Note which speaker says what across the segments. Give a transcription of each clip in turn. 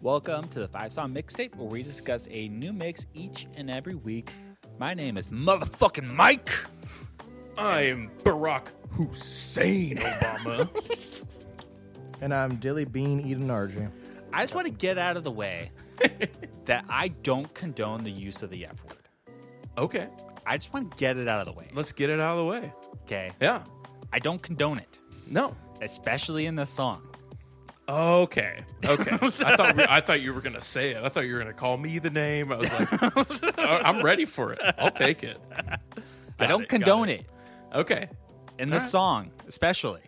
Speaker 1: Welcome to the Five Song Mixtape, where we discuss a new mix each and every week. My name is motherfucking Mike.
Speaker 2: I am Barack Hussein Obama.
Speaker 3: And I'm Dilly Bean Eden Argy.
Speaker 1: I just want to get out of the way that I don't condone the use of the F word.
Speaker 2: okay,
Speaker 1: I just want to get it out of the way.
Speaker 2: let's get it out of the way.
Speaker 1: Okay.
Speaker 2: Yeah.
Speaker 1: I don't condone it,
Speaker 2: No.
Speaker 1: especially in this song.
Speaker 2: Okay. Okay. I thought we, I thought you were gonna say it. I thought you were gonna call me the name. I was like, "I- I'm ready for it. I'll take it.
Speaker 1: I don't
Speaker 2: it, got
Speaker 1: condone it.
Speaker 2: Okay.
Speaker 1: in this
Speaker 2: Alright.
Speaker 1: song, especially.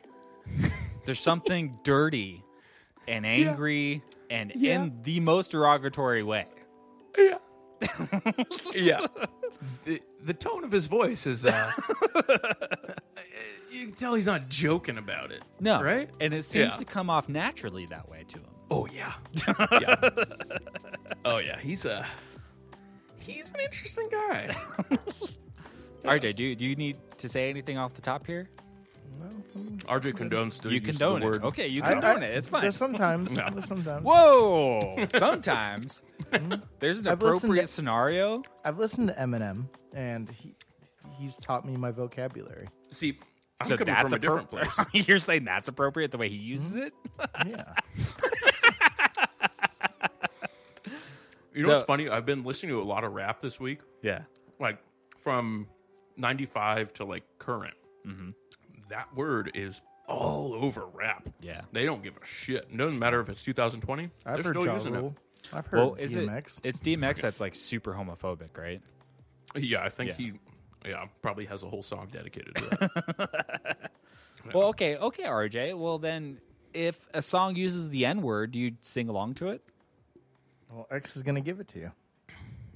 Speaker 1: There's something dirty and angry and
Speaker 2: Yeah.
Speaker 1: in the most derogatory way.
Speaker 2: Yeah. yeah. The, the tone of his voice is. Uh, you can tell he's not joking about it.
Speaker 1: No.
Speaker 2: Right?
Speaker 1: And it seems
Speaker 2: Yeah.
Speaker 1: to come off naturally that way to him.
Speaker 2: Oh yeah. yeah. Oh yeah. He's a. He's an interesting guy.
Speaker 1: RJ, do you, do you need to say anything off the top here?
Speaker 2: RJ condones the
Speaker 1: You
Speaker 2: use of
Speaker 1: condone
Speaker 2: the
Speaker 1: it.
Speaker 2: word.
Speaker 1: Okay, you
Speaker 3: I-
Speaker 1: condone
Speaker 3: I-
Speaker 1: it. It's fine.
Speaker 3: There's sometimes. There's sometimes.
Speaker 1: Whoa! Sometimes there's an
Speaker 3: I've listened to-
Speaker 1: appropriate scenario.
Speaker 3: I've listened to Eminem, and he he's taught me my vocabulary.
Speaker 2: See, I'm
Speaker 1: So
Speaker 2: coming
Speaker 1: that's
Speaker 2: from a different
Speaker 1: appro-
Speaker 2: place.
Speaker 1: You're saying that's appropriate the way he uses it?
Speaker 3: Yeah.
Speaker 2: You know
Speaker 1: So-
Speaker 2: what's funny? I've been listening to a lot of rap this week,
Speaker 1: Yeah.
Speaker 2: like from 95 to like current.
Speaker 1: Mm-hmm.
Speaker 2: That word is all over rap.
Speaker 1: Yeah.
Speaker 2: They don't give a shit. It doesn't matter if it's 2020.
Speaker 3: I've
Speaker 2: they're
Speaker 3: heard
Speaker 2: still
Speaker 3: Ja
Speaker 2: using
Speaker 3: Rule. I've heard
Speaker 1: Well, is
Speaker 3: DMX.
Speaker 1: it? It's DMX that's like super homophobic, right?
Speaker 2: it. Yeah, I think
Speaker 1: Yeah.
Speaker 2: he yeah, probably has a whole song dedicated to that.
Speaker 1: Well, okay, okay, RJ. Well, then, if a song uses the N word, do you sing along to it?
Speaker 3: Well, X is gonna give it to you.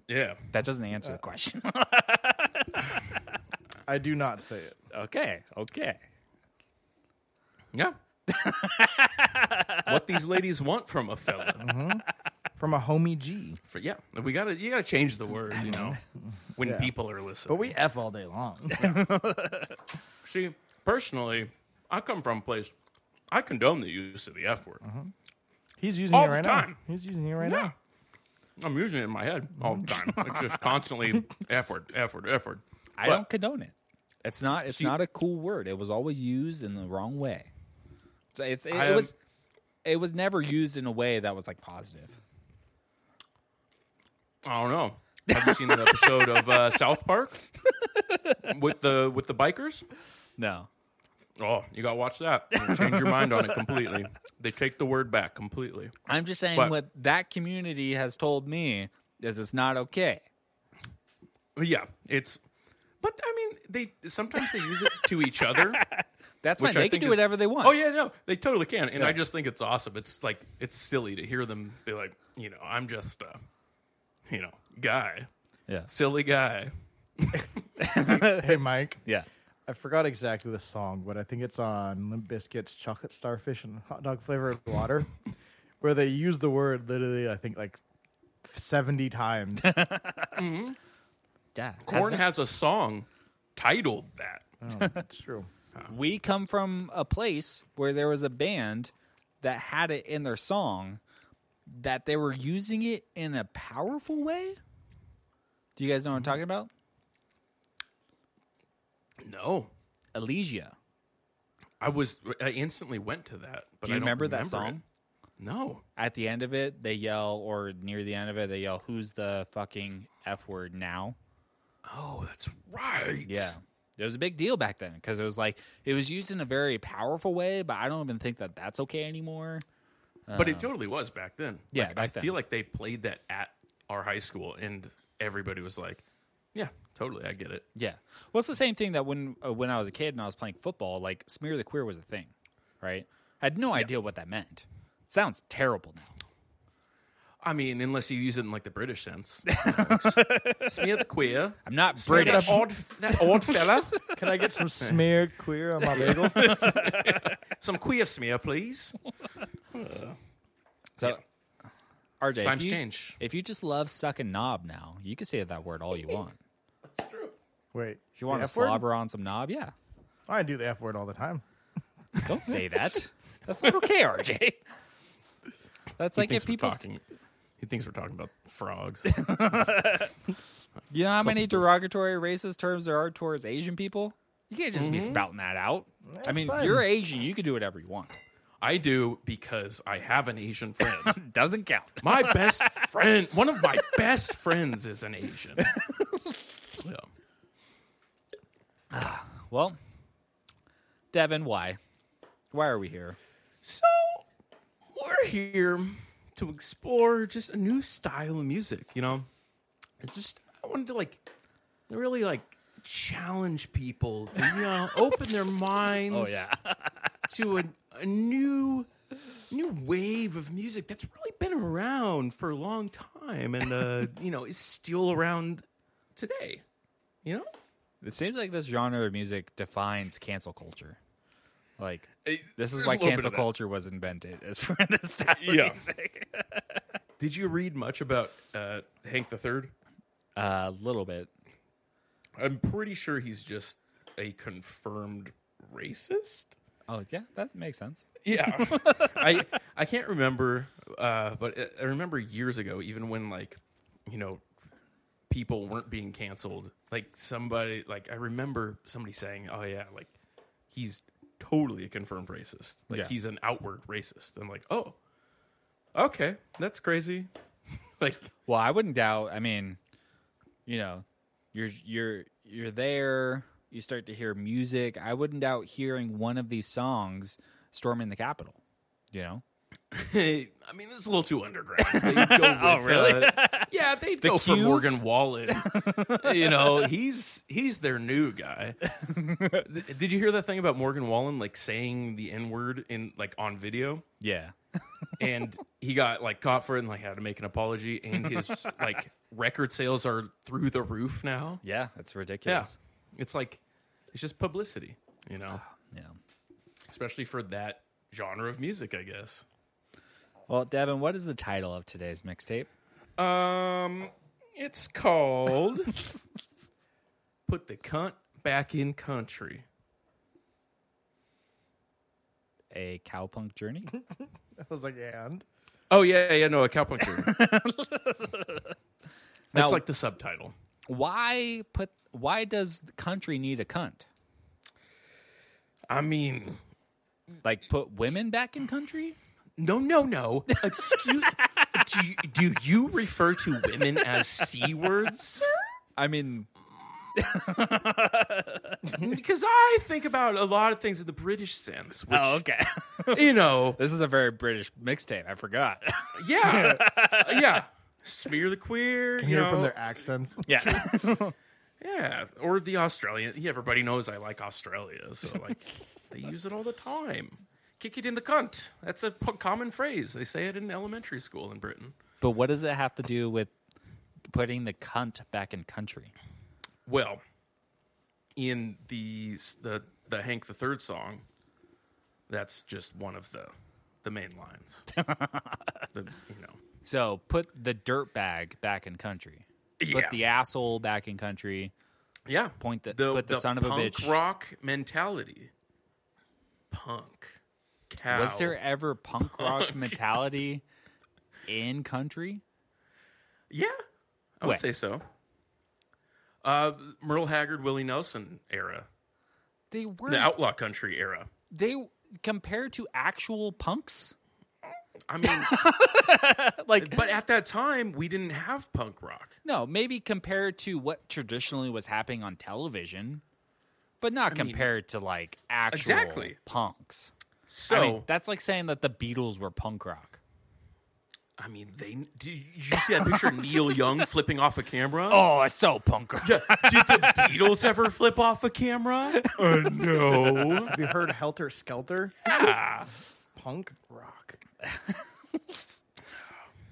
Speaker 2: yeah.
Speaker 1: That doesn't answer the question.
Speaker 3: I do not say it.
Speaker 1: okay, okay.
Speaker 2: Yeah. what these ladies want from a fella.
Speaker 3: From a homie G.
Speaker 2: For- yeah. We gotta you gotta change the word, you know. When people are listening.
Speaker 3: But we F all day long.
Speaker 2: See, personally, I come from a place I condone the use of the F word.
Speaker 3: He's using
Speaker 2: All
Speaker 3: it
Speaker 2: the
Speaker 3: right
Speaker 2: time.
Speaker 3: now. He's using it right
Speaker 2: Yeah.
Speaker 3: now.
Speaker 2: I'm using it in my head all the time. it's just constantly F word, F word, F word.
Speaker 1: I
Speaker 2: But-
Speaker 1: don't condone it. It's not. It's
Speaker 2: See-
Speaker 1: not a cool word. It was always used in the wrong way. So it's. It,
Speaker 2: I,
Speaker 1: it
Speaker 2: um,
Speaker 1: was. It was never used in a way that was like positive.
Speaker 2: I don't know. Have you seen an episode of uh, South Park with the with the bikers?
Speaker 1: No.
Speaker 2: Oh, you got to watch that. You'll change your mind on it completely. They take the word back completely.
Speaker 1: I'm just saying
Speaker 2: But-
Speaker 1: what that community has told me is it's not okay.
Speaker 2: But yeah, it's. But I mean, they sometimes they use it to each other.
Speaker 1: That's
Speaker 2: Which
Speaker 1: fine.
Speaker 2: I
Speaker 1: They can
Speaker 2: think
Speaker 1: do
Speaker 2: is-
Speaker 1: whatever they want.
Speaker 2: Oh yeah, no, they totally can, and I just think it's awesome. It's like it's silly to hear them be like, you know, I'm just a, you know, guy,
Speaker 1: Yeah.
Speaker 2: silly guy.
Speaker 3: Hey Mike.
Speaker 1: Yeah.
Speaker 3: I forgot exactly the song, but I think it's on Limp Bizkit's Chocolate Starfish and Hot Dog Flavored Water, where they use the word literally, I think, like 70 times.
Speaker 1: Dad,
Speaker 2: Corn has a song titled that.
Speaker 3: That's true.
Speaker 1: we come from a place where there was a band that had it in their song that they were using it in a powerful way. Do you guys know what I'm talking about?
Speaker 2: No,
Speaker 1: Elysia.
Speaker 2: I was I instantly went to that. But
Speaker 1: Do you
Speaker 2: I don't
Speaker 1: remember, that
Speaker 2: it.
Speaker 1: song?
Speaker 2: No.
Speaker 1: At the end of it, they yell, or near the end of it, they yell, "Who's the fucking f word now?"
Speaker 2: Oh, that's right.
Speaker 1: Yeah, it was a big deal back then because it was like it was used in a very powerful way, but I don't even think that that's okay anymore.
Speaker 2: but it totally was back then.
Speaker 1: uh, Yeah,
Speaker 2: Like, I
Speaker 1: back then.
Speaker 2: feel like they played that at our high school, and everybody was like, "Yeah, totally, I get it."
Speaker 1: Yeah. Well, it's the same thing that when uh, when I was a kid and I was playing football, like smear the queer was a thing, right? I had no idea what that meant. sounds terrible now.
Speaker 2: I mean, unless you use it in like the British sense. You know, like, s- Smear the queer.
Speaker 1: I'm not
Speaker 2: Smear
Speaker 1: British.
Speaker 2: That odd, that odd fella.
Speaker 3: Can I get some smeared queer on my bagel?
Speaker 2: Some queer smear, please.
Speaker 1: So, RJ,
Speaker 2: Times
Speaker 1: if you,
Speaker 2: change.
Speaker 1: If you just love sucking knob now, you can say that word all you want.
Speaker 2: That's true.
Speaker 3: Wait.
Speaker 1: If you want to slobber on some knob, yeah.
Speaker 3: I do the F word all the time.
Speaker 1: Don't say that. That's not okay, RJ. That's
Speaker 2: He
Speaker 1: like
Speaker 2: thinks
Speaker 1: if
Speaker 2: we're
Speaker 1: people, s-
Speaker 2: talking, he thinks we're talking about frogs.
Speaker 1: you know how many derogatory racist terms there are towards Asian people? You can't just
Speaker 2: Mm-hmm.
Speaker 1: be spouting that out. I mean,
Speaker 3: fine.
Speaker 1: you're Asian, you can do whatever you want.
Speaker 2: I do because I have an Asian friend.
Speaker 1: Doesn't count.
Speaker 2: My best friend, one of my best friends, is an Asian. Yeah.
Speaker 1: Well, Devin, why? Why are we here?
Speaker 2: So we're here to explore just a new style of music, you know? It's just I wanted to like really like challenge people to, you know, open their minds to a, a new new wave of music that's really been around for a long time and uh, you know, is still around today. You know?
Speaker 1: It seems like this genre of music defines cancel culture. Like
Speaker 2: It-
Speaker 1: this
Speaker 2: there's
Speaker 1: is
Speaker 2: a
Speaker 1: why
Speaker 2: little bit
Speaker 1: cancel
Speaker 2: of that.
Speaker 1: culture was invented, as for this style
Speaker 2: Yeah.
Speaker 1: of music.
Speaker 2: Did you read much about uh, Hank the Third?
Speaker 1: Uh, A little bit.
Speaker 2: I'm pretty sure he's just a confirmed racist.
Speaker 1: Oh yeah, that makes sense.
Speaker 2: Yeah, I I can't remember, uh, but I- I remember years ago, even when like you know people weren't being canceled, like somebody like I remember somebody saying, "Oh yeah, like he's totally a confirmed racist. Like
Speaker 1: Yeah.
Speaker 2: he's an outward racist." And like, oh, okay, that's crazy. like,
Speaker 1: Well, I wouldn't doubt. I mean, you know, you're you're you're there. You start to hear music. I wouldn't doubt hearing one of these songs storming the Capitol. You know,
Speaker 2: I mean, this is a little too underground. They'd go with,
Speaker 1: Oh, really?
Speaker 2: uh, yeah, they'd go for
Speaker 1: Qs?
Speaker 2: Morgan Wallen. you know, he's he's their new guy. Th- Did you hear that thing about Morgan Wallen like saying the n word in like on video,
Speaker 1: yeah.
Speaker 2: and he got like caught for it and like had to make an apology, and his like record sales are through the roof now.
Speaker 1: Yeah, that's
Speaker 2: Yeah,
Speaker 1: ridiculous.
Speaker 2: it's like it's just publicity, you know,
Speaker 1: Yeah.
Speaker 2: especially for that genre of music, I guess.
Speaker 1: Well, Devin, what is the title of today's mixtape?
Speaker 2: Um, it's called "Put the Cunt Back in Country."
Speaker 1: A cowpunk journey.
Speaker 3: I was like, and
Speaker 2: Oh yeah, yeah, no, a cowpuncher. That's
Speaker 1: Now-
Speaker 2: like the subtitle.
Speaker 1: why put? Why does the country need a cunt?
Speaker 2: I mean,
Speaker 1: Like put women back in country?
Speaker 2: no, no, no. Excuse. do, you, do you refer to women as c words?
Speaker 1: I mean,
Speaker 2: Because I think about a lot of things in the British sense. Which,
Speaker 1: Oh, okay.
Speaker 2: You know,
Speaker 1: this is a very British mixtape. I forgot.
Speaker 2: yeah, yeah. Smear the queer.
Speaker 3: you
Speaker 2: you
Speaker 3: hear
Speaker 2: know,
Speaker 3: from their accents.
Speaker 1: yeah.
Speaker 2: Yeah, or the Australian. Yeah, everybody knows I like Australia, so like they use it all the time. Kick it in the cunt. That's a p- common phrase. They say it in elementary school in Britain.
Speaker 1: But what does it have to do with putting the cunt back in country?
Speaker 2: Well, in the s- the the Hank the Third song, that's just one of the the main lines. the, you know,
Speaker 1: So put the dirt bag back in country.
Speaker 2: Yeah.
Speaker 1: Put the asshole back in country.
Speaker 2: yeah.
Speaker 1: Point the- put the son of a
Speaker 2: punk
Speaker 1: bitch.
Speaker 2: Rock mentality. Punk. Cow.
Speaker 1: Was there ever punk rock mentality in country?
Speaker 2: Yeah, I would
Speaker 1: Wait.
Speaker 2: say so. Uh, Merle Haggard, Willie Nelson era,
Speaker 1: They were
Speaker 2: the outlaw country era.
Speaker 1: they compared to actual punks.
Speaker 2: I mean,
Speaker 1: Like
Speaker 2: but at that time we didn't have punk rock.
Speaker 1: no, maybe compared to what traditionally was happening on television, but not compared to like actual
Speaker 2: Exactly.
Speaker 1: punks.
Speaker 2: So
Speaker 1: I mean, that's like saying that the Beatles were punk rock.
Speaker 2: they did you see that picture of Neil Young flipping off a camera?
Speaker 1: Oh, it's so punk rock.
Speaker 2: Did the Beatles ever flip off a camera? Uh, no.
Speaker 3: Have you heard Helter Skelter? Punk rock.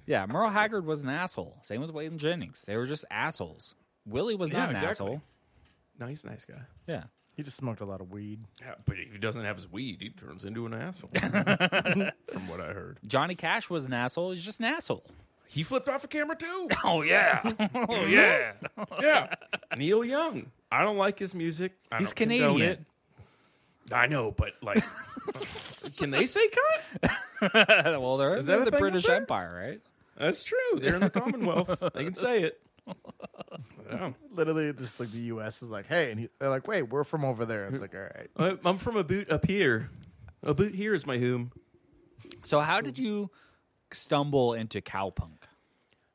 Speaker 1: Yeah, Merle Haggard was an asshole. Same with Waylon Jennings. They were just assholes. Willie was not
Speaker 2: Yeah,
Speaker 1: an
Speaker 2: exactly.
Speaker 1: asshole.
Speaker 2: No, he's a nice guy.
Speaker 1: Yeah.
Speaker 3: He just smoked a lot of weed.
Speaker 2: Yeah, but if he doesn't have his weed, he turns into an asshole. From what I heard,
Speaker 1: Johnny Cash was an asshole. He's just an asshole.
Speaker 2: he flipped off a camera too.
Speaker 1: Oh, yeah. oh, yeah.
Speaker 2: Yeah. Neil Young. I don't like his music. I
Speaker 1: He's
Speaker 2: don't condone
Speaker 1: Canadian.
Speaker 2: it. I know, but like Can they say cut?
Speaker 1: well, they're,
Speaker 2: that
Speaker 1: they're
Speaker 2: a
Speaker 1: the
Speaker 2: thing up
Speaker 1: British
Speaker 2: there?
Speaker 1: Empire, right?
Speaker 2: That's true. They're in the Commonwealth. They can say it. Yeah.
Speaker 3: Literally, just like the U.S. is like, hey, and he, they're like, wait, we're from over there. It's like, all right.
Speaker 2: I- I'm from a boot up here. A boot here is my whom.
Speaker 1: So, how did you stumble into cowpunk,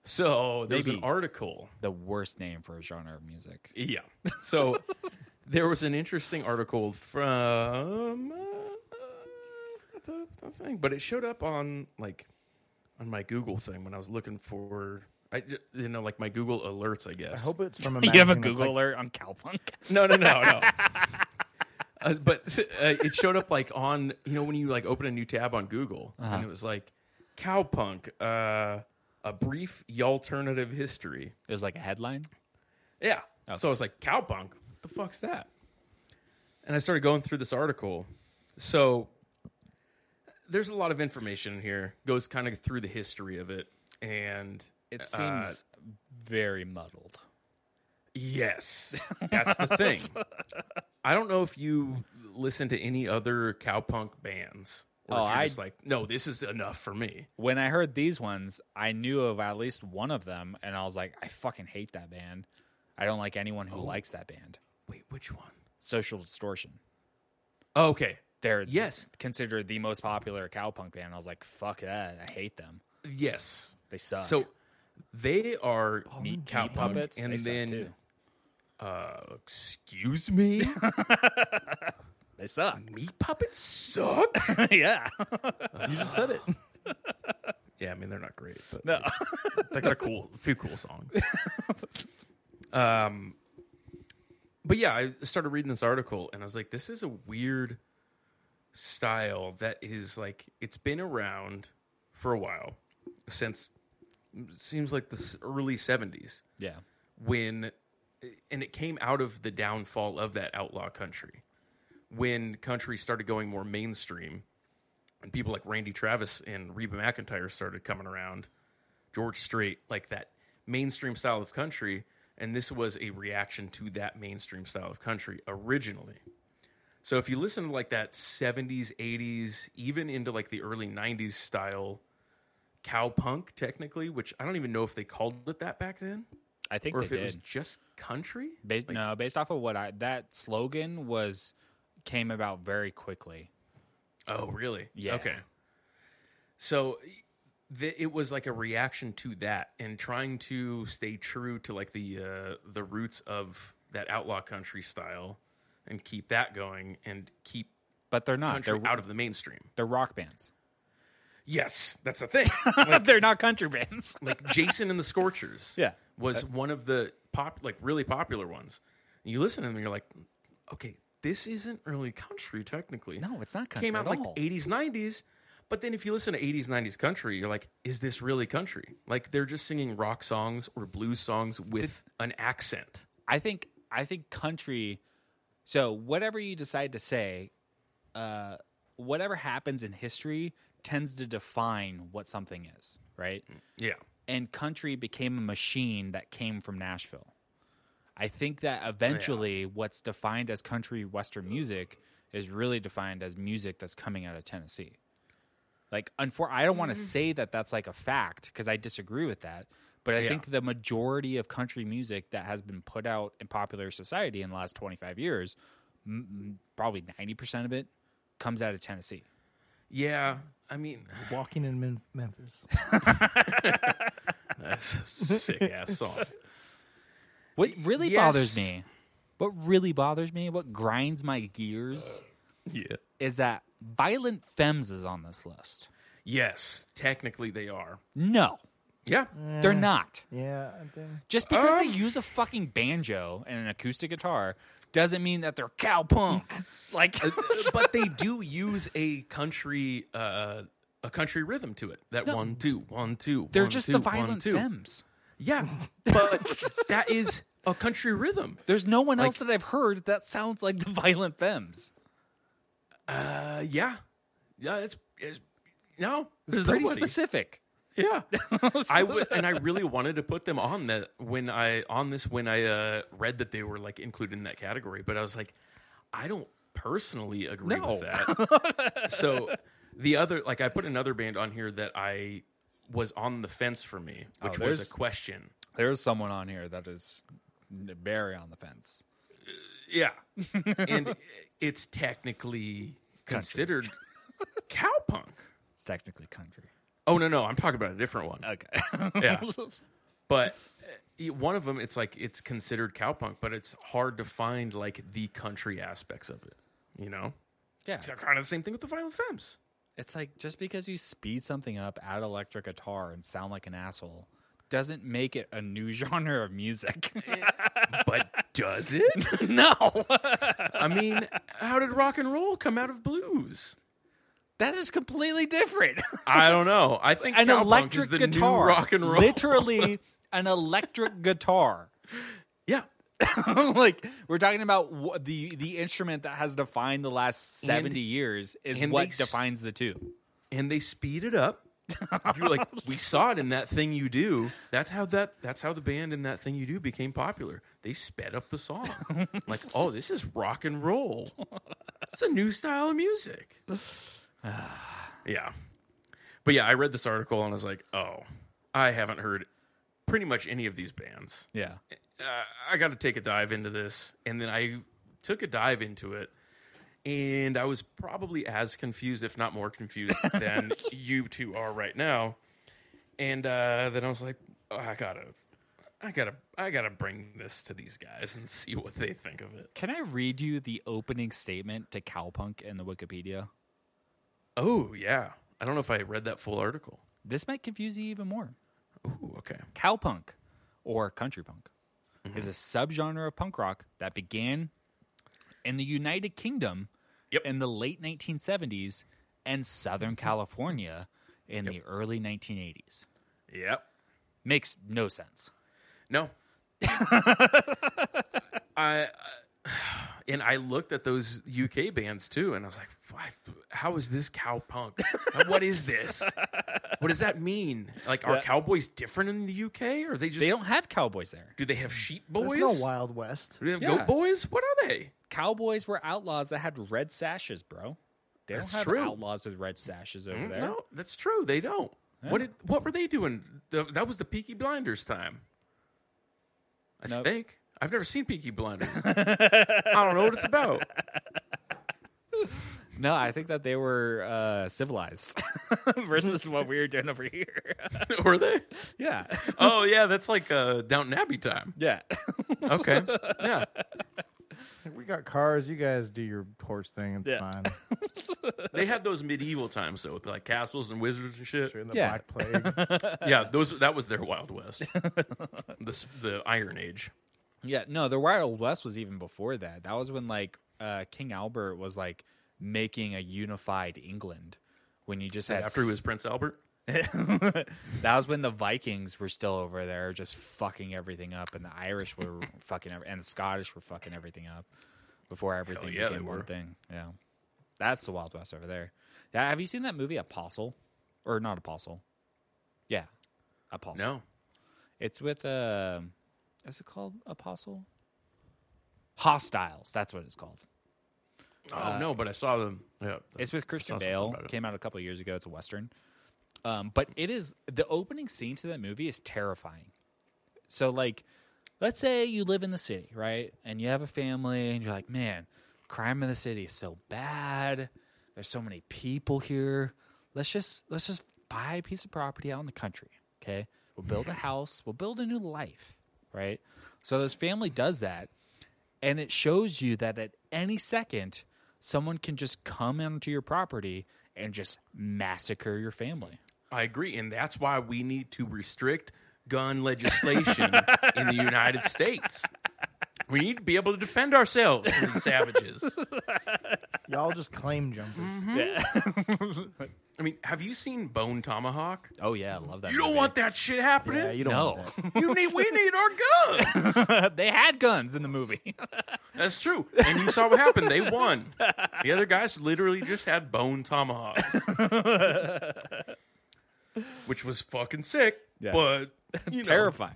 Speaker 2: So there was an
Speaker 1: Maybe.
Speaker 2: article.
Speaker 1: the worst name for a genre of music?
Speaker 2: Yeah. So there was an interesting article from uh, the, the thing, but it showed up on like on my Google thing when I was looking for I ju- you know like my Google alerts. I guess.
Speaker 3: I hope it's from a
Speaker 1: You have a
Speaker 3: magazine that's
Speaker 1: Google alert on cowpunk.
Speaker 2: No, no, no, no. uh, but uh, it showed up like on you know when you like open a new tab on Google
Speaker 3: Uh-huh.
Speaker 2: and it was like cowpunk, uh, a brief alternative history.
Speaker 1: It was like a headline.
Speaker 2: Yeah. So I was like cowpunk. What the fuck's that? And I started going through this article. So there's a lot of information in here. Goes kind of through the history of it and
Speaker 1: It
Speaker 2: uh,
Speaker 1: seems very muddled.
Speaker 2: Yes, that's the thing. I don't know if you listen to any other cowpunk bands. Or
Speaker 1: Oh,
Speaker 2: if you're
Speaker 1: I-
Speaker 2: just like, no, this is enough for me.
Speaker 1: When I heard these ones, I knew of at least one of them, and I was like, I fucking hate that band. I don't like anyone who likes that band.
Speaker 2: Wait, which one?
Speaker 1: Social Distortion.
Speaker 2: Oh, Okay,
Speaker 1: They're
Speaker 2: Yes.
Speaker 1: considered the most popular cowpunk band. I was like, fuck that. I hate them.
Speaker 2: yes.
Speaker 1: They suck.
Speaker 2: So they are neat
Speaker 1: Meat
Speaker 2: cowpunk,
Speaker 1: puppets.
Speaker 2: and
Speaker 1: they
Speaker 2: then
Speaker 1: suck too.
Speaker 2: Uh, excuse me,
Speaker 1: They suck.
Speaker 2: meat puppets suck.
Speaker 1: yeah.
Speaker 3: like- Mm. you just said it.
Speaker 2: yeah, I mean they're not great, but
Speaker 1: No.
Speaker 2: they got a cool, a few cool songs. um, but yeah, I started reading this article and I was like, this is a weird style that is like it's been around for a while since mm, seems like the s- early seventies
Speaker 1: yeah.
Speaker 2: when and it came out of the downfall of that outlaw country when country started going more mainstream and people like randy travis and reba mcintyre started coming around george strait like that mainstream style of country and this was a reaction to that mainstream style of country originally so if you listen to like that 70s 80s even into like the early 90s style cowpunk technically which i don't even know if they called it that back then
Speaker 1: I think
Speaker 2: or
Speaker 1: they
Speaker 2: if it was
Speaker 1: did.
Speaker 2: just country.
Speaker 1: Based, no, based off of what I that slogan was came about very quickly.
Speaker 2: Oh, really?
Speaker 1: Yeah.
Speaker 2: Okay. So th- it was like a reaction to that, and trying to stay true to like the uh, the roots of that outlaw country style, and keep that going, and keep
Speaker 1: But they're not.
Speaker 2: country
Speaker 1: They're,
Speaker 2: out of the mainstream.
Speaker 1: they're rock bands.
Speaker 2: Yes, that's the thing.
Speaker 1: they're not country bands.
Speaker 2: like Jason and the Scorchers.
Speaker 1: Yeah. Uh,
Speaker 2: was one of the pop like really popular ones. And you listen to them, and you're like, okay, this isn't really country technically.
Speaker 1: No, it's not country
Speaker 2: came out
Speaker 1: at
Speaker 2: in, like
Speaker 1: all.
Speaker 2: the 80s 90s but then if you listen to 80s 90s country you're like is this really country like they're just singing rock songs or blues songs with an accent
Speaker 1: I think I think country. So whatever you decide to say, uh, whatever happens in history tends to define what something is, right?
Speaker 2: yeah
Speaker 1: And country became a machine that came from Nashville. I think that eventually, what's defined as country western music is really defined as music that's coming out of Tennessee. Like, unfor- I don't want to say that that's like a fact because I disagree with that. But I
Speaker 2: Yeah.
Speaker 1: think the majority of country music that has been put out in popular society in the last 25 years, m- m- probably 90% of it comes out of Tennessee.
Speaker 2: yeah i mean
Speaker 3: Walking in Mem- Memphis.
Speaker 2: that's a sick ass song
Speaker 1: What really
Speaker 2: yes.
Speaker 1: bothers me, what really bothers me, what grinds my gears
Speaker 2: yeah
Speaker 1: is that Violent Femmes is on this list.
Speaker 2: yes technically they are
Speaker 1: No,
Speaker 2: yeah
Speaker 1: they're not.
Speaker 3: Yeah, I think.
Speaker 1: Just because they use a fucking banjo and an acoustic guitar doesn't mean that they're cowpunk. Like,
Speaker 2: but they do use a country uh a country rhythm to it that one two one two
Speaker 1: they're
Speaker 2: one,
Speaker 1: just
Speaker 2: two,
Speaker 1: the
Speaker 2: one,
Speaker 1: Violent
Speaker 2: two.
Speaker 1: Femmes.
Speaker 2: yeah but that is a country rhythm
Speaker 1: There's no one else that I've heard that sounds like the Violent Femmes.
Speaker 2: Uh, yeah, yeah. It's, it's no.
Speaker 1: It's
Speaker 2: there's
Speaker 1: pretty
Speaker 2: nobody.
Speaker 1: specific.
Speaker 2: Yeah, I would, and I really wanted to put them on that when I on this when I uh, read that they were like included in that category, but I was like, I don't personally agree
Speaker 1: No.
Speaker 2: with that. so the other, like, I put another band on here that I was on the fence for me, which was
Speaker 1: Oh, there's-
Speaker 2: a question.
Speaker 1: There's someone on here that is n- very on the fence.
Speaker 2: Yeah, and it's technically considered cowpunk.
Speaker 1: It's technically country.
Speaker 2: Oh no, no, I'm talking about a different one.
Speaker 1: Uh, Okay.
Speaker 2: Yeah. but uh, one of them it's like it's considered cowpunk but it's hard to find like the country aspects of it you know
Speaker 1: Yeah.
Speaker 2: it's kind of the same thing with the violent femmes
Speaker 1: It's like just because you speed something up, add electric guitar, and sound like an asshole doesn't make it a new genre of music.
Speaker 2: but does it
Speaker 1: no.
Speaker 2: i mean how did rock and roll come out of blues
Speaker 1: that is completely different.
Speaker 2: i don't know i think
Speaker 1: An
Speaker 2: cowpunk is
Speaker 1: electric
Speaker 2: the new
Speaker 1: guitar.
Speaker 2: rock and roll
Speaker 1: Literally an electric guitar.
Speaker 2: yeah
Speaker 1: like we're talking about wha- the the instrument that has defined the last 70 years is
Speaker 2: and
Speaker 1: what
Speaker 2: they s-
Speaker 1: defines the two.
Speaker 2: and they speed it up you're like we saw it in that thing you do that's how that that's how the band in that thing you do became popular they sped up the song like oh this is rock and roll it's a new style of music yeah but yeah i read this article and i was like oh i haven't heard pretty much any of these bands
Speaker 1: Yeah.
Speaker 2: uh, I got to take a dive into this. And then I took a dive into it. And I was probably as confused, if not more confused, than you two are right now. And uh, then I was like, "Oh, I gotta, I gotta, I gotta bring this to these guys and see what they think of it.
Speaker 1: Can I read you the opening statement to Cowpunk in the Wikipedia?
Speaker 2: Oh yeah, I don't know if I read that full article.
Speaker 1: This might confuse you even more.
Speaker 2: Ooh, okay.
Speaker 1: Cowpunk or country punk
Speaker 2: Mm-hmm.
Speaker 1: is a subgenre of punk rock that began in the United Kingdom
Speaker 2: Yep. Mm-hmm.
Speaker 1: in the late 1970s and Southern California in the early 1980s.
Speaker 2: Yep.
Speaker 1: Makes no sense.
Speaker 2: No. I, I and I looked at those UK bands too, and I was like, "Why- "How is this cow punk? what is this? What does that mean? Like, are cowboys different in the UK? Or are they just
Speaker 1: They don't have cowboys there.
Speaker 2: do they have sheep
Speaker 3: There's
Speaker 2: boys?
Speaker 3: no Wild West.
Speaker 2: do they have
Speaker 1: Yeah.
Speaker 2: goat boys? What are they?
Speaker 1: Cowboys were outlaws that had red sashes, bro. They
Speaker 2: That's
Speaker 1: don't have
Speaker 2: true. Mm,
Speaker 1: outlaws with red sashes over there.
Speaker 2: No, that's true. They don't. What did what were they doing? Th- That was the Peaky Blinders time. I
Speaker 1: Nope.
Speaker 2: think I've never seen Peaky Blinders. I don't know what it's about.
Speaker 1: No, I think that they were uh, civilized versus what we were doing over here.
Speaker 2: were they?
Speaker 1: yeah.
Speaker 2: oh yeah, that's like uh, Downton Abbey time.
Speaker 1: Yeah.
Speaker 2: Okay, yeah,
Speaker 3: We got cars. You guys do your horse thing. It's
Speaker 1: Yeah.
Speaker 3: fine.
Speaker 2: they had those medieval times though, with like castles and wizards and shit.
Speaker 3: During the
Speaker 1: Yeah.
Speaker 3: Black Plague.
Speaker 2: Yeah, those that was their Wild West, the s- the Iron Age.
Speaker 1: yeah. No, the Wild West was even before that. That was when like uh, King Albert was like making a unified England when you just had
Speaker 2: After he was
Speaker 1: s-
Speaker 2: Prince Albert,
Speaker 1: that was when the Vikings were still over there just fucking everything up and the Irish were fucking ev- and the Scottish were fucking everything up before everything
Speaker 2: yeah,
Speaker 1: became
Speaker 2: they
Speaker 1: one
Speaker 2: were.
Speaker 1: thing. Yeah. That's the Wild West over there. Yeah, have you seen that movie Apostle? Or not Apostle. Yeah. Apostle.
Speaker 2: no,
Speaker 1: It's with um is it called Apostle? Hostiles. That's what it's called.
Speaker 2: oh no, but I saw them. Yeah,
Speaker 1: It's with Christian
Speaker 2: something
Speaker 1: Bale.
Speaker 2: about it.
Speaker 1: Came out a couple years ago. It's a western. Um, but it is the opening scene to that movie is terrifying. So like, let's say you live in the city, right? And you have a family, and you're like, man, crime in the city is so bad. There's so many people here. Let's just let's just buy a piece of property out in the country. Okay, we'll build a house. We'll build a new life, right? So this family does that and it shows you that at any second someone can just come onto your property and just massacre your family.
Speaker 2: I agree, and that's why we need to restrict gun legislation in the United States. We need to be able to defend ourselves from these savages.
Speaker 3: Y'all just claim jumpers.
Speaker 2: I mean, have you seen Bone Tomahawk?
Speaker 1: Oh yeah, I love that.
Speaker 2: You don't
Speaker 1: movie.
Speaker 2: want that shit happening.
Speaker 3: Yeah, you don't
Speaker 1: No.
Speaker 3: want that.
Speaker 2: You need, we need our guns.
Speaker 1: they had guns in the movie.
Speaker 2: That's true. And you saw what happened. They won. The other guys literally just had bone tomahawks, which was fucking sick.
Speaker 1: Yeah.
Speaker 2: But you know,
Speaker 1: Terrifying.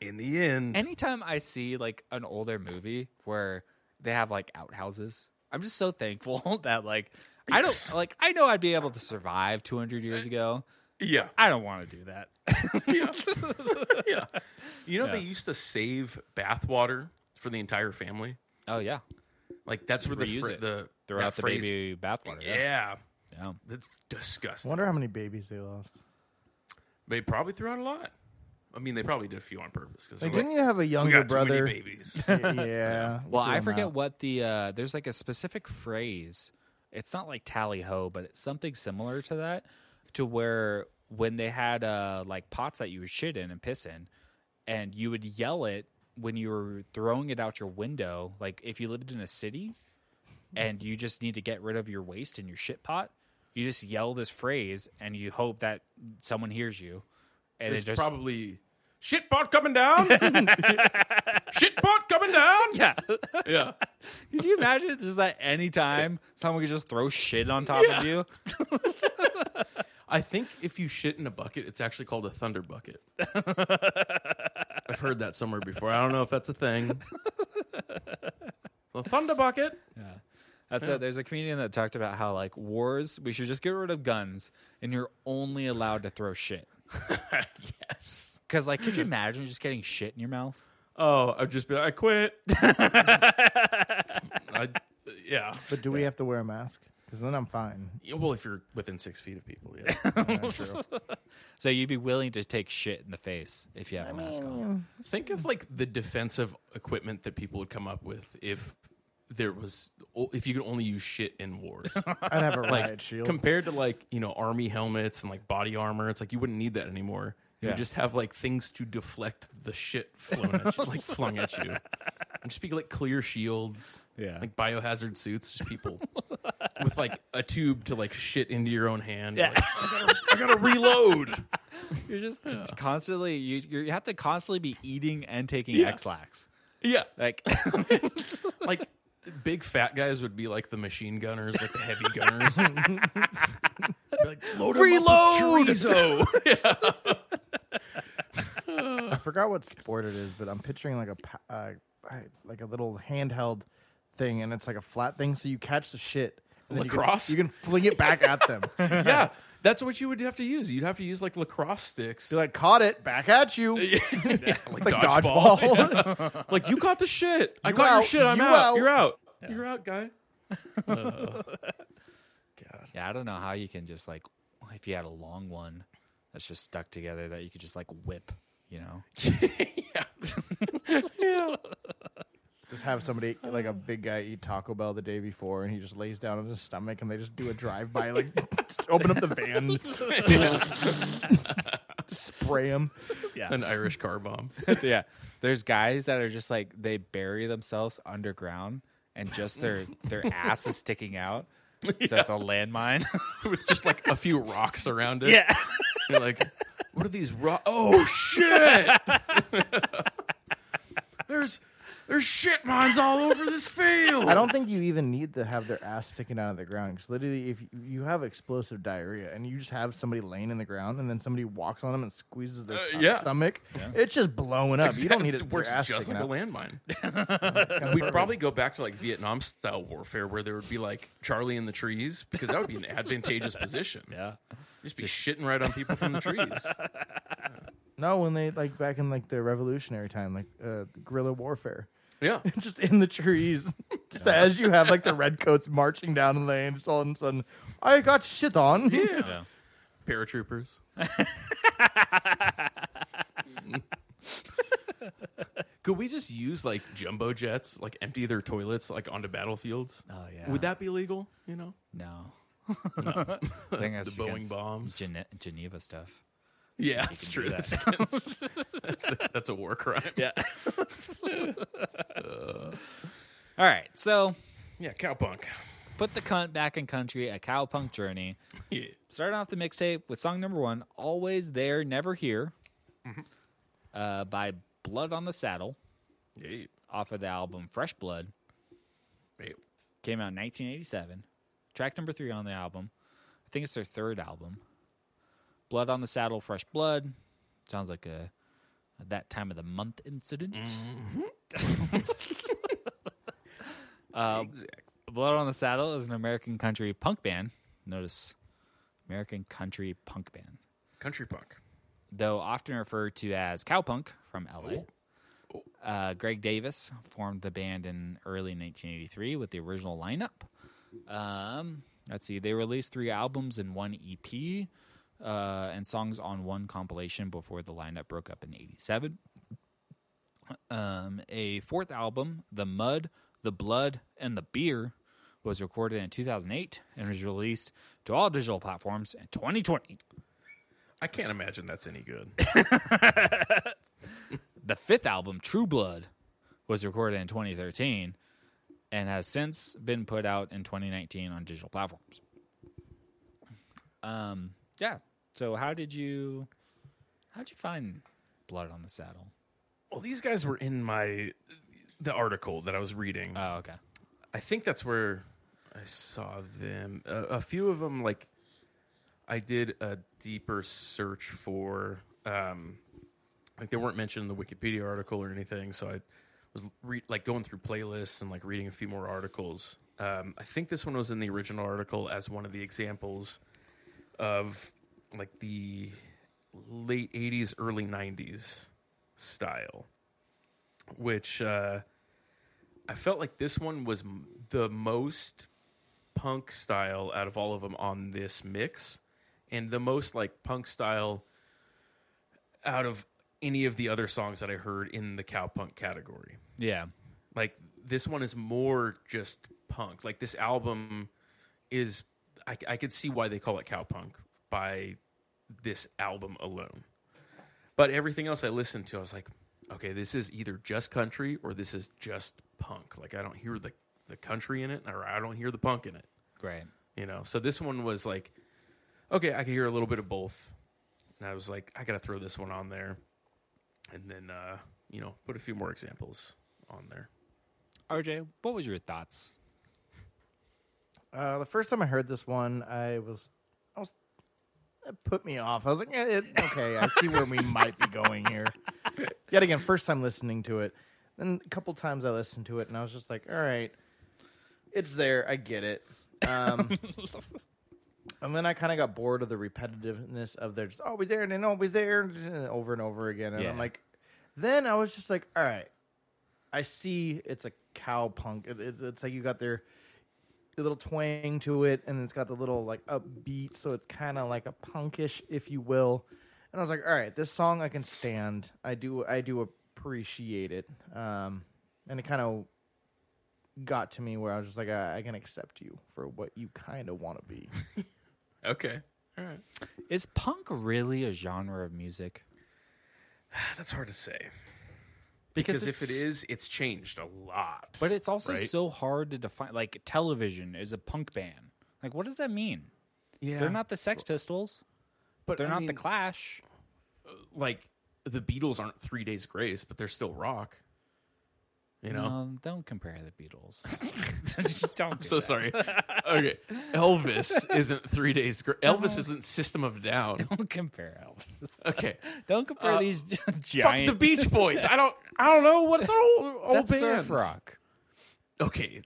Speaker 2: in the end,
Speaker 1: Anytime I see like an older movie where they have like outhouses, I'm just so thankful that like I don't like I know I'd be able to survive 200 years ago.
Speaker 2: Yeah.
Speaker 1: I don't want to do that.
Speaker 2: yeah. You know
Speaker 1: Yeah.
Speaker 2: they used to save bathwater for the entire family.
Speaker 1: oh yeah,
Speaker 2: Like that's where the
Speaker 1: reuse
Speaker 2: fr-
Speaker 1: it.
Speaker 2: the
Speaker 1: throw
Speaker 2: that
Speaker 1: out the
Speaker 2: phrase-
Speaker 1: baby bathwater.
Speaker 2: Yeah.
Speaker 1: Yeah. yeah,
Speaker 2: that's disgusting.
Speaker 3: Wonder how many babies they lost.
Speaker 2: They probably threw out a lot. I mean, they probably did a few on purpose because
Speaker 3: Like, didn't you have a younger
Speaker 2: got too
Speaker 3: brother?
Speaker 2: many babies.
Speaker 3: Y- yeah.
Speaker 1: Well, I
Speaker 3: doing
Speaker 1: forget
Speaker 3: that.
Speaker 1: what the uh, there's like a specific phrase. It's not like tally ho, but it's something similar to that. To where when they had uh, like pots that you would shit in and piss in, and you would yell it when you were throwing it out your window. Like if you lived in a city, and you just need to get rid of your waste in your shit pot, you just yell this phrase, and you hope that someone hears you. And
Speaker 2: It's
Speaker 1: it just
Speaker 2: probably shit pot coming down. shit pot coming down.
Speaker 1: yeah.
Speaker 2: Yeah.
Speaker 1: Could you imagine just that any time someone could just throw shit on top
Speaker 2: Yeah.
Speaker 1: of you?
Speaker 2: I think if you shit in a bucket, it's actually called a thunder bucket. I've heard that somewhere before. I don't know if that's a thing. A thunder bucket.
Speaker 1: That's it. There's a comedian that talked about how like wars, we should just get rid of guns, and you're only allowed to throw shit.
Speaker 2: yes.
Speaker 1: Because like, could you imagine just getting shit in your mouth?
Speaker 2: Oh, I'd just be like, I quit. I, yeah.
Speaker 3: But do we have to wear a mask? Because then I'm fine.
Speaker 2: Yeah, Well, if you're within six feet of people, yeah.
Speaker 1: So you'd be willing to take shit in the face if you have a mask on.
Speaker 2: Think of like the defensive equipment that people would come up with if there was if you could only use shit in wars.
Speaker 3: I'd have a riot shield.
Speaker 2: Compared to like, you know, army helmets and like body armor, it's like you wouldn't need that anymore.
Speaker 1: Yeah.
Speaker 2: You just have like things to deflect the shit flown at you, like flung at you. And just be like clear shields.
Speaker 1: Yeah.
Speaker 2: Like biohazard suits, just people with like a tube to like shit into your own hand. Yeah. Like, I, gotta, I gotta reload.
Speaker 1: You're just constantly you you're- you have to constantly be eating and taking
Speaker 2: Yeah.
Speaker 1: X-lax.
Speaker 2: Yeah.
Speaker 1: Like
Speaker 2: like big fat guys would be like the machine gunners, like the heavy gunners. Be like, Load 'em Up
Speaker 1: Reload!"
Speaker 2: with chorizo.
Speaker 3: I forgot what sport it is, but I'm picturing like a pa- uh, I- like a little handheld thing, and it's like a flat thing, so you catch the shit. And then you can-
Speaker 2: Lacrosse?
Speaker 3: You can, fling it back at them. Be
Speaker 2: yeah, that's what you would have to use. You'd have to use like lacrosse sticks,
Speaker 3: like, caught it, back at you.
Speaker 2: like,
Speaker 3: It's like dodgeball.
Speaker 2: Like you caught the shit. I
Speaker 3: You
Speaker 2: caught your
Speaker 3: out.
Speaker 2: shit. I'm
Speaker 3: You
Speaker 2: out.
Speaker 3: out.
Speaker 2: You're out. You're out, guy.
Speaker 1: Yeah, I don't know how you can just like if you had a long one that's just stuck together that you could just like whip, you know?
Speaker 3: just have somebody like a big guy eat Taco Bell the day before, and he just lays down on his stomach, and they just do a drive by, like just open up the van, Just spray him.
Speaker 2: An Irish car bomb.
Speaker 1: yeah. There's guys that are just like they bury themselves underground and just their their ass is sticking out. So it's a landmine.
Speaker 2: with just like a few rocks around it.
Speaker 1: yeah.
Speaker 2: You're like, what are these rocks? Oh shit! there's there's shit mines all over this field.
Speaker 3: I don't think you even need to have their ass sticking out of the ground because literally, if you- you have explosive diarrhea and you just have somebody laying in the ground and then somebody walks on them and squeezes their
Speaker 2: Uh,
Speaker 3: t-
Speaker 2: yeah.
Speaker 3: stomach, it's just blowing up. You don't need
Speaker 2: It
Speaker 3: it. Their
Speaker 2: works
Speaker 3: ass
Speaker 2: just
Speaker 3: sticking
Speaker 2: like a
Speaker 3: out.
Speaker 2: landmine.
Speaker 3: It's kinda
Speaker 2: We'd
Speaker 3: perfect.
Speaker 2: probably go back to like Vietnam style warfare where there would be like Charlie in the trees because that would be an advantageous position.
Speaker 1: Yeah.
Speaker 2: Just be shitting right on people from the trees.
Speaker 3: no when they like back in like the revolutionary time, like uh, guerrilla warfare,
Speaker 2: Yeah.
Speaker 3: just in the trees, just as you have like the redcoats marching down the lane, just all of a sudden, I got shit on.
Speaker 1: Yeah.
Speaker 2: Paratroopers. Could we just use like jumbo jets, like empty their toilets like onto battlefields?
Speaker 1: Oh yeah.
Speaker 2: Would that be legal? You know,
Speaker 1: No. I think that's
Speaker 2: the Boeing
Speaker 1: against
Speaker 2: bombs.
Speaker 1: Gene- Geneva stuff.
Speaker 2: yeah, that's true.
Speaker 1: that.
Speaker 2: That's against. that's, a, that's a war crime.
Speaker 1: Yeah. Uh. All right. So
Speaker 2: yeah, cowpunk.
Speaker 1: put the cunt back in country, a cowpunk journey.
Speaker 2: Yeah.
Speaker 1: Starting off the mixtape with song number one, Always There, Never Here, uh, by Blood on the Saddle,
Speaker 2: Yeah.
Speaker 1: off of the album Fresh Blood.
Speaker 2: Yeah.
Speaker 1: Came out in 1987. Track number three on the album. I think it's their third album. Blood on the Saddle, Fresh Blood. Sounds like a, a that time of the month incident.
Speaker 2: exactly.
Speaker 1: Uh, Blood on the Saddle is an American country punk band. Notice American country punk band,
Speaker 2: Country punk.
Speaker 1: though often referred to as cowpunk from LA. Uh, Greg Davis formed the band in early 1983 with the original lineup. Um, let's see, they released three albums and one EP uh, and songs on one compilation before the lineup broke up in 87 um, a fourth album, The Mud, The Blood, and The Beer, was recorded in 2008 and was released to all digital platforms in 2020.
Speaker 2: I can't imagine that's any good.
Speaker 1: The fifth album, True Blood, was recorded in 2013 and has since been put out in 2019 on digital platforms. Um, yeah. So how did you how'd you find Blood on the Saddle?
Speaker 2: well, these guys were in my the article that I was reading.
Speaker 1: Oh, okay.
Speaker 2: I think that's where I saw them. A a few of them, like I did a deeper search for, um, like they weren't mentioned in the Wikipedia article or anything. So I was re- like going through playlists and like reading a few more articles. Um, I think this one was in the original article as one of the examples of like the late '80s, early '90s style, which. Uh, I felt like this one was m- the most punk style out of all of them on this mix, and the most like punk style out of any of the other songs that I heard in the cowpunk category.
Speaker 1: Yeah.
Speaker 2: Like this one is more just punk. Like this album is, I, I could see why they call it cowpunk by this album alone. But everything else I listened to, I was like, okay, this is either just country or this is just punk. Like I don't hear the the country in it, or I don't hear the punk in it.
Speaker 1: Great.
Speaker 2: You know. So this one was like, okay, I could hear a little bit of both, and I was like, I gotta throw this one on there, and then uh, you know, put a few more examples on there.
Speaker 1: RJ, what was your thoughts?
Speaker 3: Uh, the first time I heard this one, I was, I was, it put me off. I was like, eh, it, okay, I see where we might be going here. Yet again, first time listening to it. Then a couple times I listened to it, and I was just like, all right, it's there. I get it. Um, and then I kind of got bored of the repetitiveness of their just always there and then always there and over and over again. And
Speaker 1: Yeah.
Speaker 3: I'm like, then I was just like, all right, I see it's a cow punk. It, it's, it's like you got their a little twang to it, and it's got the little like upbeat, so it's kind of like a punkish, if you will. And I was like, all right, this song I can stand. I do, I do appreciate it. Um, and it kind of got to me where I was just like, I, I can accept you for what you kind of want to be.
Speaker 2: Okay, all right.
Speaker 1: Is punk really a genre of music?
Speaker 2: That's hard to say because if it
Speaker 1: it's-
Speaker 2: is, it's changed a lot.
Speaker 1: But it's also
Speaker 2: right?
Speaker 1: so hard to define. Like television is a punk band. Like what does that mean?
Speaker 2: yeah,
Speaker 1: They're not the Sex Pistols.
Speaker 2: But
Speaker 1: They're
Speaker 2: I
Speaker 1: not the
Speaker 2: mean,
Speaker 1: Clash.
Speaker 2: like the Beatles aren't Three Days Grace, but they're still rock. You know,
Speaker 1: No, Um, don't compare the Beatles. don't. do
Speaker 2: so
Speaker 1: that.
Speaker 2: sorry. Okay, Elvis isn't Three Days Grace. Elvis isn't System of a Down.
Speaker 1: Don't compare Elvis.
Speaker 2: Okay,
Speaker 1: Don't compare
Speaker 2: Uh,
Speaker 1: these
Speaker 2: fuck
Speaker 1: giant.
Speaker 2: the Beach Boys. I don't. I don't know what it's an old, old
Speaker 1: that's
Speaker 2: band.
Speaker 1: surf rock.
Speaker 2: Okay.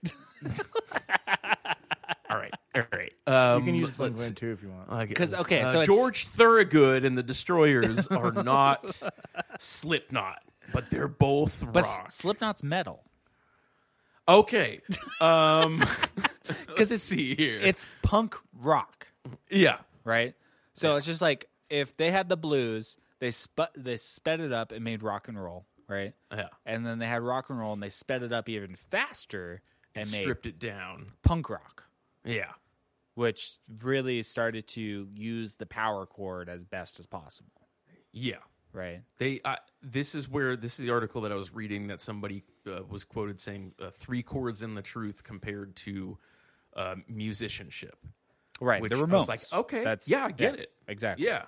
Speaker 2: all right. All right. Um,
Speaker 3: You can use Blink
Speaker 2: let's-
Speaker 3: One too if you want.
Speaker 2: like,
Speaker 1: 'Cause,
Speaker 2: it's,
Speaker 1: okay,
Speaker 2: uh,
Speaker 1: so it's-
Speaker 2: George Thorogood and the Destroyers are not Slipknot, but they're both
Speaker 1: But S-
Speaker 2: rock.
Speaker 1: Slipknot's metal.
Speaker 2: Okay. Um
Speaker 1: Because
Speaker 2: let's
Speaker 1: it's
Speaker 2: see here.
Speaker 1: it's punk rock,
Speaker 2: yeah.
Speaker 1: right? So it's just like if they had the blues, they sp- they sped it up and made rock and roll, right?
Speaker 2: Yeah.
Speaker 1: and then they had rock and roll and they sped it up even faster and made
Speaker 2: Stripped it down.
Speaker 1: punk rock
Speaker 2: Yeah.
Speaker 1: which really started to use the power chord as best as possible
Speaker 2: Yeah.
Speaker 1: right
Speaker 2: They I this is where this is the article that I was reading that somebody uh, was quoted saying uh, three chords in the truth compared to uh, musicianship.
Speaker 1: right
Speaker 2: Which
Speaker 1: the
Speaker 2: I
Speaker 1: remotes
Speaker 2: was like, okay, yeah, I get it.
Speaker 1: exactly
Speaker 2: Yeah.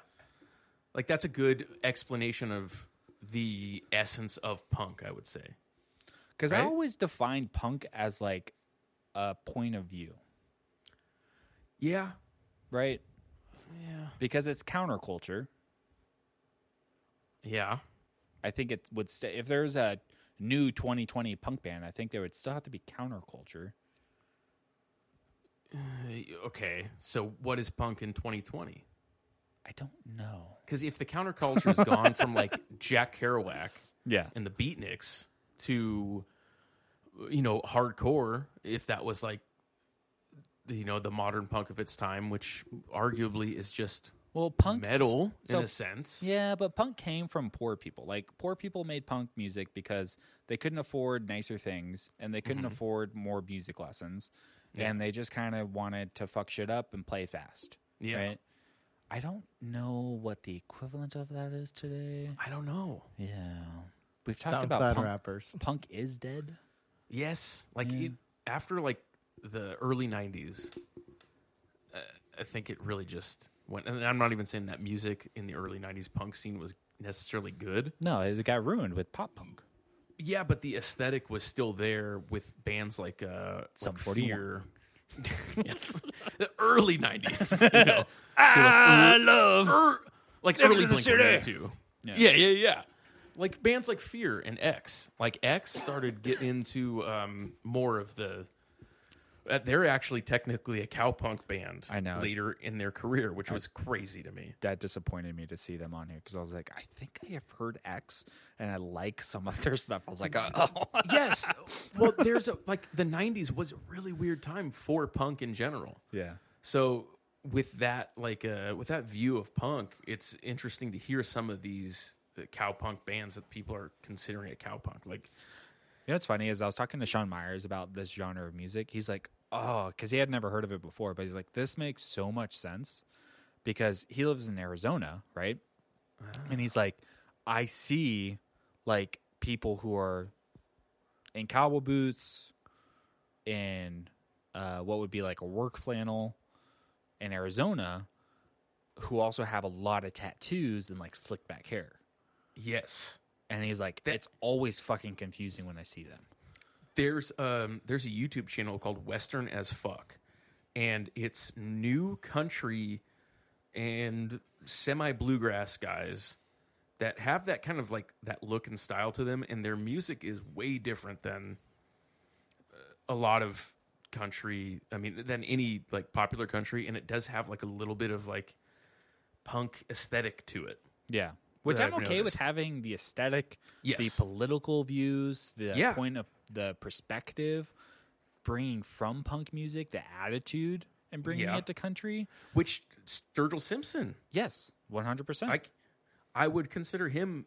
Speaker 2: Like that's a good explanation of the essence of punk, I would say.
Speaker 1: because i
Speaker 2: Right?
Speaker 1: always defined punk as like a point of view
Speaker 2: Yeah.
Speaker 1: right
Speaker 2: Yeah.
Speaker 1: because it's counterculture
Speaker 2: Yeah.
Speaker 1: i think it would stay if there's a new 2020 punk band i think they would still have to be counterculture
Speaker 2: Okay, so what is punk in 2020?
Speaker 1: I don't know.
Speaker 2: Because if the counterculture has gone from like Jack Kerouac
Speaker 1: Yeah.
Speaker 2: and the Beatniks to, you know, hardcore, if that was like, you know, the modern punk of its time, which arguably is just
Speaker 1: Well, punk
Speaker 2: metal
Speaker 1: so-
Speaker 2: in a sense.
Speaker 1: Yeah, but punk came from poor people. Like poor people made punk music because they couldn't afford nicer things and they couldn't afford more music lessons, and they just kind of wanted to fuck shit up and play fast.
Speaker 2: Yeah.
Speaker 1: Right? I don't know what the equivalent of that is today.
Speaker 2: I don't know.
Speaker 1: Yeah. We've talked about
Speaker 3: SoundCloud
Speaker 1: punk.
Speaker 3: rappers.
Speaker 1: Punk is dead.
Speaker 2: Yes, like it, after like the early '90s, uh, I think it really just went. And I'm not even saying that music in the early '90s punk scene was necessarily good.
Speaker 1: No, it got ruined with pop punk.
Speaker 2: Yeah, but the aesthetic was still there with bands like uh,
Speaker 1: Sum
Speaker 2: like
Speaker 1: 41.
Speaker 2: Fear. yes, the early '90s. You know, I love Er, like early Blink One Eighty Two. Yeah. yeah, yeah, Like bands like Fear and X. Like X started getting into um, more of the. uh, They're actually technically a cowpunk band.
Speaker 1: I know.
Speaker 2: Later in their career, which was crazy to me.
Speaker 1: That disappointed me to see them on here because I was like, I think I have heard X and I like some of their stuff. I was like, oh.
Speaker 2: yes. Well, there's a like the '90s was a really weird time for punk in general.
Speaker 1: yeah.
Speaker 2: So with that like uh with that view of punk, it's interesting to hear some of these the cowpunk bands that people are considering a cowpunk. Like
Speaker 1: You know what's funny is I was talking to Sean Myers about this genre of music. He's like, oh, because he had never heard of it before, but he's like, this makes so much sense because he lives in Arizona, right? And he's like, I see like people who are in cowboy boots, in uh, what would be like a work flannel in Arizona, who also have a lot of tattoos and like slick back hair.
Speaker 2: yes,
Speaker 1: And he's like, it's always fucking confusing when I see them.
Speaker 2: there's um there's a YouTube channel called Western as Fuck, and it's new country and semi bluegrass guys that have that kind of like that look and style to them, and their music is way different than uh, a lot of country. I mean, than any like popular country, and it does have like a little bit of like punk aesthetic to it.
Speaker 1: Yeah. Which
Speaker 2: that
Speaker 1: I'm
Speaker 2: I've
Speaker 1: okay with
Speaker 2: noticed.
Speaker 1: having the aesthetic, the
Speaker 2: Yes.
Speaker 1: political views, the
Speaker 2: Yeah.
Speaker 1: point of the perspective, bringing from punk music the attitude and bringing
Speaker 2: Yeah.
Speaker 1: it to country.
Speaker 2: Which Sturgill Simpson
Speaker 1: Yes, 100%.
Speaker 2: I, I would consider him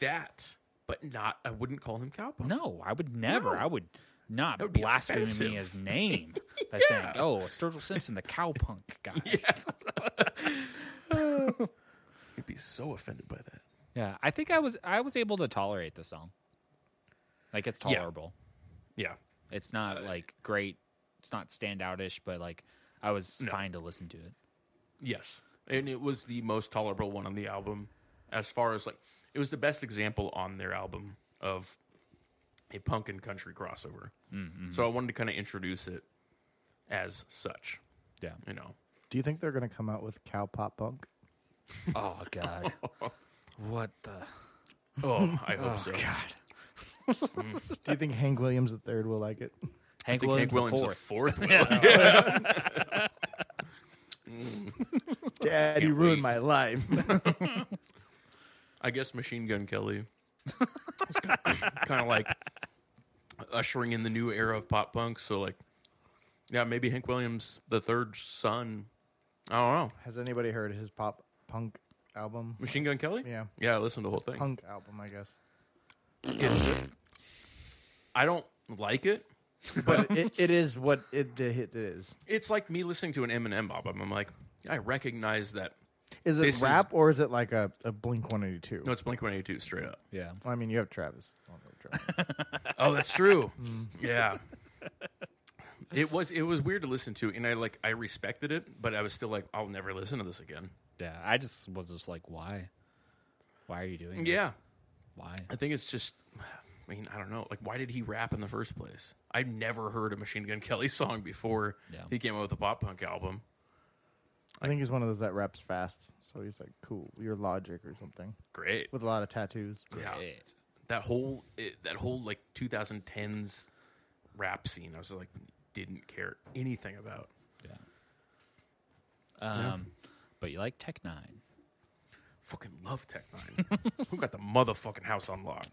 Speaker 2: that, but not. I wouldn't call him cowpunk.
Speaker 1: no, I would never.
Speaker 2: No.
Speaker 1: I would not
Speaker 2: would be
Speaker 1: blaspheming
Speaker 2: offensive.
Speaker 1: his name by saying, oh, Sturgill Simpson, the cowpunk guy. Yeah.
Speaker 2: He'd be so offended by that.
Speaker 1: I think I was I was able to tolerate the song. Like, it's
Speaker 2: Yeah. Uh,
Speaker 1: tolerable.
Speaker 2: Yeah,
Speaker 1: It's not like great, it's not standoutish, but like I was fine to listen to it.
Speaker 2: yes, and it was the most tolerable one on the album, as far as like it was the best example on their album of a punk and country crossover. So I wanted to kind of introduce it as such.
Speaker 1: Yeah.
Speaker 2: You know,
Speaker 3: Do you think they're going to come out with cow pop punk?
Speaker 1: Oh God! what the
Speaker 2: oh, I hope so.
Speaker 3: Do you think Hank Williams III will like it?
Speaker 1: Hank
Speaker 2: I think
Speaker 1: Williams,
Speaker 2: Hank Williams
Speaker 1: the
Speaker 2: the
Speaker 1: fourth.
Speaker 2: fourth. one.
Speaker 3: Dad, you
Speaker 2: Can't wait.
Speaker 3: ruined my life.
Speaker 2: I guess Machine Gun Kelly. kind of like ushering in the new era of pop punk. So like, yeah, maybe Hank Williams the third son. I don't know.
Speaker 3: Has anybody heard his pop punk album?
Speaker 2: Machine Gun Kelly.
Speaker 3: Yeah.
Speaker 2: yeah. I listened to the whole thing.
Speaker 3: Punk album, I guess.
Speaker 2: I don't like it.
Speaker 3: But it, it is what it, the hit is.
Speaker 2: It's like me listening to an Eminem album. I'm like, I recognize that.
Speaker 3: Is it
Speaker 2: This is-
Speaker 3: rap or is it like a, a Blink 182?
Speaker 2: No, it's Blink One Eighty Two straight up.
Speaker 1: Yeah,
Speaker 3: I mean, you have Travis. I don't know Travis.
Speaker 2: Oh, that's true.
Speaker 3: Mm.
Speaker 2: yeah. It was it was weird to listen to, and I like I respected it, but I was still like, I'll never listen to this again.
Speaker 1: yeah. I just was just like, why? Why are you doing? this?
Speaker 2: Yeah,
Speaker 1: Why?
Speaker 2: I think it's just. I mean, I don't know. Like, why did he rap in the first place? I've never heard a Machine Gun Kelly song before
Speaker 1: Yeah.
Speaker 2: he came out with a pop punk album.
Speaker 3: I think he's one of those that raps fast. So he's like, cool, you're Logic or something.
Speaker 2: Great,
Speaker 3: With a lot of tattoos.
Speaker 2: yeah.
Speaker 1: Great.
Speaker 2: That whole it, that whole like 2010s rap scene, I was like, didn't care anything about.
Speaker 1: Um, But you like Tech Nine.
Speaker 2: Fucking love Tech Nine. Who got the motherfucking house on lock?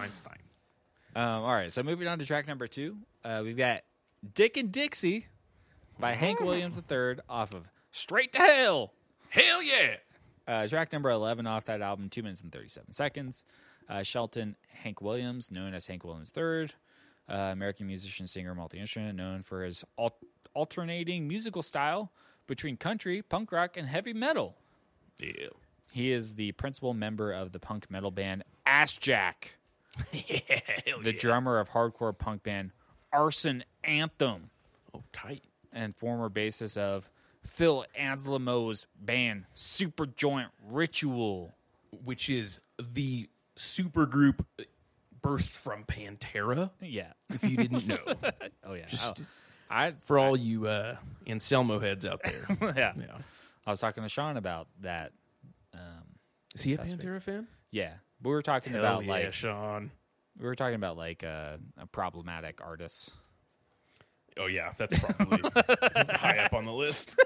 Speaker 2: Einstein.
Speaker 1: Um, all right, so moving on to track number two, uh, we've got Dick and Dixie by Hank Williams III off of Straight to Hell.
Speaker 2: Hell yeah!
Speaker 1: Uh, track number 11 off that album, 2 minutes and 37 seconds. Uh, Shelton Hank Williams, known as Hank Williams III, uh, American musician, singer, multi instrument, known for his al- alternating musical style between country, punk rock, and heavy metal.
Speaker 2: Yeah.
Speaker 1: He is the principal member of the punk metal band Ashjack,
Speaker 2: Hell
Speaker 1: the
Speaker 2: yeah.
Speaker 1: drummer of hardcore punk band Arson Anthem,
Speaker 2: Oh, tight.
Speaker 1: and former bassist of Phil Anselmo's band Superjoint Ritual.
Speaker 2: Which is the super group uh, burst from Pantera,
Speaker 1: Yeah.
Speaker 2: if you didn't know.
Speaker 1: Oh yeah.
Speaker 2: Just
Speaker 1: I, I
Speaker 2: for all you uh, Anselmo heads out there.
Speaker 1: yeah.
Speaker 2: yeah.
Speaker 1: I was talking to Sean about that.
Speaker 2: Is he a Pantera fan?
Speaker 1: Yeah. We were talking
Speaker 2: Hell
Speaker 1: about
Speaker 2: Oh, yeah,
Speaker 1: like
Speaker 2: Sean.
Speaker 1: we were talking about like uh, a problematic artists.
Speaker 2: Oh yeah, that's probably high up on the list.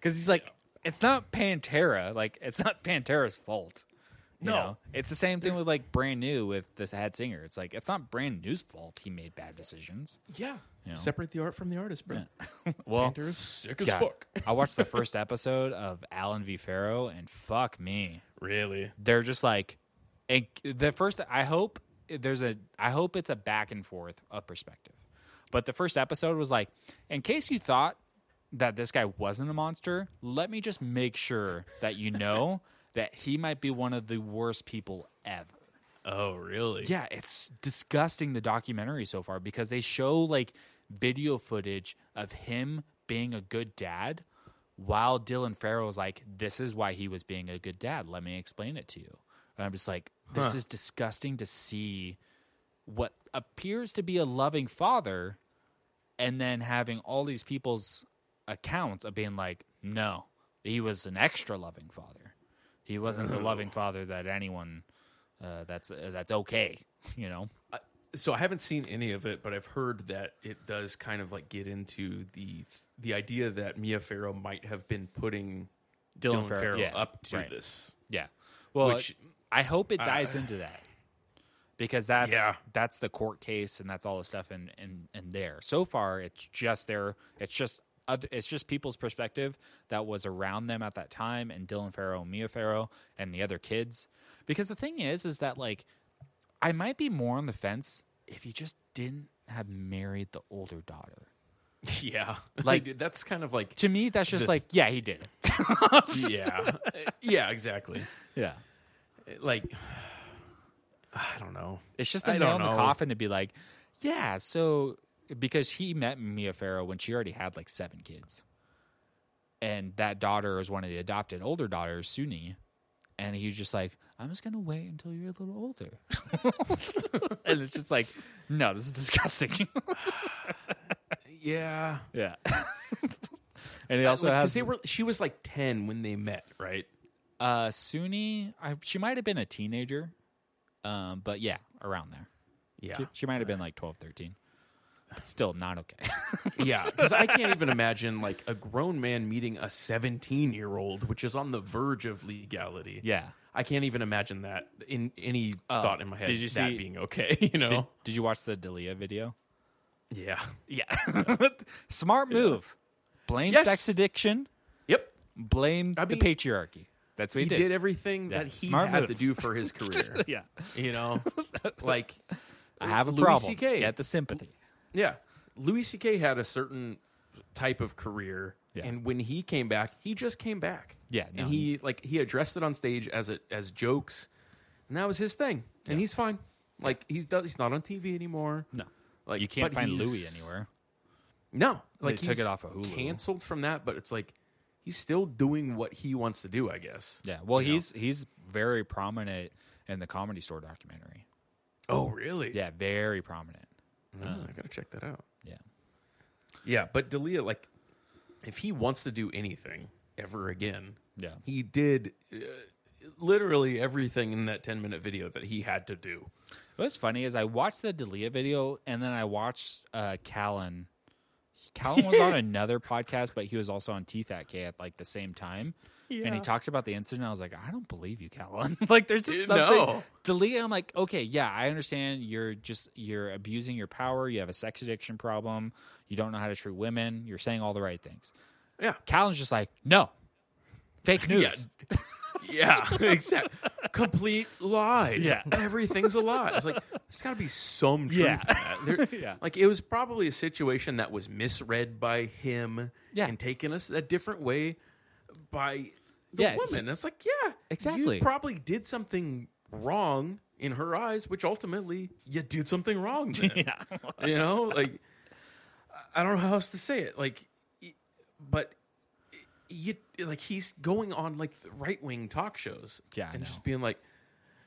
Speaker 1: Cuz he's like it's not Pantera, like it's not Pantera's fault. You
Speaker 2: No.
Speaker 1: know? It's the same thing with like brand new with this head singer. It's like it's not brand new's fault he made bad decisions.
Speaker 2: Yeah.
Speaker 1: Yeah.
Speaker 2: Separate the art from the artist, bro.
Speaker 1: Well,
Speaker 2: Pantera's sick as
Speaker 1: God,
Speaker 2: fuck.
Speaker 1: I watched the first episode of Alan V. Farrow and fuck me.
Speaker 2: Really?
Speaker 1: they're just like and the first i hope there's a i hope it's a back and forth of perspective but the first episode was like in case you thought that this guy wasn't a monster let me just make sure that you know that he might be one of the worst people ever
Speaker 2: Oh, really?
Speaker 1: yeah, it's disgusting the documentary so far because they show like video footage of him being a good dad while Dylan Farrell's like, This is why he was being a good dad. Let me explain it to you. And I'm just like, This is disgusting to see what appears to be a loving father and then having all these people's accounts of being like, No, he was an extra loving father. He wasn't the loving father that anyone uh, that's uh, that's okay. You know,
Speaker 2: I- so I haven't seen any of it, but I've heard that it does kind of like get into the the idea that Mia Farrow might have been putting Dylan, Farrow,
Speaker 1: yeah,
Speaker 2: up to
Speaker 1: right.
Speaker 2: this.
Speaker 1: Yeah. Well,
Speaker 2: Which-
Speaker 1: I hope it dives into that because that's
Speaker 2: Yeah.
Speaker 1: that's the court case and that's all the stuff in in, in there. So far, it's just their it's just other, it's just people's perspective that was around them at that time, and Dylan Farrow, and Mia Farrow, and the other kids. Because the thing is, is that like I might be more on the fence if he just didn't have married the older daughter.
Speaker 2: Yeah,
Speaker 1: Like-
Speaker 2: like that's kind of like
Speaker 1: To me, that's just
Speaker 2: The-
Speaker 1: like yeah, he did it.
Speaker 2: yeah, yeah, exactly.
Speaker 1: Yeah.
Speaker 2: Like I don't know.
Speaker 1: It's just
Speaker 2: I
Speaker 1: the nail in
Speaker 2: don't
Speaker 1: the
Speaker 2: know.
Speaker 1: coffin to be like, yeah, so because he met Mia Farrow when she already had like seven kids. And that daughter is one of the adopted older daughters, Suni. And he's just like, I'm just going to wait until you're a little older. and it's just like, no, this is disgusting.
Speaker 2: Yeah,
Speaker 1: yeah. and he also
Speaker 2: because
Speaker 1: has
Speaker 2: they were she was like ten when they met, right?
Speaker 1: uh, Suni. I, she might have been a teenager, um, but yeah, around there.
Speaker 2: Yeah,
Speaker 1: She, she might have been like 12, 13. But still not okay.
Speaker 2: Yeah, because I can't even imagine like a grown man meeting a 17 year old, which is on the verge of legality.
Speaker 1: yeah. Oh.
Speaker 2: I can't even imagine that in any thought in my head.
Speaker 1: did you
Speaker 2: that
Speaker 1: see-
Speaker 2: being okay? You know?
Speaker 1: Did you watch the Dalia video?
Speaker 2: yeah.
Speaker 1: Yeah. Smart move. Blame
Speaker 2: Yes.
Speaker 1: sex addiction.
Speaker 2: Yep.
Speaker 1: Blame
Speaker 2: mean,
Speaker 1: the patriarchy. That's what
Speaker 2: He
Speaker 1: he,
Speaker 2: did, everything
Speaker 1: Yeah,
Speaker 2: that he
Speaker 1: smart
Speaker 2: had
Speaker 1: move.
Speaker 2: to do for his career.
Speaker 1: Yeah.
Speaker 2: You know, like
Speaker 1: I have a
Speaker 2: Louis
Speaker 1: problem.
Speaker 2: CK.
Speaker 1: Get the sympathy.
Speaker 2: yeah, Louis C.K. had a certain type of career,
Speaker 1: Yeah.
Speaker 2: and when he came back, he just came back.
Speaker 1: Yeah, no.
Speaker 2: and he like he addressed it on stage as it as jokes, and that was his thing, and he's fine. Like he's do- he's not on TV anymore.
Speaker 1: No.
Speaker 2: Like
Speaker 1: you can't
Speaker 2: but
Speaker 1: find
Speaker 2: he's-
Speaker 1: Louis anywhere.
Speaker 2: No, like
Speaker 1: took
Speaker 2: he's
Speaker 1: it off of Hulu.
Speaker 2: Canceled from that, but it's like he's still doing what he wants to do. I guess.
Speaker 1: Yeah. Well,
Speaker 2: You know?
Speaker 1: he's he's very prominent in the comedy store documentary.
Speaker 2: Oh, really?
Speaker 1: Yeah, very prominent.
Speaker 2: Oh, I gotta check that out.
Speaker 1: Yeah.
Speaker 2: Yeah, but Dalia, like, if he wants to do anything ever again,
Speaker 1: Yeah.
Speaker 2: he did uh, literally everything in that 10 minute video that he had to do.
Speaker 1: What's funny is I watched the Dalia video and then I watched uh Callan Callum was on another podcast, but he was also on TFATK at like the same time. And he talked about the incident. I was like, I don't believe you, Callum. like, there's just
Speaker 2: Dude,
Speaker 1: something.
Speaker 2: no.
Speaker 1: Delete. I'm like, okay, yeah, I understand. You're just you're abusing your power. You have a sex addiction problem. You don't know how to treat women. You're saying all the right things.
Speaker 2: Yeah.
Speaker 1: Callan's just like, no, fake news.
Speaker 2: Yeah, exactly. Complete lies.
Speaker 1: Yeah.
Speaker 2: everything's a lie. It's like there's got to be some truth.
Speaker 1: Yeah.
Speaker 2: in that. There-
Speaker 1: Yeah.
Speaker 2: like it was probably a situation that was misread by him.
Speaker 1: Yeah.
Speaker 2: and taken us a different way by the
Speaker 1: Yeah,
Speaker 2: woman. It's like yeah,
Speaker 1: Exactly.
Speaker 2: You probably did something wrong in her eyes, which ultimately you did something wrong. Then. you know, like I don't know how else to say it. Like, y- but you like he's going on like the right wing talk shows,
Speaker 1: Yeah, I
Speaker 2: and
Speaker 1: know.
Speaker 2: just being like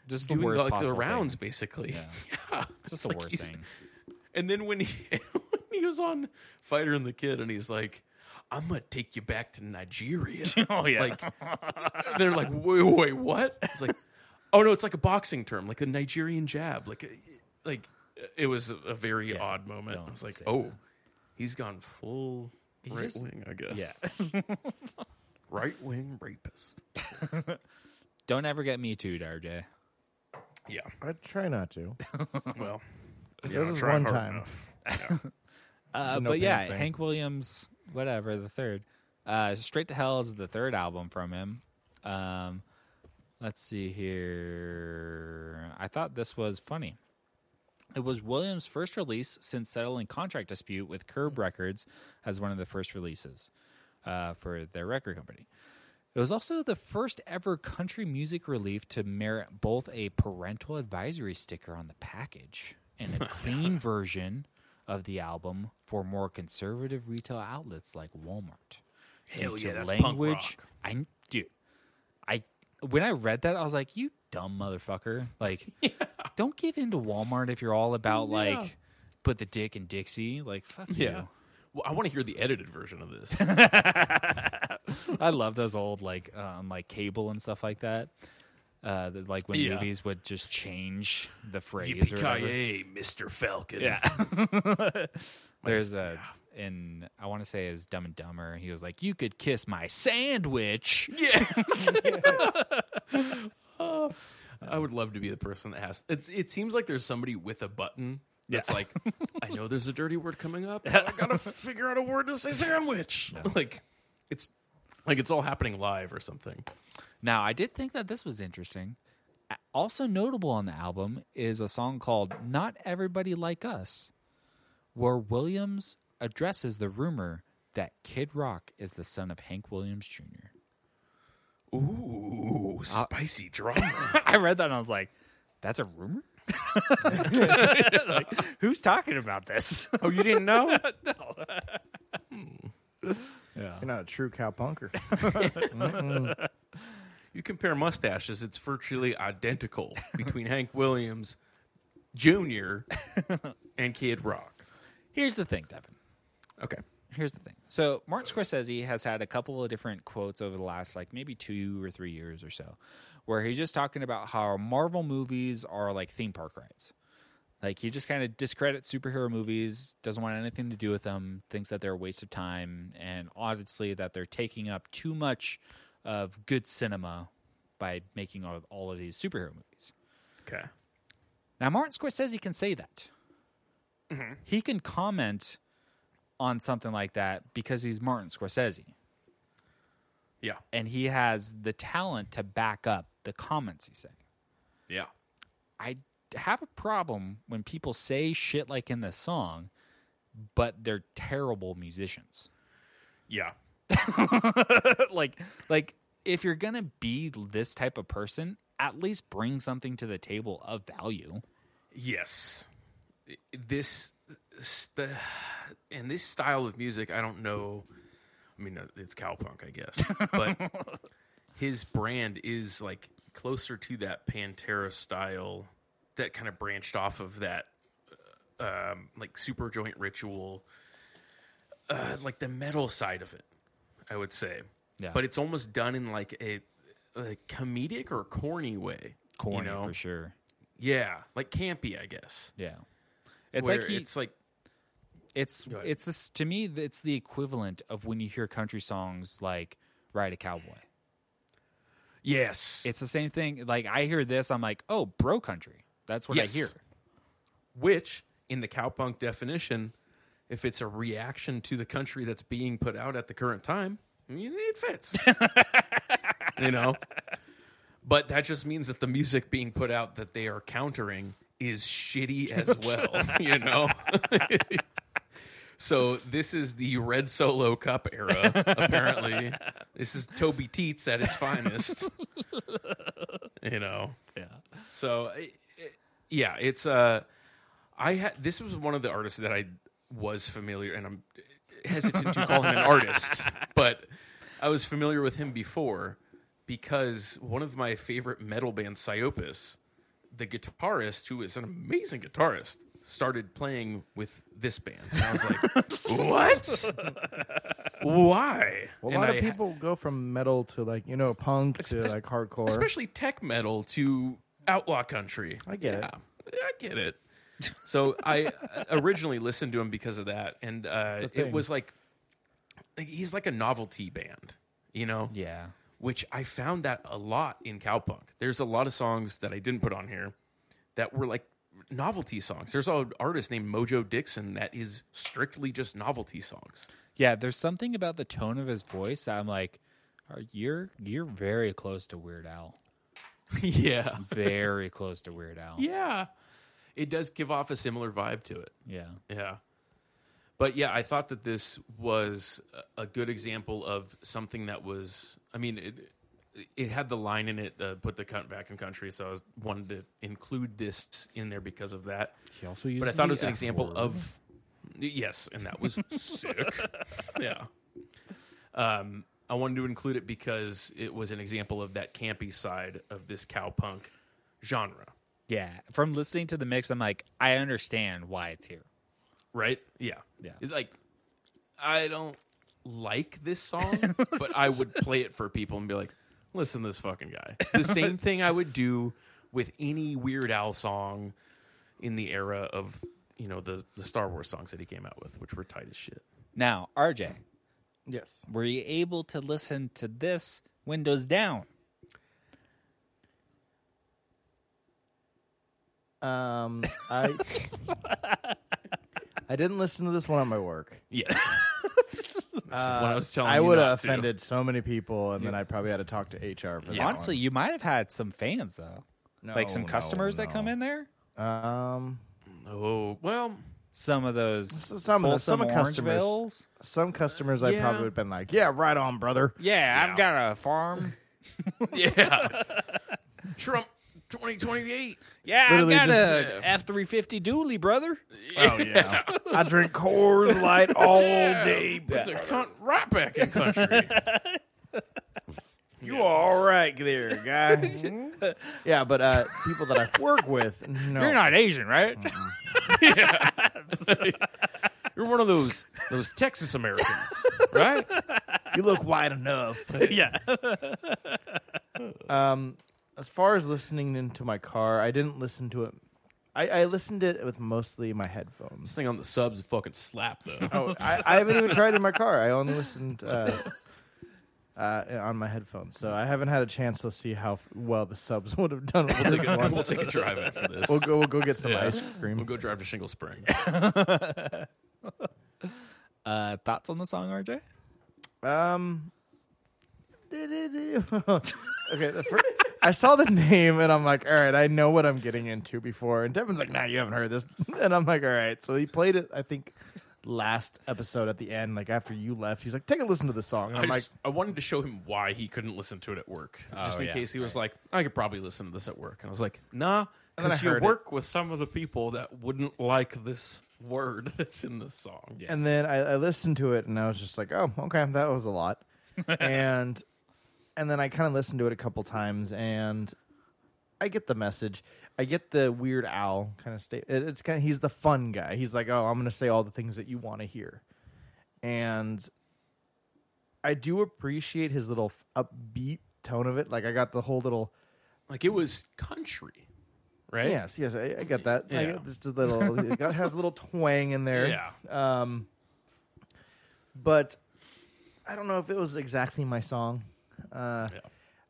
Speaker 1: Just the
Speaker 2: doing
Speaker 1: worst
Speaker 2: like the
Speaker 1: possible thing.
Speaker 2: rounds basically. Yeah,
Speaker 1: Yeah.
Speaker 2: It's
Speaker 1: Just the
Speaker 2: like
Speaker 1: worst
Speaker 2: he's-
Speaker 1: thing.
Speaker 2: And then when he when he was on Fighter and the Kid, and he's like. I'm gonna take you back to Nigeria.
Speaker 1: Oh, yeah.
Speaker 2: Like they're like, wait, wait, what? It's like, oh no, it's like a boxing term, like a Nigerian jab. Like, a- like it was a- a very odd moment.
Speaker 1: don't
Speaker 2: I was like,
Speaker 1: say
Speaker 2: oh, he's gone full right
Speaker 1: just-
Speaker 2: wing, I guess.
Speaker 1: Yeah.
Speaker 2: right wing rapist.
Speaker 1: Don't ever get me too, RJ.
Speaker 2: Yeah.
Speaker 3: I try not to.
Speaker 2: Well,
Speaker 3: There was one time.
Speaker 1: Uh,
Speaker 3: No
Speaker 1: but yeah,
Speaker 3: pants thing.
Speaker 1: Hank Williams, whatever the third. Uh, Straight to Hell is the third album from him. Um, let's see here. I thought this was funny. It was Williams' first release since settling contract dispute with
Speaker 3: Hmm.
Speaker 1: Curb Records as one of the first releases uh, for their record company. It was also the first ever country music relief to merit both a parental advisory sticker on the package and a clean version of the album for more conservative retail outlets like Walmart.
Speaker 2: Hell
Speaker 1: Due to
Speaker 2: yeah, that's punk rock.
Speaker 1: I do. I when I read that, I was like, "You dumb motherfucker!" Like, don't give in to Walmart if you're all about like put the dick in Dixie. Like, fuck
Speaker 2: Yeah.
Speaker 1: you.
Speaker 2: Well, I want to hear the edited version of this.
Speaker 1: I love those old like um, like cable and stuff like that. Uh, that, like when
Speaker 2: Yeah.
Speaker 1: movies would just change the phrase or whatever.
Speaker 2: Yippee-ki-yay, Mr. Falcon.
Speaker 1: Yeah. There's a in I want to say is Dumb and Dumber. He was like, "You could kiss my sandwich."
Speaker 2: Yeah. Oh, I would love to be the person that has. It's, it seems like there's somebody with a button that's
Speaker 1: Yeah.
Speaker 2: like, I know there's a dirty word coming up. but I gotta figure out a word to say sandwich. Like, it's like it's all happening live or something.
Speaker 1: Now, I did think that this was interesting. A- Also notable on the album is a song called Not Everybody Like Us, where Williams addresses the rumor that Kid Rock is the son of Hank Williams Jr.
Speaker 2: Ooh, spicy drama.
Speaker 1: I read that and I was like, that's a rumor? Like, who's talking about this?
Speaker 3: Oh, you didn't know?
Speaker 1: Yeah.
Speaker 3: You're not a true cowpunker.
Speaker 2: you compare mustaches; it's virtually identical between Hank Williams Jr. and Kid Rock.
Speaker 1: Here's the thing, Devin.
Speaker 2: Okay,
Speaker 1: here's the thing. So Martin Scorsese has had a couple of different quotes over the last like maybe two or three years or so, where he's just talking about how Marvel movies are like theme park rides. Like he just kind of discredits superhero movies, doesn't want anything to do with them, thinks that they're a waste of time, and obviously that they're taking up too much of good cinema by making all, all of these superhero movies.
Speaker 2: okay,
Speaker 1: Now, Martin Scorsese can say that.
Speaker 2: Mm-hmm.
Speaker 1: He can comment on something like that because he's Martin Scorsese
Speaker 2: yeah,
Speaker 1: and he has the talent to back up the comments he's saying.
Speaker 2: yeah,
Speaker 1: I have a problem when people say shit like in the song, but they're terrible musicians.
Speaker 2: yeah.
Speaker 1: like, like if you're gonna be this type of person, at least bring something to the table of value.
Speaker 2: Yes. I- This st- and this style of music, I don't know. I mean, uh, it's cowpunk, I guess, but his brand is like closer to that Pantera style that kind of branched off of that, uh, um, like super joint ritual, uh, like the metal side of it, I would say.
Speaker 1: Yeah.
Speaker 2: But it's almost done in like a, a comedic or corny way.
Speaker 1: Corny
Speaker 2: you know?
Speaker 1: for sure.
Speaker 2: Yeah, like campy, I guess
Speaker 1: Yeah, it's
Speaker 2: where
Speaker 1: like he,
Speaker 2: it's like
Speaker 1: It's it's this to me. It's the equivalent of when you hear country songs like "Ride a Cowboy."
Speaker 2: Yes.
Speaker 1: It's the same thing. Like I hear this, I'm like, oh, bro, country. That's what
Speaker 2: Yes.
Speaker 1: I hear.
Speaker 2: which in the cowpunk definition, if it's a reaction to the country that's being put out at the current time, I mean, it fits. you know? But that just means that the music being put out that they are countering is shitty as well, you know? so this is the Red Solo Cup era, apparently. this is Toby Teets at his finest. you know? Yeah. So i i yeah, it's uh I had this was one of the artists that I was familiar, and I'm hesitant to call him an artist, but I was familiar with him before because one of my favorite metal bands, Psyopus, the guitarist, who is an amazing guitarist, started playing with this band. And I was like, what? Why?
Speaker 3: A
Speaker 2: And
Speaker 3: lot
Speaker 2: I-
Speaker 3: of people go from metal to like you know punk to like hardcore.
Speaker 2: especially tech metal to outlaw country. I
Speaker 3: get it.
Speaker 2: I get it. So I uh, originally listened to him because of that, and uh, it
Speaker 3: thing.
Speaker 2: was like like, he's like a novelty band, you know?
Speaker 1: Yeah.
Speaker 2: Which I found that a lot in cowpunk. There's a lot of songs that I didn't put on here that were like novelty songs. There's an artist named Mojo Dixon that is strictly just novelty songs.
Speaker 1: Yeah, there's something about the tone of his voice that I'm like, "Are- you're you're very close to Weird Al.
Speaker 2: yeah,
Speaker 1: Very close to Weird Al.
Speaker 2: yeah. It does give off a similar vibe to it.
Speaker 1: Yeah.
Speaker 2: Yeah. But yeah, I thought that this was a a good example of something that was. I mean, it it had the line in it, uh, put the cunt back in country. So I was, wanted to include this in there because of that.
Speaker 1: He also used
Speaker 2: But I thought it was an example of yes, and that was sick. Yeah. Um, I wanted to include it because it was an example of that campy side of this cowpunk genre,
Speaker 1: Yeah. From listening to the mix, I'm like, I understand why it's here.
Speaker 2: right? Yeah.
Speaker 1: Yeah.
Speaker 2: It's like I don't like this song, but I would play it for people and be like, "Listen, to this fucking guy." The same thing I would do with any Weird Al song in the era of you know the the Star Wars songs that he came out with, which were tight as shit.
Speaker 1: Now, RJ,
Speaker 3: yes.
Speaker 1: were you able to listen to this windows down?
Speaker 3: Um, I I didn't listen to this one at my work.
Speaker 2: Yes, this is what I was telling.
Speaker 3: I
Speaker 2: you
Speaker 3: would have
Speaker 2: Oh, not to.
Speaker 3: offended so many people, and then I probably had to talk to HR for that.
Speaker 1: Honestly, you might have had some fans though. like some
Speaker 3: No, no,
Speaker 1: customers that
Speaker 3: no.
Speaker 1: come in there.
Speaker 3: Um,
Speaker 2: Oh well,
Speaker 1: Some of those
Speaker 3: some of the- some
Speaker 1: Folsom
Speaker 3: of customers-
Speaker 1: Orangevales.
Speaker 3: some customers I
Speaker 2: yeah.
Speaker 3: probably would have been like, "Yeah, right on, brother."
Speaker 1: Yeah, I've got a farm.
Speaker 2: yeah. Trump twenty twenty eight.
Speaker 1: Yeah,
Speaker 3: Literally
Speaker 1: I've got
Speaker 3: just-
Speaker 1: a F three fifty dually, brother.
Speaker 3: Oh yeah, I drink Coors Light all day.
Speaker 2: That's a cunt right back in country.
Speaker 3: You all right there, guy? yeah, but uh, people that I work with, no,
Speaker 1: You're not Asian, right?
Speaker 2: You're one of those those Texas Americans, right?
Speaker 3: you look white enough.
Speaker 1: yeah.
Speaker 3: Um, as far as listening into my car, I didn't listen to it. I, I listened to it with mostly my headphones.
Speaker 2: This thing on the subs fucking slap though.
Speaker 3: Oh, I, I haven't even tried it in my car. I only listened uh, uh, on my headphones, so I haven't had a chance to see how f- well the subs would have done with
Speaker 2: We'll
Speaker 3: this
Speaker 2: take, a,
Speaker 3: one.
Speaker 2: we'll take a drive after this.
Speaker 3: We'll go. We'll go get some
Speaker 2: Yeah.
Speaker 3: ice
Speaker 2: We'll
Speaker 3: cream.
Speaker 2: go drive to Shingle Spring.
Speaker 1: Uh, thoughts on the song, RJ?
Speaker 3: Um. okay. The first, I saw the name and I'm like, all right, I know what I'm getting into before. And Devin's like, nah, you haven't heard this. And I'm like, all right. So he played it, I think, last episode at the end, like after you left. He's like, take a listen to the song. And
Speaker 2: I,
Speaker 3: I'm like,
Speaker 2: just, I wanted to show him why he couldn't listen to it at work, just
Speaker 1: Oh,
Speaker 2: in
Speaker 1: yeah,
Speaker 2: case he was like, "I could probably listen to this at work." And I was like, "Nah,"
Speaker 3: then I
Speaker 2: because you
Speaker 3: heard it.
Speaker 2: work with some of the people that wouldn't like this word that's in this song. Yeah,
Speaker 3: and then I, I listened to it and I was just like, oh, okay, that was a lot. and and then I kind of listened to it a couple times and I get the message. I get the weird owl kind of state. It, it's kind of he's the fun guy. He's like, oh, I'm gonna say all the things that you want to hear, and I do appreciate his little upbeat tone of it. Like I got the whole little
Speaker 2: like it was country. right?
Speaker 3: Yes, yes, I, I get that. I
Speaker 2: Yeah.
Speaker 3: get just a little. It got- has a little twang in there.
Speaker 2: Yeah.
Speaker 3: Um, but I don't know if it was exactly my song. Uh,
Speaker 2: Yeah.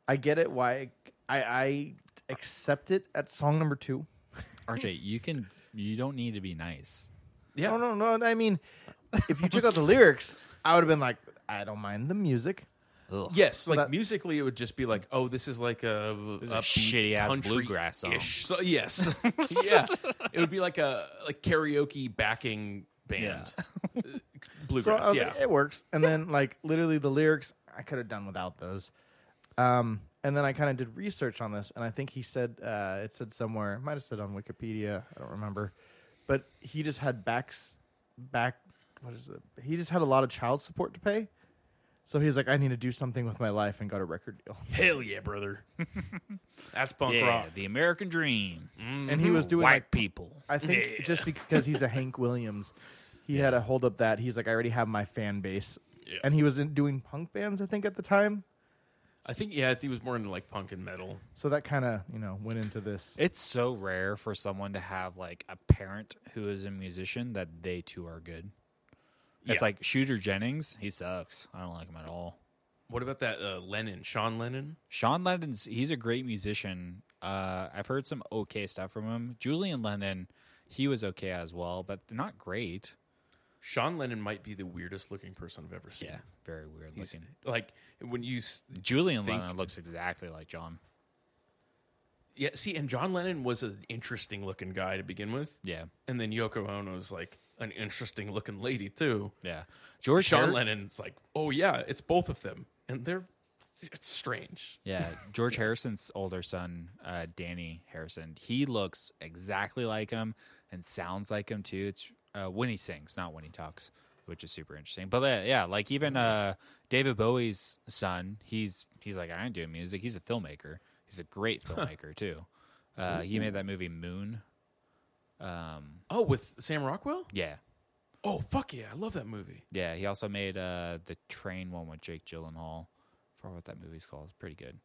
Speaker 3: I get it. Why I, I accept it at song number two.
Speaker 1: RJ, you can. You don't need to be nice.
Speaker 2: Yeah.
Speaker 3: No, no, no. I mean, if you took out the lyrics, I would have been like, I don't mind the music.
Speaker 2: Yes, like
Speaker 3: that-
Speaker 2: musically, it would just be like, oh, this is like a,
Speaker 1: is a shitty-ass bluegrass song.
Speaker 2: So, yes, yeah, it would be like a like karaoke backing band Uh,
Speaker 3: So
Speaker 2: bluegrass.
Speaker 3: I was
Speaker 2: yeah,
Speaker 3: like, eh, it works. And then like literally the lyrics, I could have done without those. Um, and then I kind of did research on this, and I think he said uh, it said somewhere, it might have said on Wikipedia, I don't remember, but he just had backs back. What is it? He just had a lot of child support to pay, so he's like, I need to do something with my life, and got a record deal.
Speaker 2: hell yeah, brother. That's punk
Speaker 1: Yeah,
Speaker 2: rock.
Speaker 1: the American dream.
Speaker 3: And he was
Speaker 2: Mm-hmm.
Speaker 3: doing
Speaker 1: White
Speaker 3: like
Speaker 1: people.
Speaker 3: I think just because he's a Hank Williams, he had a hold up that he's like, I already have my fan base.
Speaker 2: Yeah.
Speaker 3: And he was in doing punk bands, I think, at the time.
Speaker 2: I think yeah, I think he was more into like punk and metal.
Speaker 3: So that kind of, you know, went into this.
Speaker 1: It's so rare for someone to have like a parent who is a musician that they too are good.
Speaker 2: Yeah.
Speaker 1: It's like Shooter Jennings. He sucks. I don't like him at all.
Speaker 2: What about that uh, Lennon, Sean Lennon?
Speaker 1: Sean Lennon's he's a great musician. Uh, I've heard some okay stuff from him. Julian Lennon, he was okay as well, but not great.
Speaker 2: Sean Lennon might be the weirdest looking person I've ever seen.
Speaker 1: very weird
Speaker 2: He's-
Speaker 1: looking.
Speaker 2: like when you s-
Speaker 1: Julian
Speaker 2: think-
Speaker 1: Lennon looks exactly like John.
Speaker 2: yeah, see, and John Lennon was an interesting looking guy to begin with.
Speaker 1: Yeah,
Speaker 2: And then Yoko Ono is like an interesting looking lady too.
Speaker 1: yeah. George
Speaker 2: Sean
Speaker 1: Har-
Speaker 2: Lennon's like, oh yeah, it's both of them, and they're it's strange.
Speaker 1: Yeah, George Harrison's older son, uh, Danny Harrison. He looks exactly like him and sounds like him too. It's uh, when he sings, not when he talks, which is super interesting. But uh, yeah, like even uh, David Bowie's son, he's he's like I ain't doing music. He's a filmmaker. He's a great filmmaker too. Uh, he made that movie Moon. Um,
Speaker 2: Oh, with Sam Rockwell?
Speaker 1: yeah,
Speaker 2: Oh fuck yeah, I love that movie.
Speaker 1: yeah. He also made uh, the train one with Jake Gyllenhaal. I forgot what that movie's called. It's pretty good.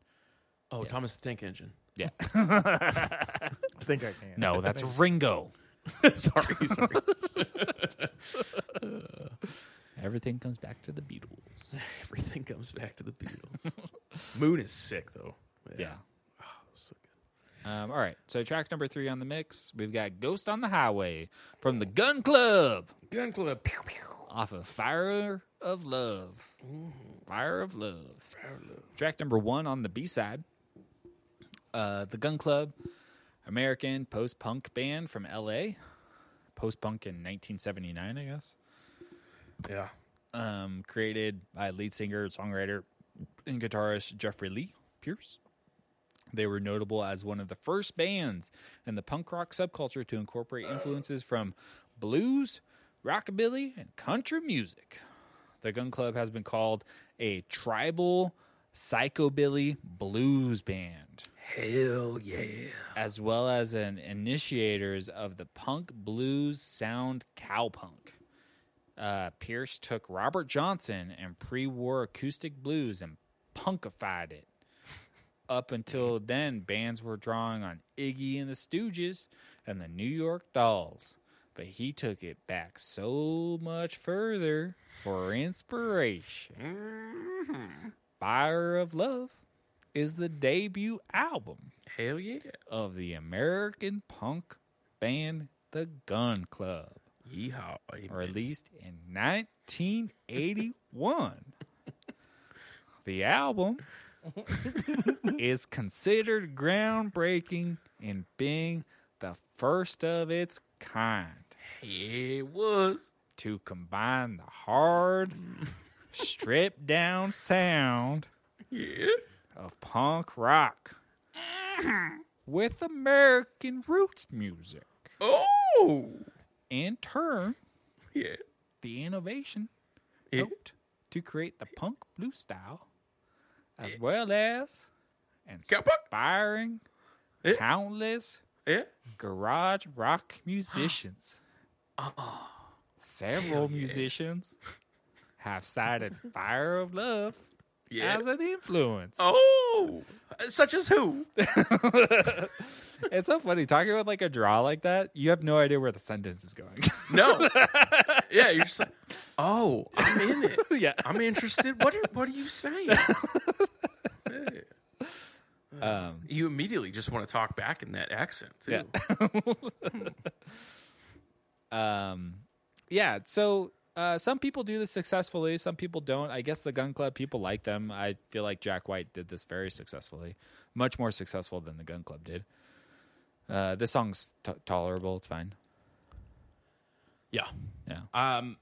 Speaker 2: Oh, Thomas the Tank Engine.
Speaker 1: Yeah.
Speaker 3: I think I can.
Speaker 1: No, that's Ringo.
Speaker 2: sorry, sorry.
Speaker 1: Everything comes back to the Beatles.
Speaker 2: Everything comes back to the Beatles. Moon is sick though.
Speaker 1: Yeah.
Speaker 2: so good.
Speaker 1: Um, all right. So track number three on the mix, we've got "Ghost on the Highway" from the Gun Club
Speaker 2: Gun Club. Pew, pew.
Speaker 1: off of "Fire of Love." Fire of Love. Track number one on the B side. Uh, the Gun Club, American post-punk band from L.A. Post-punk in 1979, I guess.
Speaker 2: Yeah.
Speaker 1: um, created by lead singer, songwriter, and guitarist Jeffrey Lee Pierce. They were notable as one of the first bands in the punk rock subculture to incorporate influences from blues, rockabilly, and country music. The Gun Club has been called a tribal psychobilly blues band
Speaker 2: Hell yeah.
Speaker 1: as well as an initiators of the punk blues sound cowpunk. Uh, Pierce took Robert Johnson and pre-war acoustic blues and punkified it. Up until then, bands were drawing on Iggy and the Stooges and the New York Dolls, but he took it back so much further for inspiration. Fire of Love is the debut album
Speaker 2: Hell yeah.
Speaker 1: of the American punk band The Gun Club,
Speaker 2: Yeehaw.
Speaker 1: released in 1981. the album is considered groundbreaking in being the first of its kind
Speaker 2: Yeah, it was.
Speaker 1: to combine the hard, stripped down sound
Speaker 2: Yeah.
Speaker 1: of punk rock with American roots music.
Speaker 2: Oh.
Speaker 1: In turn,
Speaker 2: Yeah.
Speaker 1: the innovation
Speaker 2: Yeah.
Speaker 1: helped to create the punk blue style, as well as
Speaker 2: Cowpunk.
Speaker 1: inspiring
Speaker 2: Yeah.
Speaker 1: countless
Speaker 2: Yeah.
Speaker 1: garage rock musicians. Several musicians have cited Fire of Love
Speaker 2: Yeah.
Speaker 1: as an influence.
Speaker 2: Oh. Such as who?
Speaker 1: It's so funny talking about like a draw like that. You have no idea where the sentence is going.
Speaker 2: No. yeah, you're just like, oh, I'm in it.
Speaker 1: yeah.
Speaker 2: I'm interested. What are what are you saying?
Speaker 1: Um,
Speaker 2: You immediately just want to talk back in that accent too.
Speaker 1: Yeah. um, yeah. So uh, some people do this successfully. Some people don't. I guess the Gun Club people like them. I feel like Jack White did this very successfully, much more successful than the Gun Club did. Uh, this song's t- tolerable. It's fine.
Speaker 2: Yeah.
Speaker 1: Yeah.
Speaker 2: Um,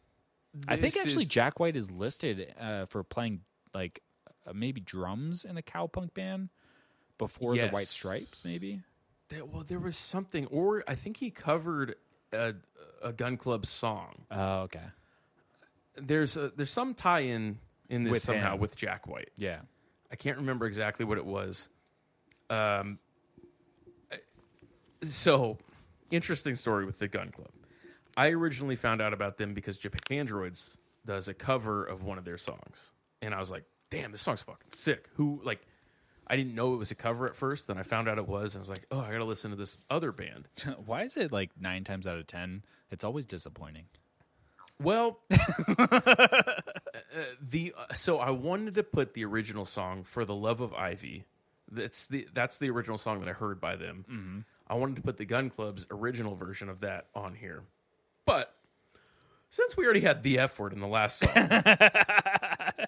Speaker 1: I think
Speaker 2: this
Speaker 1: actually
Speaker 2: is-
Speaker 1: Jack White is listed uh, for playing like uh, maybe drums in a cowpunk band before the White
Speaker 2: Yes.
Speaker 1: Stripes, maybe.
Speaker 2: there, well, there was something, or I think he covered a, a Gun Club song.
Speaker 1: Oh, okay.
Speaker 2: There's a, there's some tie-in in this
Speaker 1: With
Speaker 2: somehow
Speaker 1: him.
Speaker 2: with Jack White.
Speaker 1: Yeah.
Speaker 2: I can't remember exactly what it was. Um, I- so interesting story with the Gun Club. I originally found out about them because Japan Droids does a cover of one of their songs, and I was like, "Damn, this song's fucking sick." Who like? I didn't know it was a cover at first. Then I found out it was, and I was like, "Oh, I gotta listen to this other band."
Speaker 1: Why is it like nine times out of ten? It's always disappointing.
Speaker 2: Well, uh, the uh, so I wanted to put the original song for the love of Ivy. That's the that's the original song that I heard by them. I wanted to put the Gun Club's original version of that on here, but since we already had the F word in the last song, y-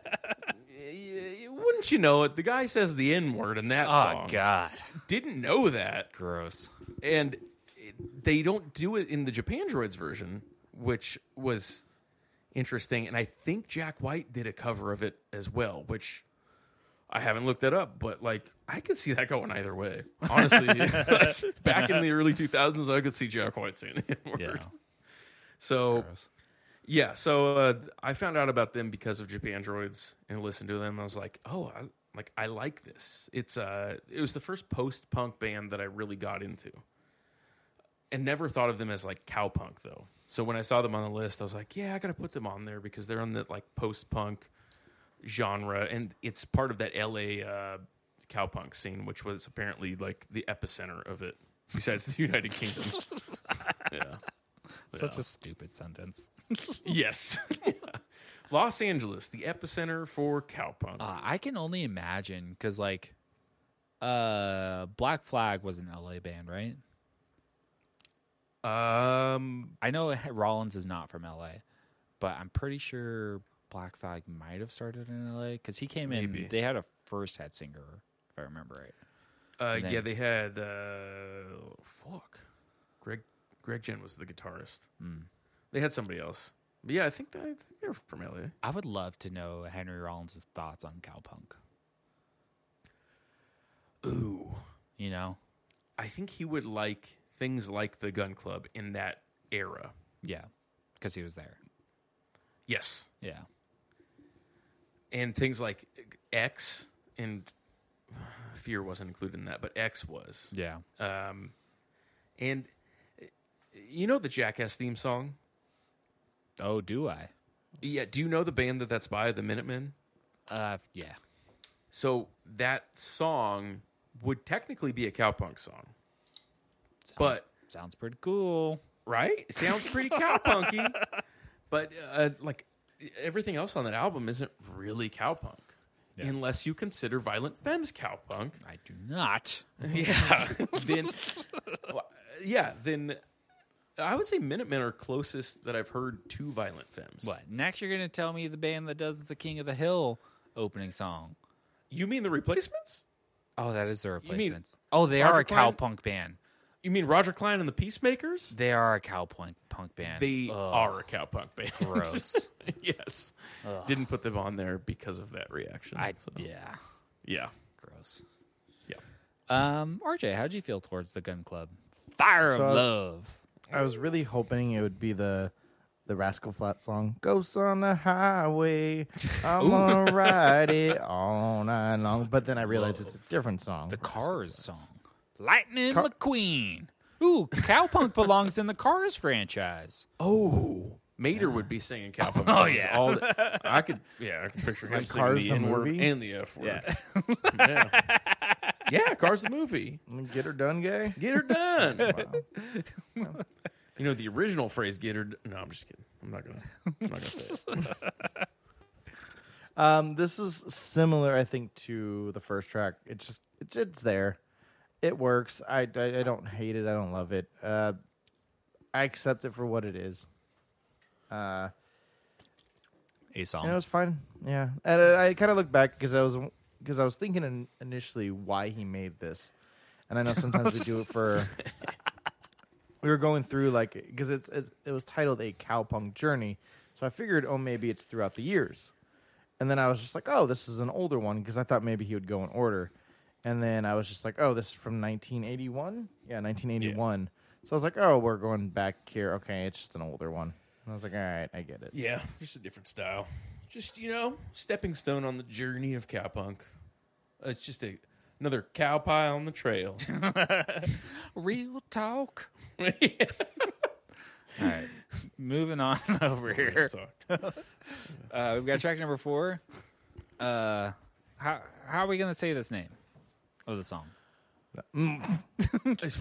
Speaker 2: y- wouldn't you know it? The guy says the N word in that song.
Speaker 1: Ah, God,
Speaker 2: Didn't know that
Speaker 1: gross.
Speaker 2: and it- they don't do it in the Japan Droids version, which was interesting. And I think Jack White did a cover of it as well, which I haven't looked that up, but like I could see that going either way. Honestly, Like, back in the early 2000s, I could see Jack White saying the N-word.
Speaker 1: Yeah,
Speaker 2: So
Speaker 1: gross.
Speaker 2: yeah, so uh, I found out about them because of Japan Droids and listened to them. I was like, oh, I, like I like this. It's uh, it was the first post punk band that I really got into, and never thought of them as like cowpunk though. So when I saw them on the list, I was like, yeah, I gotta put them on there because they're on the like post punk genre, and it's part of that L.A. Uh, cowpunk scene, which was apparently like the epicenter of it. Besides the United Kingdom, yeah.
Speaker 1: Such a stupid sentence.
Speaker 2: Yes. Los Angeles, the epicenter for cowpunk.
Speaker 1: Uh, I can only imagine because like, uh, Black Flag was an LA band, right?
Speaker 2: Um,
Speaker 1: I know Rollins is not from LA, but I'm pretty sure Black Flag might have started in LA because he came
Speaker 2: Maybe.
Speaker 1: in. They had a first head singer, if I remember right.
Speaker 2: uh,
Speaker 1: then-
Speaker 2: yeah, they had uh, fuck. Greg Greg Jen was the guitarist. They had somebody else. But yeah, I think that they're from LA.
Speaker 1: I would love to know Henry Rollins' thoughts on cowpunk.
Speaker 2: Ooh,
Speaker 1: You know,
Speaker 2: I think he would like things like the Gun Club in that era.
Speaker 1: yeah, because he was there.
Speaker 2: Yes,
Speaker 1: Yeah,
Speaker 2: and things like X and Fear wasn't included in that, but X was.
Speaker 1: yeah.
Speaker 2: Um, and uh, you know the Jackass theme song?
Speaker 1: Oh, do I?
Speaker 2: Yeah. Do you know the band that that's by, the Minutemen?
Speaker 1: Uh, yeah.
Speaker 2: So that song would technically be a cowpunk song,
Speaker 1: Sounds,
Speaker 2: But-
Speaker 1: sounds pretty cool.
Speaker 2: right? It sounds pretty cowpunky, but uh, like everything else on that album isn't really cowpunk. Unless you consider Violent Femmes cowpunk,
Speaker 1: I do not.
Speaker 2: yeah, then well, yeah, then I would say Minutemen are closest that I've heard to Violent Femmes.
Speaker 1: But next, you're gonna tell me the band that does the King of the Hill opening song.
Speaker 2: You mean the replacements?
Speaker 1: Oh, that is the
Speaker 2: mean
Speaker 1: replacements. Oh, they
Speaker 2: Roger
Speaker 1: are a
Speaker 2: Klein?
Speaker 1: cowpunk band.
Speaker 2: You mean Roger Klein and the Peacemakers?
Speaker 1: They are a cowpunk punk band.
Speaker 2: They
Speaker 1: Ugh,
Speaker 2: are a cowpunk band.
Speaker 1: gross.
Speaker 2: yes. Didn't put them on there because of that reaction.
Speaker 1: I
Speaker 2: so,
Speaker 1: yeah,
Speaker 2: yeah.
Speaker 1: gross.
Speaker 2: Yeah.
Speaker 1: Um, RJ, how'd you feel towards the Gun Club? Fire
Speaker 3: So-
Speaker 1: of love.
Speaker 3: I was really hoping it would be the the Rascal Flat song, Ghosts on the Highway. I'm gonna ride it all night long. But then I realized it's a different song.
Speaker 1: The Cars song, Lightning McQueen. Ooh, cowpunk belongs in the Cars franchise.
Speaker 2: Oh. Mater would be singing cowpunk. oh
Speaker 1: yeah.
Speaker 2: all the, I could yeah, I could picture him
Speaker 3: Like
Speaker 2: singing
Speaker 3: Cars
Speaker 2: the
Speaker 3: the
Speaker 2: N word
Speaker 3: movie?
Speaker 2: and the F word. Yeah. yeah, Cars the movie.
Speaker 3: Get her done, gay.
Speaker 2: Get her done. You know the original phrase "get her." d- No, I'm just kidding. I'm not gonna. I'm not gonna say it.
Speaker 3: Um, this is similar, I think, to the first track. It's just it's it's there. It works. I, I, I don't hate it. I don't love it. Uh, I accept it for what it is. Uh,
Speaker 1: A
Speaker 3: and it
Speaker 1: song.
Speaker 3: was fine. Yeah, and I, I kind of look back because I was because I was thinking in, initially why he made this, and I know sometimes we do it for. we were going through like because it's, it's it was titled a cowpunk journey, so I figured oh maybe it's throughout the years, and then I was just like oh this is an older one because I thought maybe he would go in order, and then I was just like oh this is from 1981 yeah 1981 so I was like oh we're going back here okay it's just an older one and I was like all right I get it
Speaker 2: Yeah, just a different style. Just you know, stepping stone on the journey of cowpunk. Uh, It's just a another cow pie on the trail.
Speaker 1: Real talk.
Speaker 2: Yeah.
Speaker 1: All right, moving on over here. Uh, we've got track number four. Uh, how how are we gonna say this name of the song?
Speaker 2: It's,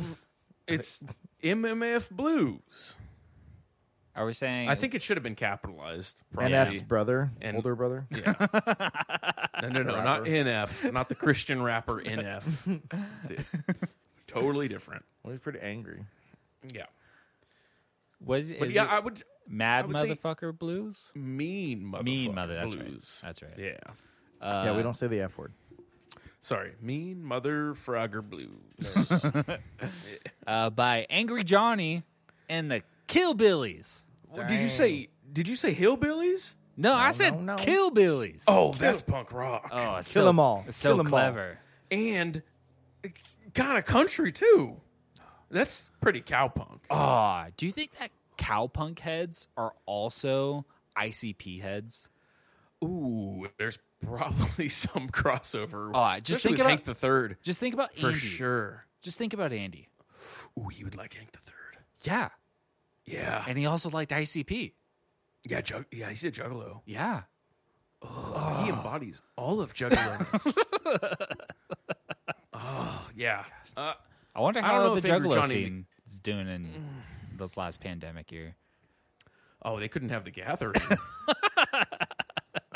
Speaker 2: it's MMF Blues.
Speaker 1: Are we saying?
Speaker 2: I think it should have been capitalized. Probably.
Speaker 3: NF's brother,
Speaker 2: And-
Speaker 3: older brother.
Speaker 2: No, no, no, not
Speaker 3: Rapper.
Speaker 2: NF, not the Christian rapper NF. Dude, totally different.
Speaker 3: Well, he's pretty angry.
Speaker 2: Yeah,
Speaker 1: was
Speaker 2: but
Speaker 1: is
Speaker 2: yeah,
Speaker 1: it
Speaker 2: I would
Speaker 1: Mad
Speaker 2: I would say-
Speaker 1: Motherfucker Blues?
Speaker 2: mean mother,
Speaker 1: Mean mother, that's right.
Speaker 2: blues.
Speaker 1: That's right.
Speaker 2: Yeah,
Speaker 3: yeah, we don't say the F word.
Speaker 2: sorry, mean mother frogger blues.
Speaker 1: Uh, by Angry Johnny and the Killbillies.
Speaker 2: Well, Oh, Did you say? Did you say hillbillies?
Speaker 1: No, I said
Speaker 3: no, no.
Speaker 1: Killbillies.
Speaker 2: Oh, that's punk rock
Speaker 1: Oh, it's
Speaker 3: Kill
Speaker 1: so,
Speaker 3: 'em all.
Speaker 1: it's So
Speaker 3: Kill 'em all.
Speaker 1: clever.
Speaker 2: and kind of country too. That's pretty cowpunk.
Speaker 1: Ah, do you think that cowpunk heads are also ICP heads?
Speaker 2: Ooh, there's probably some crossover.
Speaker 1: Oh, just
Speaker 2: especially
Speaker 1: think
Speaker 2: with
Speaker 1: about-
Speaker 2: Hank the Third
Speaker 1: Just think about
Speaker 2: for
Speaker 1: Andy.
Speaker 2: sure.
Speaker 1: Just think about Andy.
Speaker 2: Ooh, he would like Hank the Third.
Speaker 1: Yeah,
Speaker 2: Yeah,
Speaker 1: and he also liked ICP.
Speaker 2: yeah, jug- yeah. He's a juggalo.
Speaker 1: Yeah,
Speaker 2: He embodies all of juggalos. oh yeah. Uh,
Speaker 1: I wonder
Speaker 2: I don't
Speaker 1: how
Speaker 2: know
Speaker 1: the
Speaker 2: if Angry
Speaker 1: Juggalo
Speaker 2: Johnny- Mm.
Speaker 1: scene is doing in this last pandemic year.
Speaker 2: oh, they couldn't have the gathering.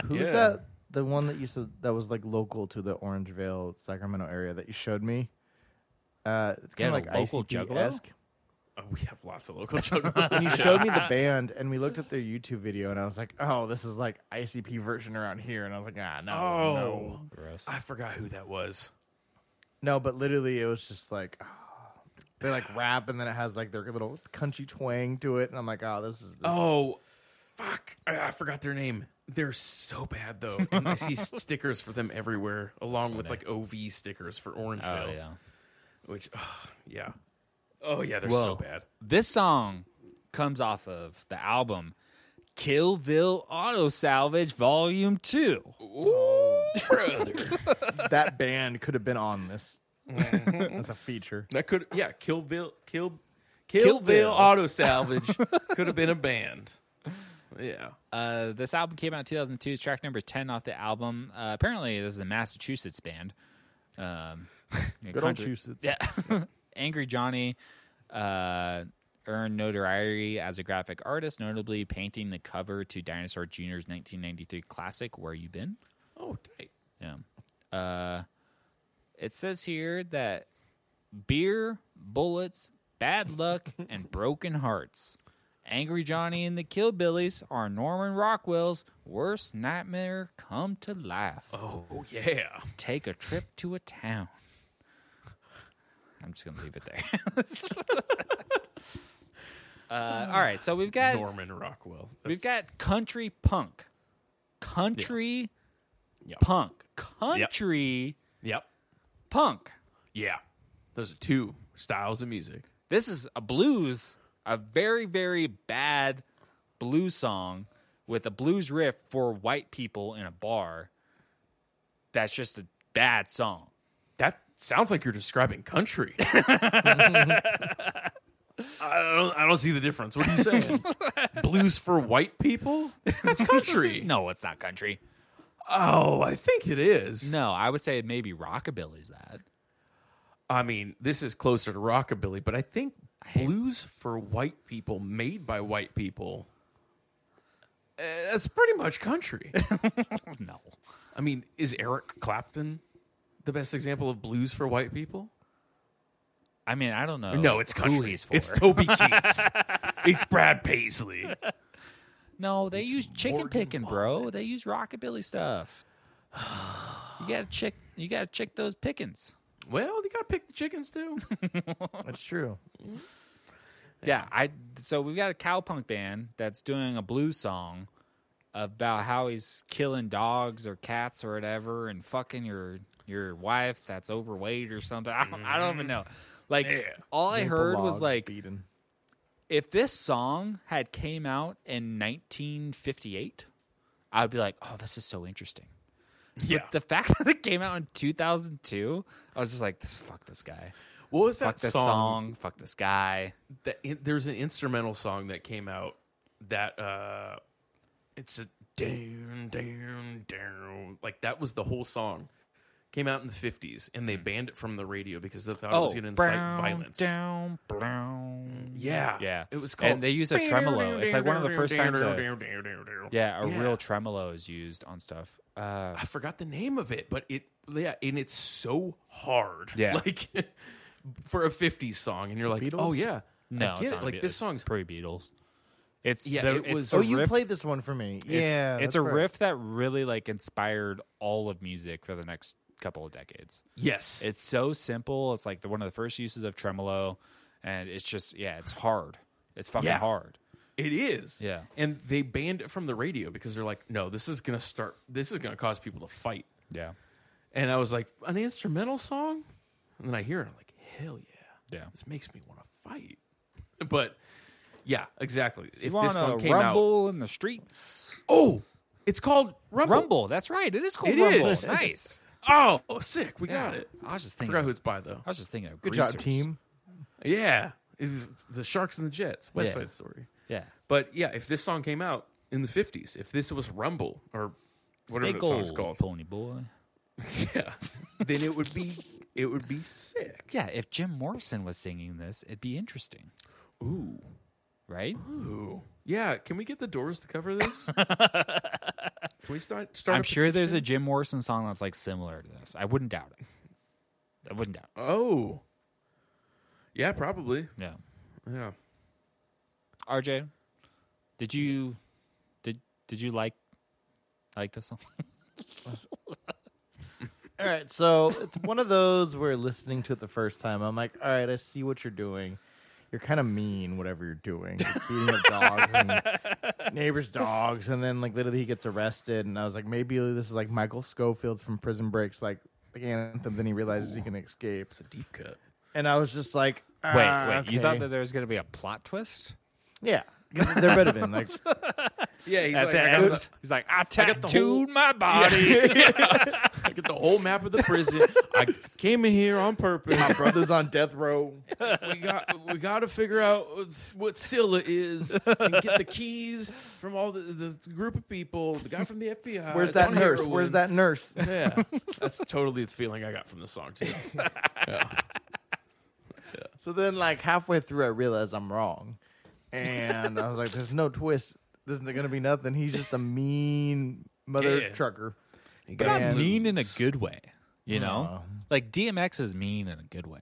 Speaker 3: Who's
Speaker 2: Yeah.
Speaker 3: that? The one that you said that was like local to the Orangevale, Sacramento area that you showed me. Uh, it's
Speaker 1: You
Speaker 3: kind of
Speaker 1: had
Speaker 3: like
Speaker 1: a local
Speaker 3: ICP esque.
Speaker 2: oh, we have lots of local juggalos.
Speaker 3: You showed me the band, and we looked at their YouTube video, and I was like, "Oh, this is like ICP version around here." And I was like, "Ah, no, no,
Speaker 2: Oh,
Speaker 1: Gross.
Speaker 2: I forgot who that was.
Speaker 3: no." But literally, it was just like. ah. They like rap and then it has like their little country twang to it, and I'm like, oh, this is. This.
Speaker 2: Oh, fuck! I, I forgot their name. They're so bad though, and I see s- stickers for them everywhere, along with like OV stickers for Orangeville.
Speaker 1: Oh yeah.
Speaker 2: Which, oh, yeah. Oh yeah, they're so
Speaker 1: Well,
Speaker 2: bad.
Speaker 1: This song comes off of the album Killville Auto Salvage Volume 2.
Speaker 2: Ooh, brother.
Speaker 3: That band could have been on this as a feature.
Speaker 2: that could yeah, Killville, Kill,
Speaker 1: Killville.
Speaker 2: Killville, Auto Salvage could have been a band. Yeah.
Speaker 1: Uh, this album came out in 2002, It's track number 10 off the album. Uh, apparently, this is a Massachusetts band. Um,
Speaker 3: Good old Massachusetts.
Speaker 1: Yeah. Angry Johnny uh, earned notoriety as a graphic artist, notably painting the cover to Dinosaur Jr.'s 1993 classic, Where You Been?
Speaker 2: Oh, tight.
Speaker 1: Yeah. Uh, it says here that beer, bullets, bad luck, and broken hearts. Angry Johnny and the Killbillies are Norman Rockwell's worst nightmare come to life.
Speaker 2: Oh yeah.
Speaker 1: Take a trip to a town. I'm just gonna leave it there. uh, all right, so we've got
Speaker 2: Norman Rockwell.
Speaker 1: We've
Speaker 2: That's-
Speaker 1: got country punk, country
Speaker 2: Yeah.
Speaker 1: punk, country
Speaker 2: Yep.
Speaker 1: punk.
Speaker 2: Yeah. Those are two styles of music.
Speaker 1: This is a blues, a very very bad blues song with a blues riff for white people in a bar. That's just a bad song.
Speaker 2: That sounds like you're describing country. I don't, I don't see the difference. What are you saying? Blues for white people? That's country.
Speaker 1: No, it's not country.
Speaker 2: Oh, I think it is.
Speaker 1: No, I would say maybe rockabilly's that.
Speaker 2: I mean, this is closer to rockabilly, but I think blues for white people, made by white people, uh, that's pretty much country.
Speaker 1: No.
Speaker 2: I mean, is Eric Clapton the best example of blues for white people?
Speaker 1: I mean, I don't know.
Speaker 2: No, it's country.
Speaker 1: Who he's for.
Speaker 2: It's Toby Keith. it's Brad Paisley.
Speaker 1: no, they use chicken
Speaker 2: Morgan
Speaker 1: picking, bro. They use rockabilly stuff. You gotta check. You gotta check those pickings.
Speaker 2: Well, you gotta pick the chickens too.
Speaker 3: That's true.
Speaker 1: Yeah, I. So we've got a cowpunk band that's doing a blues song about how he's killing dogs or cats or whatever, and fucking your your wife that's overweight or something. I don't, I don't
Speaker 2: Mm-hmm.
Speaker 1: even know. Like all I heard was
Speaker 3: Logs
Speaker 1: like,
Speaker 3: beaten.
Speaker 1: if this song had came out in 1958, I'd be like, oh, this is so interesting.
Speaker 2: yeah.
Speaker 1: The fact that it came out in 2002, I was just like, this fuck this guy,
Speaker 2: what was that
Speaker 1: fuck this
Speaker 2: song?
Speaker 1: song, fuck this guy.
Speaker 2: That in, there's an instrumental song that came out that uh, it's a down, down, down. Like that was the whole song. Came out in the 50s, and they banned it from the radio because they thought it was going to incite
Speaker 1: Hmm. Oh, brown,
Speaker 2: violence.
Speaker 1: Down, brown.
Speaker 2: Yeah,
Speaker 1: Yeah.
Speaker 2: It was called.
Speaker 1: And they use a tremolo. It's like one of the first times Yeah, a
Speaker 2: Yeah.
Speaker 1: real tremolo is used on stuff. Uh,
Speaker 2: I forgot the name of it, but it yeah, and it's so hard.
Speaker 1: Yeah.
Speaker 2: like for a '50s song, and you're like, oh
Speaker 3: Beatles?
Speaker 2: yeah,
Speaker 1: no,
Speaker 2: I
Speaker 1: it's
Speaker 2: get
Speaker 1: not
Speaker 2: it.
Speaker 1: a
Speaker 2: like
Speaker 1: Beatles.
Speaker 2: this song's
Speaker 1: pre Beatles. It's
Speaker 2: Yeah,
Speaker 1: the,
Speaker 2: it
Speaker 1: it's
Speaker 2: was-
Speaker 1: the
Speaker 2: Oh,
Speaker 3: Oh, you
Speaker 1: riff-
Speaker 3: played this one for me.
Speaker 1: It's,
Speaker 3: yeah,
Speaker 1: it's
Speaker 3: that's
Speaker 1: a
Speaker 3: right.
Speaker 1: riff that really like inspired all of music for the next couple of decades.
Speaker 2: yes,
Speaker 1: It's so simple. It's like the, one of the first uses of tremolo, and it's just yeah, it's hard. It's fucking
Speaker 2: Yeah.
Speaker 1: hard.
Speaker 2: it is.
Speaker 1: Yeah.
Speaker 2: and they banned it from the radio because they're like, no, this is gonna start. This is gonna cause people to fight.
Speaker 1: Yeah,
Speaker 2: And I was like, an instrumental song, and then I hear it, I'm like, hell yeah,
Speaker 1: yeah.
Speaker 2: this makes me want to fight. But yeah, exactly. If
Speaker 1: You
Speaker 2: this
Speaker 1: want a
Speaker 2: song came out,
Speaker 1: rumble in the streets?
Speaker 2: oh, it's called Rumble.
Speaker 1: Rumble. That's right. It is called
Speaker 2: It
Speaker 1: Rumble.
Speaker 2: is.
Speaker 1: Nice.
Speaker 2: Oh, oh, sick. We got it.
Speaker 1: I was just
Speaker 2: I
Speaker 1: thinking.
Speaker 2: forgot who it's by though.
Speaker 1: I was just thinking of
Speaker 3: Good job,
Speaker 1: Greasers.
Speaker 3: team.
Speaker 2: Yeah, it's the Sharks and the Jets, West
Speaker 1: Yeah.
Speaker 2: Side Story.
Speaker 1: Yeah.
Speaker 2: But yeah, if this song came out in the '50s, if this was Rumble or whatever
Speaker 1: Stay
Speaker 2: the song's
Speaker 1: gold,
Speaker 2: called,
Speaker 1: Pony Boy.
Speaker 2: yeah, then it would be it would be sick.
Speaker 1: Yeah, if Jim Morrison was singing this, it'd be interesting,
Speaker 2: Ooh,
Speaker 1: right?
Speaker 2: ooh, yeah. Can we get the Doors to cover this? Can we start? start
Speaker 1: I'm
Speaker 2: a
Speaker 1: sure there's a
Speaker 2: petition?
Speaker 1: Jim Morrison song that's like similar to this. I wouldn't doubt it. I wouldn't doubt.
Speaker 2: Oh, yeah, probably.
Speaker 1: It. Yeah.
Speaker 2: Yeah.
Speaker 1: RJ, did you did did you like like this song?
Speaker 3: All right, so it's one of those where listening to it the first time, I'm like, all right, I see what you're doing. You're kind of mean, whatever you're doing, You're beating up dogs and neighbors' dogs, and then like literally he gets arrested, and I was like, maybe this is like Michael Schofield's from Prison Breaks, like the anthem. Then he realizes he can escape,
Speaker 2: It's a deep cut.
Speaker 3: and I was just like,
Speaker 1: Wait, wait.
Speaker 3: ah,
Speaker 1: You
Speaker 3: okay.
Speaker 1: thought that there was going to be a plot twist?
Speaker 3: yeah, 'cause there would have been like
Speaker 2: Yeah, he's
Speaker 1: At
Speaker 2: like,
Speaker 1: the
Speaker 2: I
Speaker 1: end,
Speaker 2: got the-
Speaker 1: he's like, I
Speaker 2: got the whole-
Speaker 1: tattooed my body.
Speaker 2: I get the whole map of the prison. I came in here on purpose.
Speaker 3: my brother's on death row.
Speaker 2: we got we got to figure out what Scylla is and get the keys from all the, the group of people. The guy from the FBI.
Speaker 3: Where's
Speaker 2: it's
Speaker 3: that
Speaker 2: on
Speaker 3: nurse?
Speaker 2: heroin.
Speaker 3: Where's that nurse?
Speaker 2: Yeah, that's totally the feeling I got from the song too.
Speaker 3: So then, like halfway through, I realized I'm wrong, and I was like, "There's no twist. This isn't gonna be nothing. He's just a mean mother
Speaker 2: Yeah.
Speaker 3: trucker."
Speaker 1: but
Speaker 3: Yeah.
Speaker 1: not mean in a good way, you know.
Speaker 3: No.
Speaker 1: Like DMX is mean in a good way.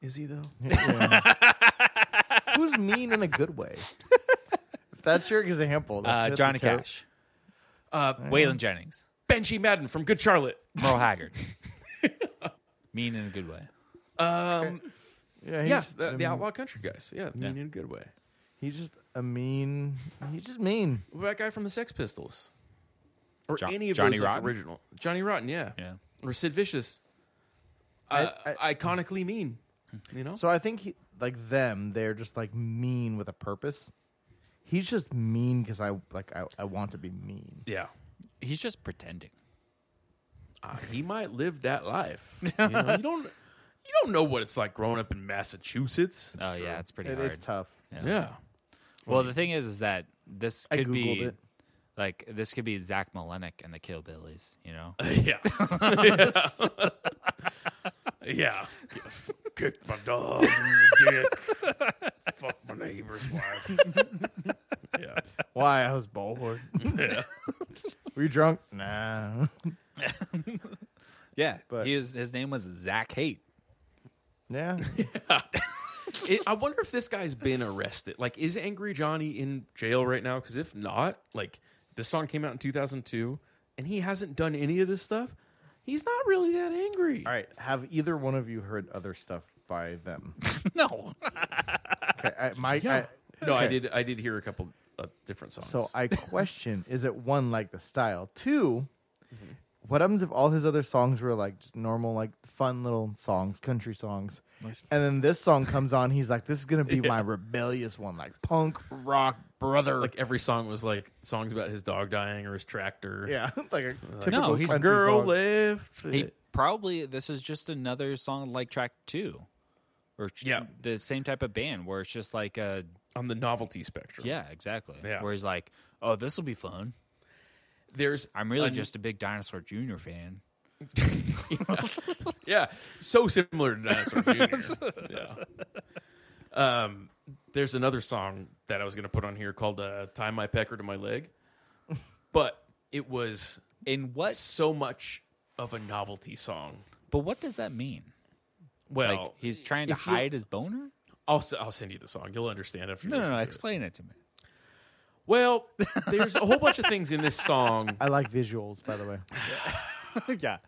Speaker 2: Is he though?
Speaker 3: Who's mean in a good way? If that's your example, that-
Speaker 1: Uh,
Speaker 3: that's a
Speaker 1: Johnny
Speaker 3: ter-
Speaker 1: Cash,
Speaker 2: Uh,
Speaker 1: Waylon Jennings,
Speaker 2: Benji Madden from Good Charlotte.
Speaker 1: Merle Haggard, mean in a good way.
Speaker 2: Um,
Speaker 3: Yeah,
Speaker 2: yeah,
Speaker 3: he's, just
Speaker 2: the,
Speaker 3: a
Speaker 2: the
Speaker 3: mean-
Speaker 2: Outlaw Country guys. Yeah, mean in a good way.
Speaker 3: he's just a mean. He's just mean.
Speaker 2: What about that guy from the Sex Pistols? Or
Speaker 1: Jo-
Speaker 2: any of
Speaker 1: Johnny
Speaker 2: those like,
Speaker 1: Rotten?
Speaker 2: original Johnny Rotten? Yeah,
Speaker 1: Yeah.
Speaker 2: Or Sid Vicious.
Speaker 3: I-
Speaker 2: Uh, iconically mean. You know.
Speaker 3: So I think he, like them, they're just like mean with a purpose. He's just mean because I like I, I want to be mean.
Speaker 2: yeah.
Speaker 1: He's just pretending.
Speaker 2: uh, he might live that life. You, know, you don't you don't know what it's like growing up in Massachusetts.
Speaker 1: Oh yeah, it's pretty
Speaker 3: It-
Speaker 1: hard.
Speaker 3: it's tough.
Speaker 2: yeah.
Speaker 1: Well, the thing is, is that this
Speaker 3: I
Speaker 1: could be
Speaker 3: Googled it.
Speaker 1: like this could be Zach Malenik and the Kill Billies. You know,
Speaker 2: Yeah. Yeah. Kicked my dog in the dick. Fuck my neighbor's wife. yeah.
Speaker 3: Why? I was bored.
Speaker 2: Yeah.
Speaker 3: Were you drunk? Nah.
Speaker 1: Yeah,
Speaker 3: But-
Speaker 1: he is, his name was Zach Haight.
Speaker 3: Yeah.
Speaker 2: It, I wonder if this guy's been arrested. Like, is Angry Johnny in jail right now? Because if not, like, this song came out in 2002 and he hasn't done any of this stuff. He's not really that angry.
Speaker 3: All right. Have either one of you heard other stuff by them?
Speaker 1: No,
Speaker 3: Okay. I, my,
Speaker 2: Yeah.
Speaker 3: I,
Speaker 2: no, I did. I did hear a couple uh, different songs.
Speaker 3: So I question: Is it one like the style? 2 what happens if all his other songs were like just normal, like fun little songs, country songs, and then this song comes on? He's like, "This is gonna be my rebellious one, like punk rock, brother."
Speaker 2: like every song was like songs about his dog dying or his tractor.
Speaker 3: yeah, like a typical
Speaker 1: he's
Speaker 3: country
Speaker 2: Girl
Speaker 3: song.
Speaker 2: left.
Speaker 1: he probably this is just another song like track two, or ch-
Speaker 2: Yeah.
Speaker 1: the same type of band where it's just like uh
Speaker 2: on the novelty spectrum.
Speaker 1: yeah, exactly.
Speaker 2: Yeah.
Speaker 1: Where he's like, oh, this will be fun.
Speaker 2: There's
Speaker 1: I'm really
Speaker 2: an-
Speaker 1: just a big Dinosaur Junior fan.
Speaker 2: yeah, so similar to Dinosaur Jr. yeah. Um, there's another song that I was gonna put on here called uh, "Tie My Pecker to My Leg," but it was
Speaker 1: In what?
Speaker 2: so much of a novelty song.
Speaker 1: but what does that mean?
Speaker 2: Well,
Speaker 1: Like he's trying to
Speaker 2: if you-
Speaker 1: hide his boner?
Speaker 2: I'll s- I'll send you the song. You'll understand after. you
Speaker 1: No, no,
Speaker 2: listen
Speaker 1: no.
Speaker 2: to it.
Speaker 1: Explain it to me.
Speaker 2: Well, there's a whole bunch of things in this song.
Speaker 3: I like visuals, by the way.
Speaker 1: yeah.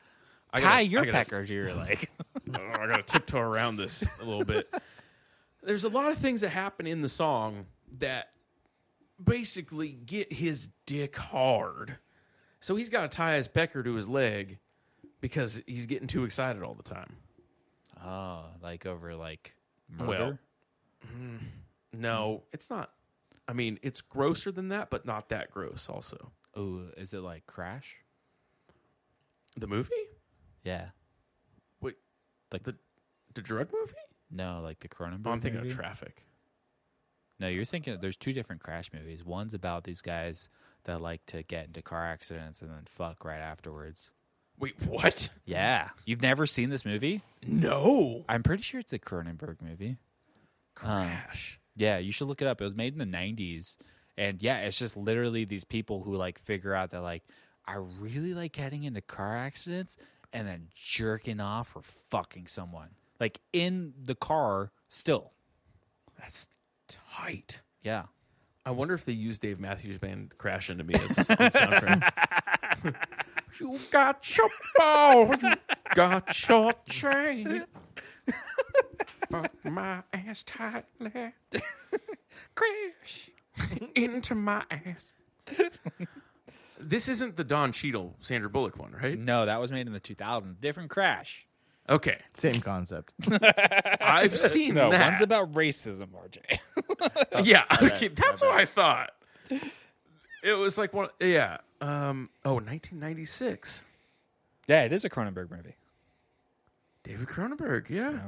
Speaker 2: I gotta-
Speaker 1: Tie your
Speaker 2: I gotta-
Speaker 1: pecker to your leg.
Speaker 2: Oh, I gotta tiptoe around this a little bit. There's a lot of things that happen in the song that basically get his dick hard. So he's got to tie his pecker to his leg because he's getting too excited all the time.
Speaker 1: oh, like over like murder?
Speaker 2: Well, mm, no, it's not. I mean, it's grosser than that, but not that gross. Also,
Speaker 1: Oh, is it like Crash?
Speaker 2: the movie,
Speaker 1: Yeah.
Speaker 2: Wait,
Speaker 1: Like
Speaker 2: the the drug movie.
Speaker 1: no, like the Cronenberg.
Speaker 2: Oh, I'm thinking
Speaker 1: movie?
Speaker 2: of Traffic.
Speaker 1: No, you're thinking there's two different Crash movies. One's about these guys that like to get into car accidents and then fuck right afterwards.
Speaker 2: Wait, what?
Speaker 1: Yeah, you've never seen this movie?
Speaker 2: No,
Speaker 1: I'm pretty sure it's a Cronenberg movie.
Speaker 2: Crash.
Speaker 1: Yeah, you should look it up. It was made in the 90s. And yeah, it's just literally these people who like figure out that like I really like getting into car accidents and then jerking off or fucking someone. Like in the car still.
Speaker 2: That's tight.
Speaker 1: Yeah.
Speaker 2: I wonder if they use Dave Matthews Band "Crash Into Me" as as soundtrack. you got your ball, you got your chain. Fuck my ass tightly, crash into my ass. this isn't the Don Cheadle Sandra Bullock one, right?
Speaker 1: No, that was made in the 2000s. Different Crash.
Speaker 2: Okay,
Speaker 3: Same concept.
Speaker 2: I've seen that.
Speaker 1: One's about racism, RJ.
Speaker 2: yeah, okay, that's what I thought. It was like one, yeah. Um, oh, 1996.
Speaker 1: yeah, it is a Cronenberg movie.
Speaker 2: David Cronenberg, yeah.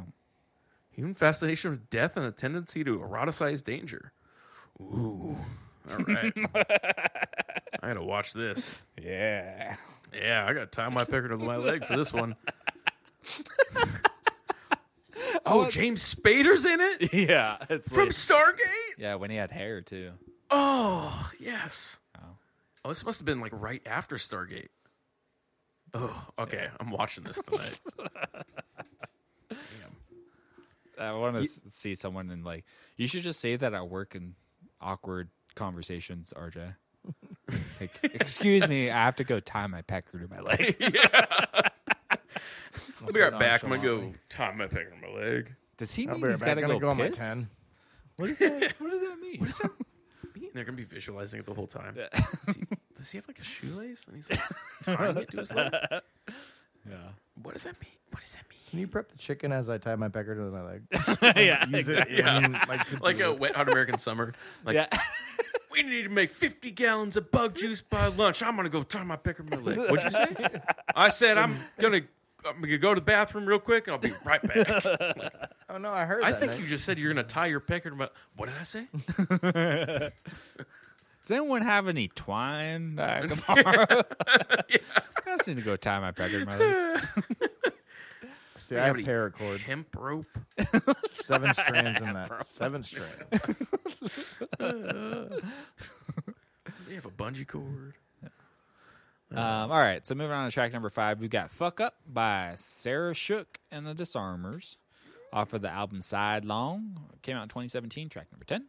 Speaker 2: Human fascination with death and a tendency to eroticize danger. Ooh. All right. I got to watch this.
Speaker 1: Yeah.
Speaker 2: Yeah, I got to tie my pecker to my leg for this one. oh, James Spader's in it
Speaker 1: Yeah. It's
Speaker 2: from
Speaker 1: like-
Speaker 2: Stargate?
Speaker 1: yeah, when he had hair too.
Speaker 2: Oh, yes. Oh, this must have been like right after Stargate. Oh, okay. I'm watching this tonight.
Speaker 1: I want to see someone in like you should just say that at work in awkward conversations, RJ. like, excuse me, I have to go tie my pecker to my leg.
Speaker 2: I'll be right back. I'm going to go tie my pecker to my leg.
Speaker 1: Does he
Speaker 3: I'll
Speaker 1: mean
Speaker 3: be right
Speaker 1: he's got
Speaker 3: back.
Speaker 1: to
Speaker 3: I'm gonna
Speaker 1: go,
Speaker 3: go on my
Speaker 1: piss?
Speaker 3: ten.
Speaker 1: What does that? What does that mean?
Speaker 2: They're gonna be visualizing it the whole time. does, he, does he have like a shoelace? And he's like tying it to his leg. Yeah. What does that mean? What does that mean?
Speaker 3: Can you prep the chicken as I tie my pecker to my leg?
Speaker 1: yeah,
Speaker 3: Use it in, like, to
Speaker 2: Like
Speaker 3: do
Speaker 2: a
Speaker 3: it.
Speaker 2: wet hot American summer. Like
Speaker 1: yeah.
Speaker 2: we need to make fifty gallons of bug juice by lunch. I'm gonna go tie my pecker to my leg. What'd you say? I said I'm gonna I'm gonna go to the bathroom real quick and I'll be right back.
Speaker 3: Oh no, I heard.
Speaker 2: I
Speaker 3: that,
Speaker 2: think
Speaker 3: Nick.
Speaker 2: you just said you're gonna tie your pecker to my what did I say?
Speaker 1: Does anyone have any twine uh, tomorrow? I just need to go tie my pecker to my leg.
Speaker 3: See, I have
Speaker 2: Everybody-
Speaker 3: paracord.
Speaker 2: Hemp rope.
Speaker 3: Seven strands in that. Seven strands.
Speaker 2: They have a bungee cord.
Speaker 1: Um, all right, so moving on to track number five, we've got "Fuck Up" by Sarah Shook and the Disarmers, off of the album Sidelong. It Came out in 2017. Track number ten.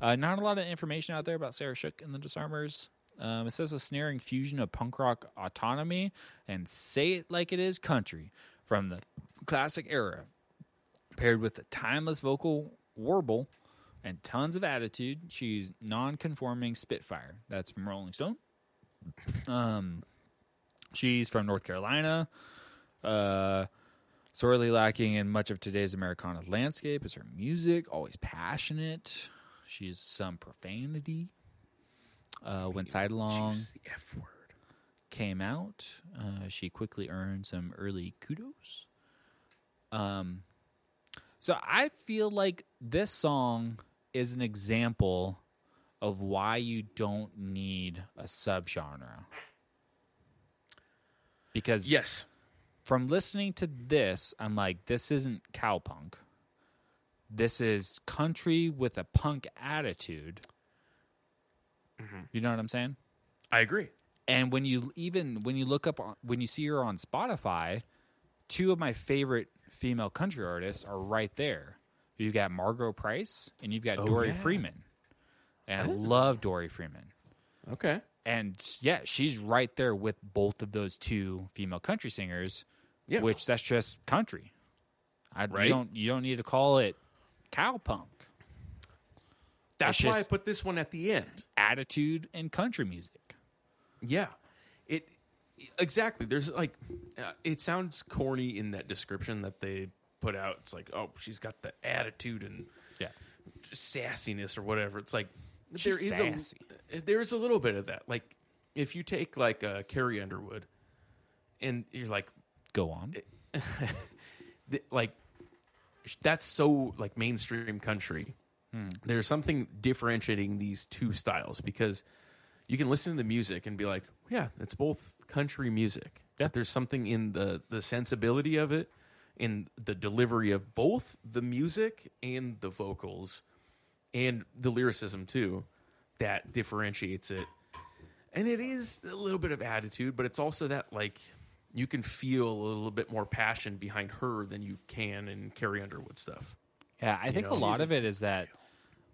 Speaker 1: Uh, not a lot of information out there about Sarah Shook and the Disarmers. Um, it says a sneering fusion of punk rock autonomy and "Say It Like It Is" country from the classic era, paired with a timeless vocal warble and tons of attitude. She's non-conforming Spitfire. That's from Rolling Stone. Um, She's from North Carolina. Uh, sorely lacking in much of today's Americana landscape is her music, always passionate. She's some profanity. Uh, when Sidelong
Speaker 2: Use the F word.
Speaker 1: came out, uh, she quickly earned some early kudos. Um, so I feel like this song is an example of why you don't need a subgenre. Because
Speaker 2: Yes.
Speaker 1: from listening to this, I'm like, this isn't cowpunk. This is country with a punk attitude. You know what I'm saying?
Speaker 2: I agree.
Speaker 1: And when you even when you look up on, when you see her on Spotify, two of my favorite female country artists are right there. You've got Margot Price and you've got Dory
Speaker 2: Oh, yeah. Oh.
Speaker 1: Freeman. And I love Dory Freeman.
Speaker 2: Okay.
Speaker 1: And yeah, she's right there with both of those two female country singers,
Speaker 2: Yeah.
Speaker 1: which that's just country. I
Speaker 2: Right.
Speaker 1: you don't you don't need to call it cowpunk.
Speaker 2: That's
Speaker 1: It's
Speaker 2: why
Speaker 1: just-
Speaker 2: I put this one at the end.
Speaker 1: Attitude and country music.
Speaker 2: Yeah. It exactly. There's like uh, it sounds corny in that description that they put out. It's like, "Oh, she's got the attitude and
Speaker 1: Yeah.
Speaker 2: sassiness or whatever." It's like
Speaker 1: She's
Speaker 2: there is
Speaker 1: sassy.
Speaker 2: a there is a little bit of that. Like if you take like uh, Carrie Underwood and you're like
Speaker 1: Go on.
Speaker 2: th- like sh- that's so like mainstream country. There's something differentiating these two styles because you can listen to the music and be like, yeah, it's both country music.
Speaker 1: Yeah.
Speaker 2: But there's something in the the sensibility of it, in the delivery of both the music and the vocals, and the lyricism too, that differentiates it. And it is a little bit of attitude, but it's also that like you can feel a little bit more passion behind her than you can in Carrie Underwood stuff.
Speaker 1: Yeah, I think
Speaker 2: know?
Speaker 1: a lot of
Speaker 2: Jesus.
Speaker 1: it is that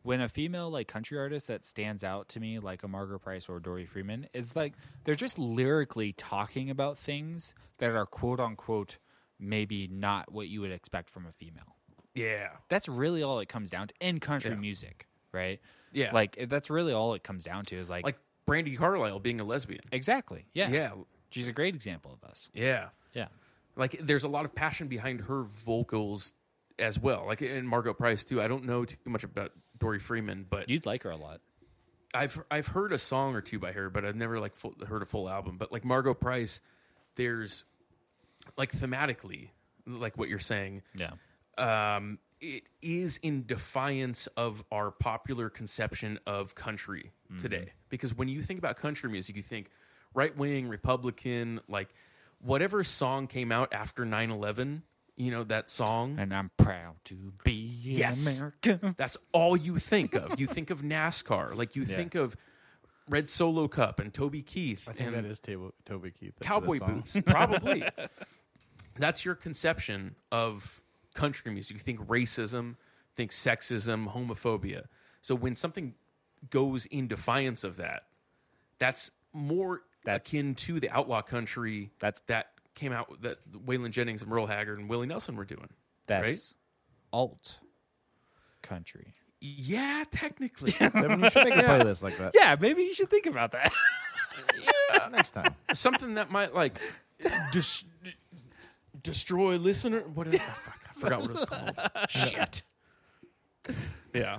Speaker 1: when a female like country artist that stands out to me, like a Margaret Price or Dory Freeman, is like they're just lyrically talking about things that are quote unquote maybe not what you would expect from a female.
Speaker 2: Yeah.
Speaker 1: That's really all it comes down to in country music, right?
Speaker 2: Yeah.
Speaker 1: like it- that's really all it comes down to is like,
Speaker 2: Like Brandy Carlisle being a lesbian.
Speaker 1: exactly, yeah,
Speaker 2: Yeah.
Speaker 1: She's a great example of us.
Speaker 2: Yeah.
Speaker 1: Yeah,
Speaker 2: Like there's a lot of passion behind her vocals as well. Like and Margot Price too. I don't know too much about Dory Freeman, but
Speaker 1: you'd like her a lot.
Speaker 2: I've I've heard a song or two by her, but I've never like full, heard a full album. But like Margot Price, there's like thematically, like what you're saying,
Speaker 1: Yeah,
Speaker 2: um, it is in defiance of our popular conception of country
Speaker 3: Mm-hmm.
Speaker 2: today. Because when you think about country music, you think right wing, Republican, like whatever song came out after 9 11, you know, that song.
Speaker 1: and I'm proud to be
Speaker 2: Yes.
Speaker 1: an American.
Speaker 2: That's all you think of. You think of NASCAR, like you think of Red Solo Cup and Toby Keith
Speaker 3: I think
Speaker 2: and
Speaker 3: that is Tabo- Toby Keith. that-
Speaker 2: cowboy
Speaker 3: that song.
Speaker 2: boots, probably. That's your conception of country music. You think racism, think sexism, homophobia. So when something goes in defiance of that, that's more
Speaker 1: That's-
Speaker 2: akin to the outlaw country
Speaker 1: That's-
Speaker 2: that came out that Waylon Jennings and Merle Haggard and Willie Nelson were doing.
Speaker 1: That's
Speaker 2: Right?
Speaker 1: alt country.
Speaker 2: Yeah, technically.
Speaker 3: Devin, you should make a playlist like that
Speaker 1: Yeah, maybe you should think about that.
Speaker 3: next time.
Speaker 2: something that might like dis- destroy listener. What is? Oh, fuck, I forgot what it was called. Shit. Yeah,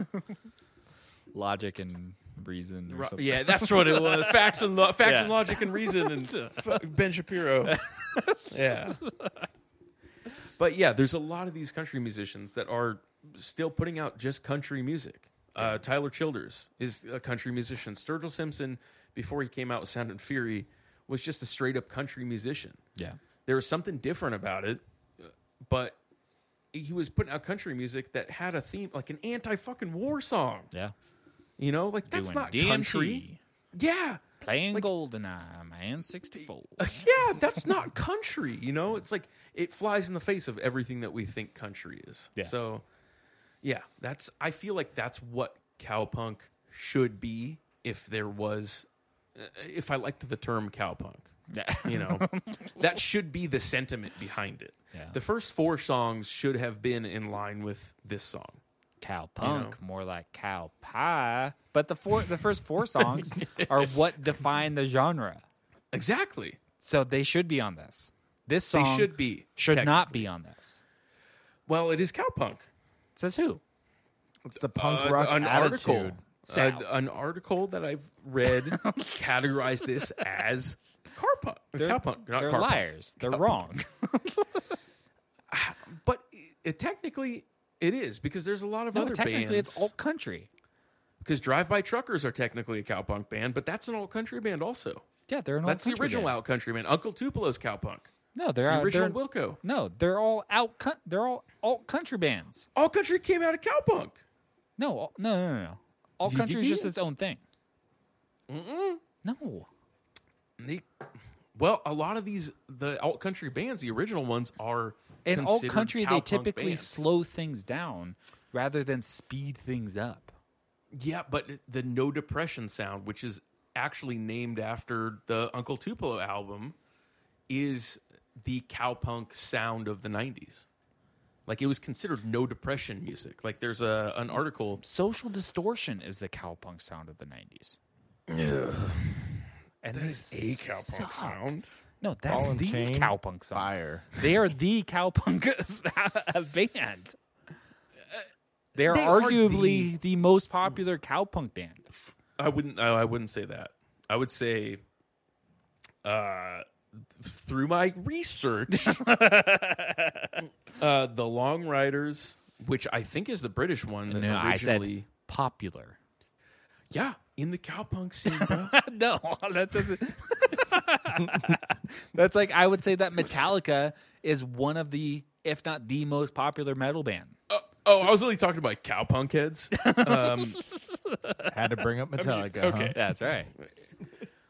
Speaker 1: Logic and reason or
Speaker 2: Ro-
Speaker 1: something.
Speaker 2: yeah, that's what it was. Facts and lo- facts and logic and reason and fuck, Ben Shapiro. Yeah, but yeah, there's a lot of these country musicians that are still putting out just country music. Uh, Tyler Childers is a country musician. Sturgill Simpson, before he came out with Sound and Fury, was just a straight up country musician
Speaker 1: Yeah.
Speaker 2: there was something different about it, but he was putting out country music that had a theme like an anti fucking war song.
Speaker 1: Yeah.
Speaker 2: You know, like that's
Speaker 1: Doing
Speaker 2: not
Speaker 1: D&T,
Speaker 2: country. Yeah. Uh,
Speaker 1: Playing Goldeneye, man, 64.
Speaker 2: Yeah, that's not country. You know, it's like it flies in the face of everything that we think country is.
Speaker 1: Yeah.
Speaker 2: So, yeah, that's. I feel like that's what cowpunk should be. If there was, uh, if I liked the term cowpunk,
Speaker 1: Yeah.
Speaker 2: you know, that should be the sentiment behind it.
Speaker 1: Yeah.
Speaker 2: The first four songs should have been in line with this song.
Speaker 1: cow punk, more like cow pie. But the four, the first four songs are what define the genre,
Speaker 2: Exactly.
Speaker 1: so they should be on this. This
Speaker 2: They
Speaker 1: song
Speaker 2: should be.
Speaker 1: should
Speaker 2: tech-
Speaker 1: not be on this.
Speaker 2: Well, it is cowpunk.
Speaker 1: Says who?
Speaker 3: It's the punk
Speaker 2: Uh,
Speaker 3: rock
Speaker 2: an
Speaker 3: attitude.
Speaker 2: article.
Speaker 1: Sal.
Speaker 2: An, an article that I've read categorized this as car punk.
Speaker 1: They're,
Speaker 2: cowpunk, not
Speaker 1: they're
Speaker 2: car punk.
Speaker 1: liars. They're wrong.
Speaker 2: But it, it technically it is because there's a lot of
Speaker 1: no,
Speaker 2: other
Speaker 1: technically,
Speaker 2: bands.
Speaker 1: it's old country.
Speaker 2: because Drive By Truckers are technically a cowpunk band, but that's an old country band also.
Speaker 1: Yeah, they're an
Speaker 2: That's
Speaker 1: old
Speaker 2: the
Speaker 1: country
Speaker 2: original
Speaker 1: band.
Speaker 2: out country band. Uncle Tupelo's cowpunk.
Speaker 1: No, they're out.
Speaker 2: Original
Speaker 1: They're,
Speaker 2: Wilco.
Speaker 1: no, they're all out. coun- They're all alt country bands.
Speaker 2: All country came out of cowpunk.
Speaker 1: No, all- no, no, no. no. Alt country is just its own thing. Mm-mm. No,
Speaker 2: And They, well, a lot of these the alt country bands, the original ones are
Speaker 1: in alt
Speaker 2: considered
Speaker 1: country they
Speaker 2: cowpunk
Speaker 1: typically
Speaker 2: bands.
Speaker 1: slow things down rather than speed things up
Speaker 2: Yeah, but the No Depression sound, which is actually named after the Uncle Tupelo album, is the cowpunk sound of the 90s. Like it was considered no depression music. Like there's a an article.
Speaker 1: social distortion is the cowpunk sound of the 90s and that is
Speaker 2: sound.
Speaker 1: no that's
Speaker 3: and
Speaker 1: the
Speaker 3: Chain,
Speaker 1: cowpunk sound
Speaker 3: Fire.
Speaker 1: they are the cowpunk band they are
Speaker 2: They are
Speaker 1: arguably the... most popular cowpunk band
Speaker 2: I wouldn't I wouldn't say that. I would say uh through my research uh the Long Riders, which I think is the British one that
Speaker 1: no i said
Speaker 2: originally
Speaker 1: popular
Speaker 2: Yeah, in the cowpunk scene, bro.
Speaker 1: no, that doesn't. That's like I would say that Metallica is one of the, if not the most popular metal band.
Speaker 2: Oh, I was only talking about cowpunk heads.
Speaker 3: Had to bring up Metallica. huh?
Speaker 2: okay.
Speaker 1: That's right.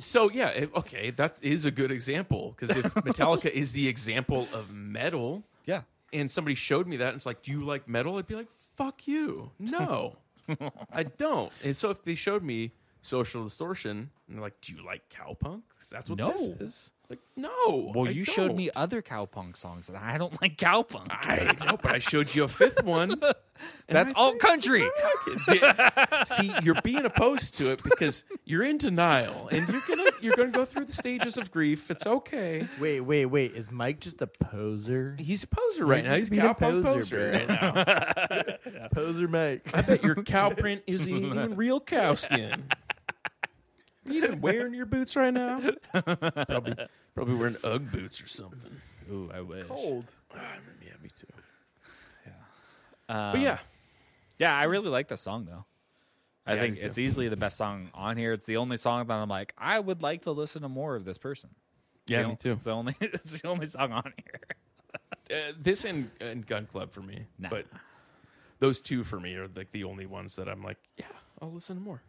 Speaker 2: So yeah, it- okay, that is a good example because if Metallica is the example of metal,
Speaker 1: Yeah.
Speaker 2: and somebody showed me that, and it's like, do you like metal? I'd be like, fuck you, no, I don't. And so if they showed me Social Distortion, and they're like, do you like cowpunk? 'Cause That's what this
Speaker 1: No.
Speaker 2: is. Like, no.
Speaker 1: Well,
Speaker 2: I
Speaker 1: you showed me
Speaker 2: don't.
Speaker 1: other cowpunk songs, and I don't like cowpunk.
Speaker 2: I know, but I showed you a fifth one. and
Speaker 1: That's
Speaker 2: I
Speaker 1: all
Speaker 2: think-
Speaker 1: country.
Speaker 2: See, you're being opposed to it because you're in denial, and you're gonna you're gonna go through the stages of grief. It's okay.
Speaker 3: Wait, wait, wait. Is Mike just a poser?
Speaker 2: He's a poser right now. He's a
Speaker 3: Being a
Speaker 2: cowpunk
Speaker 3: poser,
Speaker 2: poser.
Speaker 3: bro.
Speaker 2: right now.
Speaker 3: Poser Mike.
Speaker 2: I bet your cow print isn't even real cow skin. You even wearing your boots right now? Probably, probably wearing UGG boots or something.
Speaker 1: Ooh, I wish.
Speaker 3: Old.
Speaker 2: Ah, yeah, me too. Yeah, but yeah,
Speaker 1: Um, Yeah, I really like the song though. I
Speaker 2: Yeah, I
Speaker 1: think
Speaker 2: do, too.
Speaker 1: it's easily the best song on here. It's the only song that I'm like, I would like to listen to more of this person.
Speaker 2: yeah,
Speaker 1: You
Speaker 2: me
Speaker 1: know,
Speaker 2: too.
Speaker 1: It's the only. It's the only song on here.
Speaker 2: Uh, this and, and Gun Club for me,
Speaker 1: Nah.
Speaker 2: but those two for me are like the only ones that I'm like, yeah, I'll listen to more.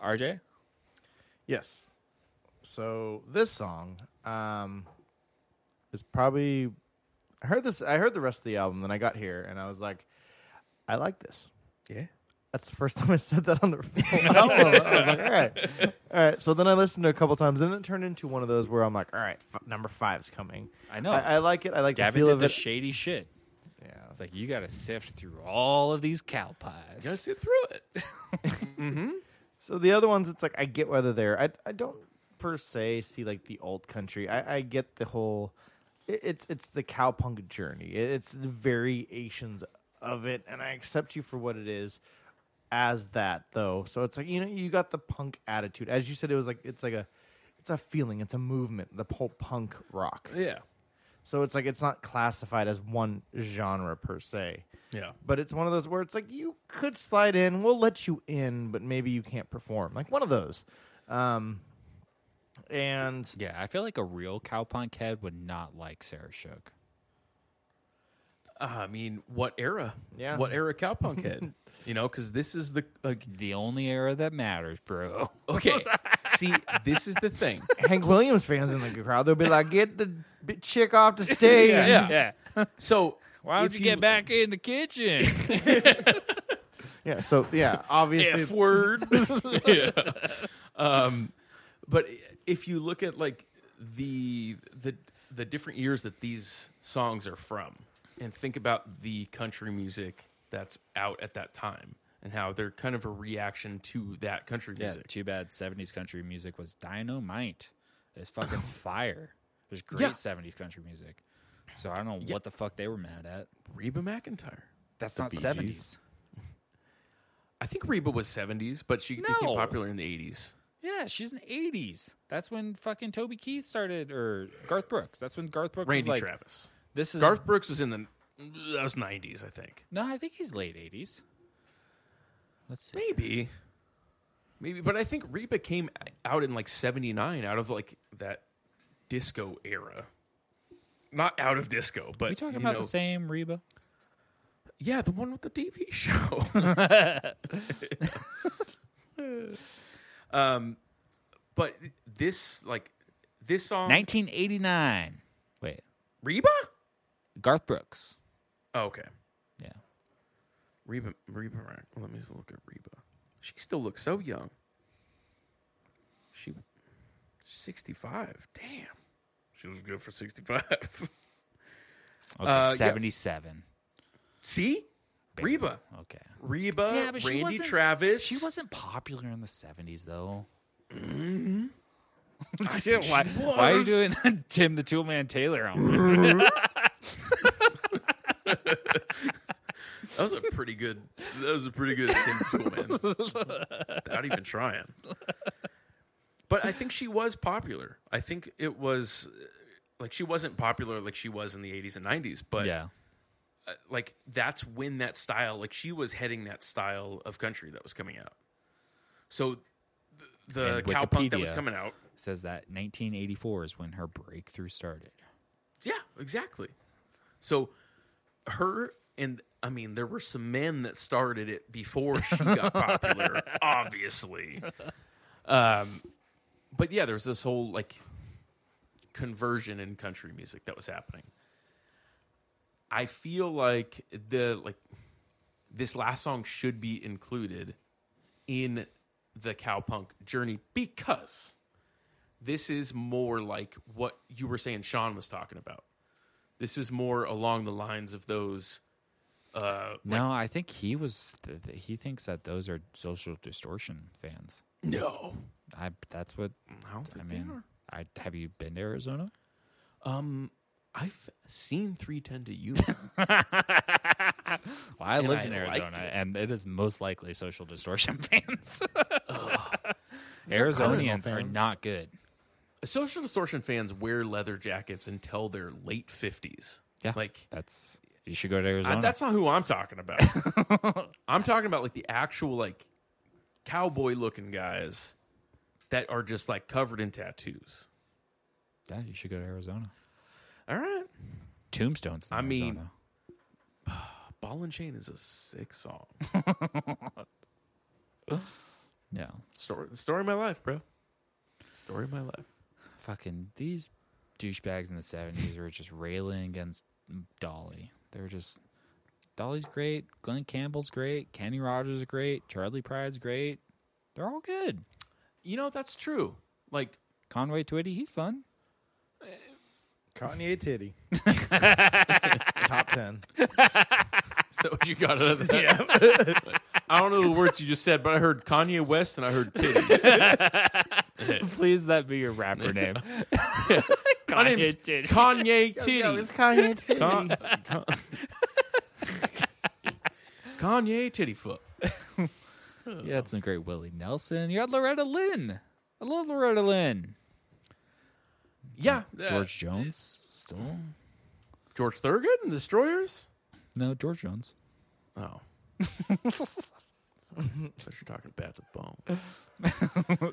Speaker 1: RJ.
Speaker 3: Yes. So this song um, is probably. I heard this. I heard the rest of the album. Then I got here and I was like, I like this.
Speaker 2: Yeah.
Speaker 3: That's the first time I said that on the full album. I was like, all right, all right. So then I listened to it a couple times, and it turned into one of those where I'm like, all right, f- number five's coming.
Speaker 1: I know.
Speaker 3: I, I like it. I like
Speaker 1: Gavin
Speaker 3: the feel
Speaker 1: did
Speaker 3: of
Speaker 1: the
Speaker 3: it.
Speaker 1: shady shit.
Speaker 3: yeah.
Speaker 1: It's like you got to sift through all of these cow pies.
Speaker 2: Gotta sit through it.
Speaker 3: So the other ones, it's like I get whether they're. I I don't per se see like the old country. I, I get the whole. it- It's it's the cowpunk journey. It- It's the variations of it, and I accept you for what it is, as that though. So it's like you know you got the punk attitude, as you said. It was like it's like a, it's a feeling. It's a movement. The whole punk rock.
Speaker 2: Yeah.
Speaker 3: So it's like it's not classified as one genre per se.
Speaker 2: Yeah.
Speaker 3: But it's one of those where it's like you could slide in, we'll let you in, but maybe you can't perform. Like one of those. Um and
Speaker 1: Yeah, I feel like a real cowpunk head would not like Sarah Shook.
Speaker 2: Ah, I mean, what era?
Speaker 3: Yeah.
Speaker 2: What era cowpunk head? you know, because this is the like
Speaker 1: The only era that matters, bro.
Speaker 2: okay. See, this is the thing.
Speaker 3: Hank Williams fans in the crowd, they'll be like, "Get the b- chick off the stage."
Speaker 2: Yeah. So
Speaker 1: Why don't
Speaker 2: if
Speaker 1: you, get back in the kitchen?
Speaker 3: Yeah, So yeah, obviously,
Speaker 2: F word. yeah. Um, but if you look at like the the the different years that these songs are from, and think about the country music that's out at that time, and how they're kind of a reaction to that country
Speaker 1: yeah,
Speaker 2: music.
Speaker 1: too bad 70s country music was dynamite. It's fucking fire. There's great
Speaker 2: Yeah.
Speaker 1: 70s country music. So I don't know what the fuck they were mad at.
Speaker 2: Reba McIntyre.
Speaker 1: That's not
Speaker 2: Bee
Speaker 1: 70s.
Speaker 2: Gees. I think Reba was seventies, but she became
Speaker 1: No.
Speaker 2: popular in the eighties.
Speaker 1: Yeah, she's in the 80s. That's when fucking Toby Keith started, or Garth Brooks. That's when Garth Brooks
Speaker 2: Randy
Speaker 1: was like,
Speaker 2: Travis.
Speaker 1: this is.
Speaker 2: Garth Brooks was in the that was nineties, I think.
Speaker 1: No, I think he's late 80s. Let's see.
Speaker 2: Maybe. Maybe, but I think Reba came out in like 79 out of like that disco era. Not out of disco, but
Speaker 1: we talking
Speaker 2: you
Speaker 1: about
Speaker 2: know-
Speaker 1: the same Reba?
Speaker 2: Yeah, the one with the TV show. um but this like this song
Speaker 1: 1989. Wait,
Speaker 2: Reba?
Speaker 1: Garth Brooks.
Speaker 2: Oh, okay.
Speaker 1: Yeah.
Speaker 2: Reba Reba Ra- let me just look at Reba. She still looks so young. She 65. Damn. She was good for 65.
Speaker 1: Okay,
Speaker 2: Uh, yeah.
Speaker 1: 77.
Speaker 2: See? Reba.
Speaker 1: Okay.
Speaker 2: Reba,
Speaker 1: Yeah, but she
Speaker 2: Randy
Speaker 1: wasn't-
Speaker 2: Travis.
Speaker 1: She wasn't popular in the 70s, though.
Speaker 2: think she
Speaker 1: Mm-hmm. why, why are you
Speaker 2: was.
Speaker 1: doing Tim the Tool Man Taylor on me?
Speaker 2: That was a pretty good that was a pretty good Tim Tool, man. Not even trying. But I think she was popular. I think it was uh, like she wasn't popular like she was in the 80s and 90s, but
Speaker 1: yeah.
Speaker 2: uh, like that's when that style like she was heading that style of country that was coming out so the, the
Speaker 1: And
Speaker 2: cowpunk that was
Speaker 1: Wikipedia.
Speaker 2: coming out
Speaker 1: Says that 1984 is when her breakthrough started.
Speaker 2: yeah exactly so her and i mean there were some men that started it before she got popular obviously um but yeah there's this whole like conversion in country music that was happening i feel like the like this last song should be included in the cowpunk journey because this is more like what you were saying Sean was talking about. This is more along the lines of those uh
Speaker 1: No, I think he was. Th- th- he thinks that those are social distortion fans.
Speaker 2: no.
Speaker 1: I. That's what
Speaker 2: I don't think
Speaker 1: I
Speaker 2: they
Speaker 1: mean. I have you been to Arizona?
Speaker 2: are. Um I've seen 310 to you.
Speaker 1: Well, I lived
Speaker 2: I
Speaker 1: in
Speaker 2: liked
Speaker 1: Arizona,
Speaker 2: it.
Speaker 1: and it is most likely social distortion fans.
Speaker 3: criminal
Speaker 1: Arizonians are
Speaker 3: fans.
Speaker 1: not good.
Speaker 2: Social distortion fans wear leather jackets until their late 50s.
Speaker 1: Yeah,
Speaker 2: Like
Speaker 1: that's you should go to
Speaker 2: I-
Speaker 1: Arizona.
Speaker 2: that's not who I'm talking about. I'm talking about like the actual like cowboy looking guys that are just like covered in tattoos.
Speaker 1: yeah, you should go to Arizona.
Speaker 2: All right.
Speaker 1: Tombstones. in
Speaker 2: I mean-
Speaker 1: Arizona.
Speaker 2: Ball and Chain is a sick song.
Speaker 1: yeah,
Speaker 2: Story, story of my life, bro. Story of my life.
Speaker 1: fucking these douchebags in the seventies were just railing against Dolly. They were just Dolly's great, Glenn Campbell's great, Kenny Rogers is great, Charlie Pride's great. They're all good.
Speaker 2: You know that's true. Like
Speaker 1: Conway Twitty, he's fun.
Speaker 3: Kanye titty. Top ten.
Speaker 2: so you got out of that. I don't know the words you just said, but I heard Kanye West and I heard titties.
Speaker 1: Please that be your rapper name.
Speaker 2: My name's
Speaker 1: Titty.
Speaker 2: Kanye
Speaker 3: Yo, it's
Speaker 2: Titty.
Speaker 3: Kanye titty.
Speaker 2: Con- Con- Kanye Tittyfoot.
Speaker 1: You had some great Willie Nelson. You had Loretta Lynn. I love Loretta Lynn.
Speaker 2: Yeah, uh,
Speaker 1: George Jones still?
Speaker 2: George Thurgood and the Destroyers.
Speaker 1: No, George Jones.
Speaker 2: Oh, Sorry. but you're talking bad to the bone.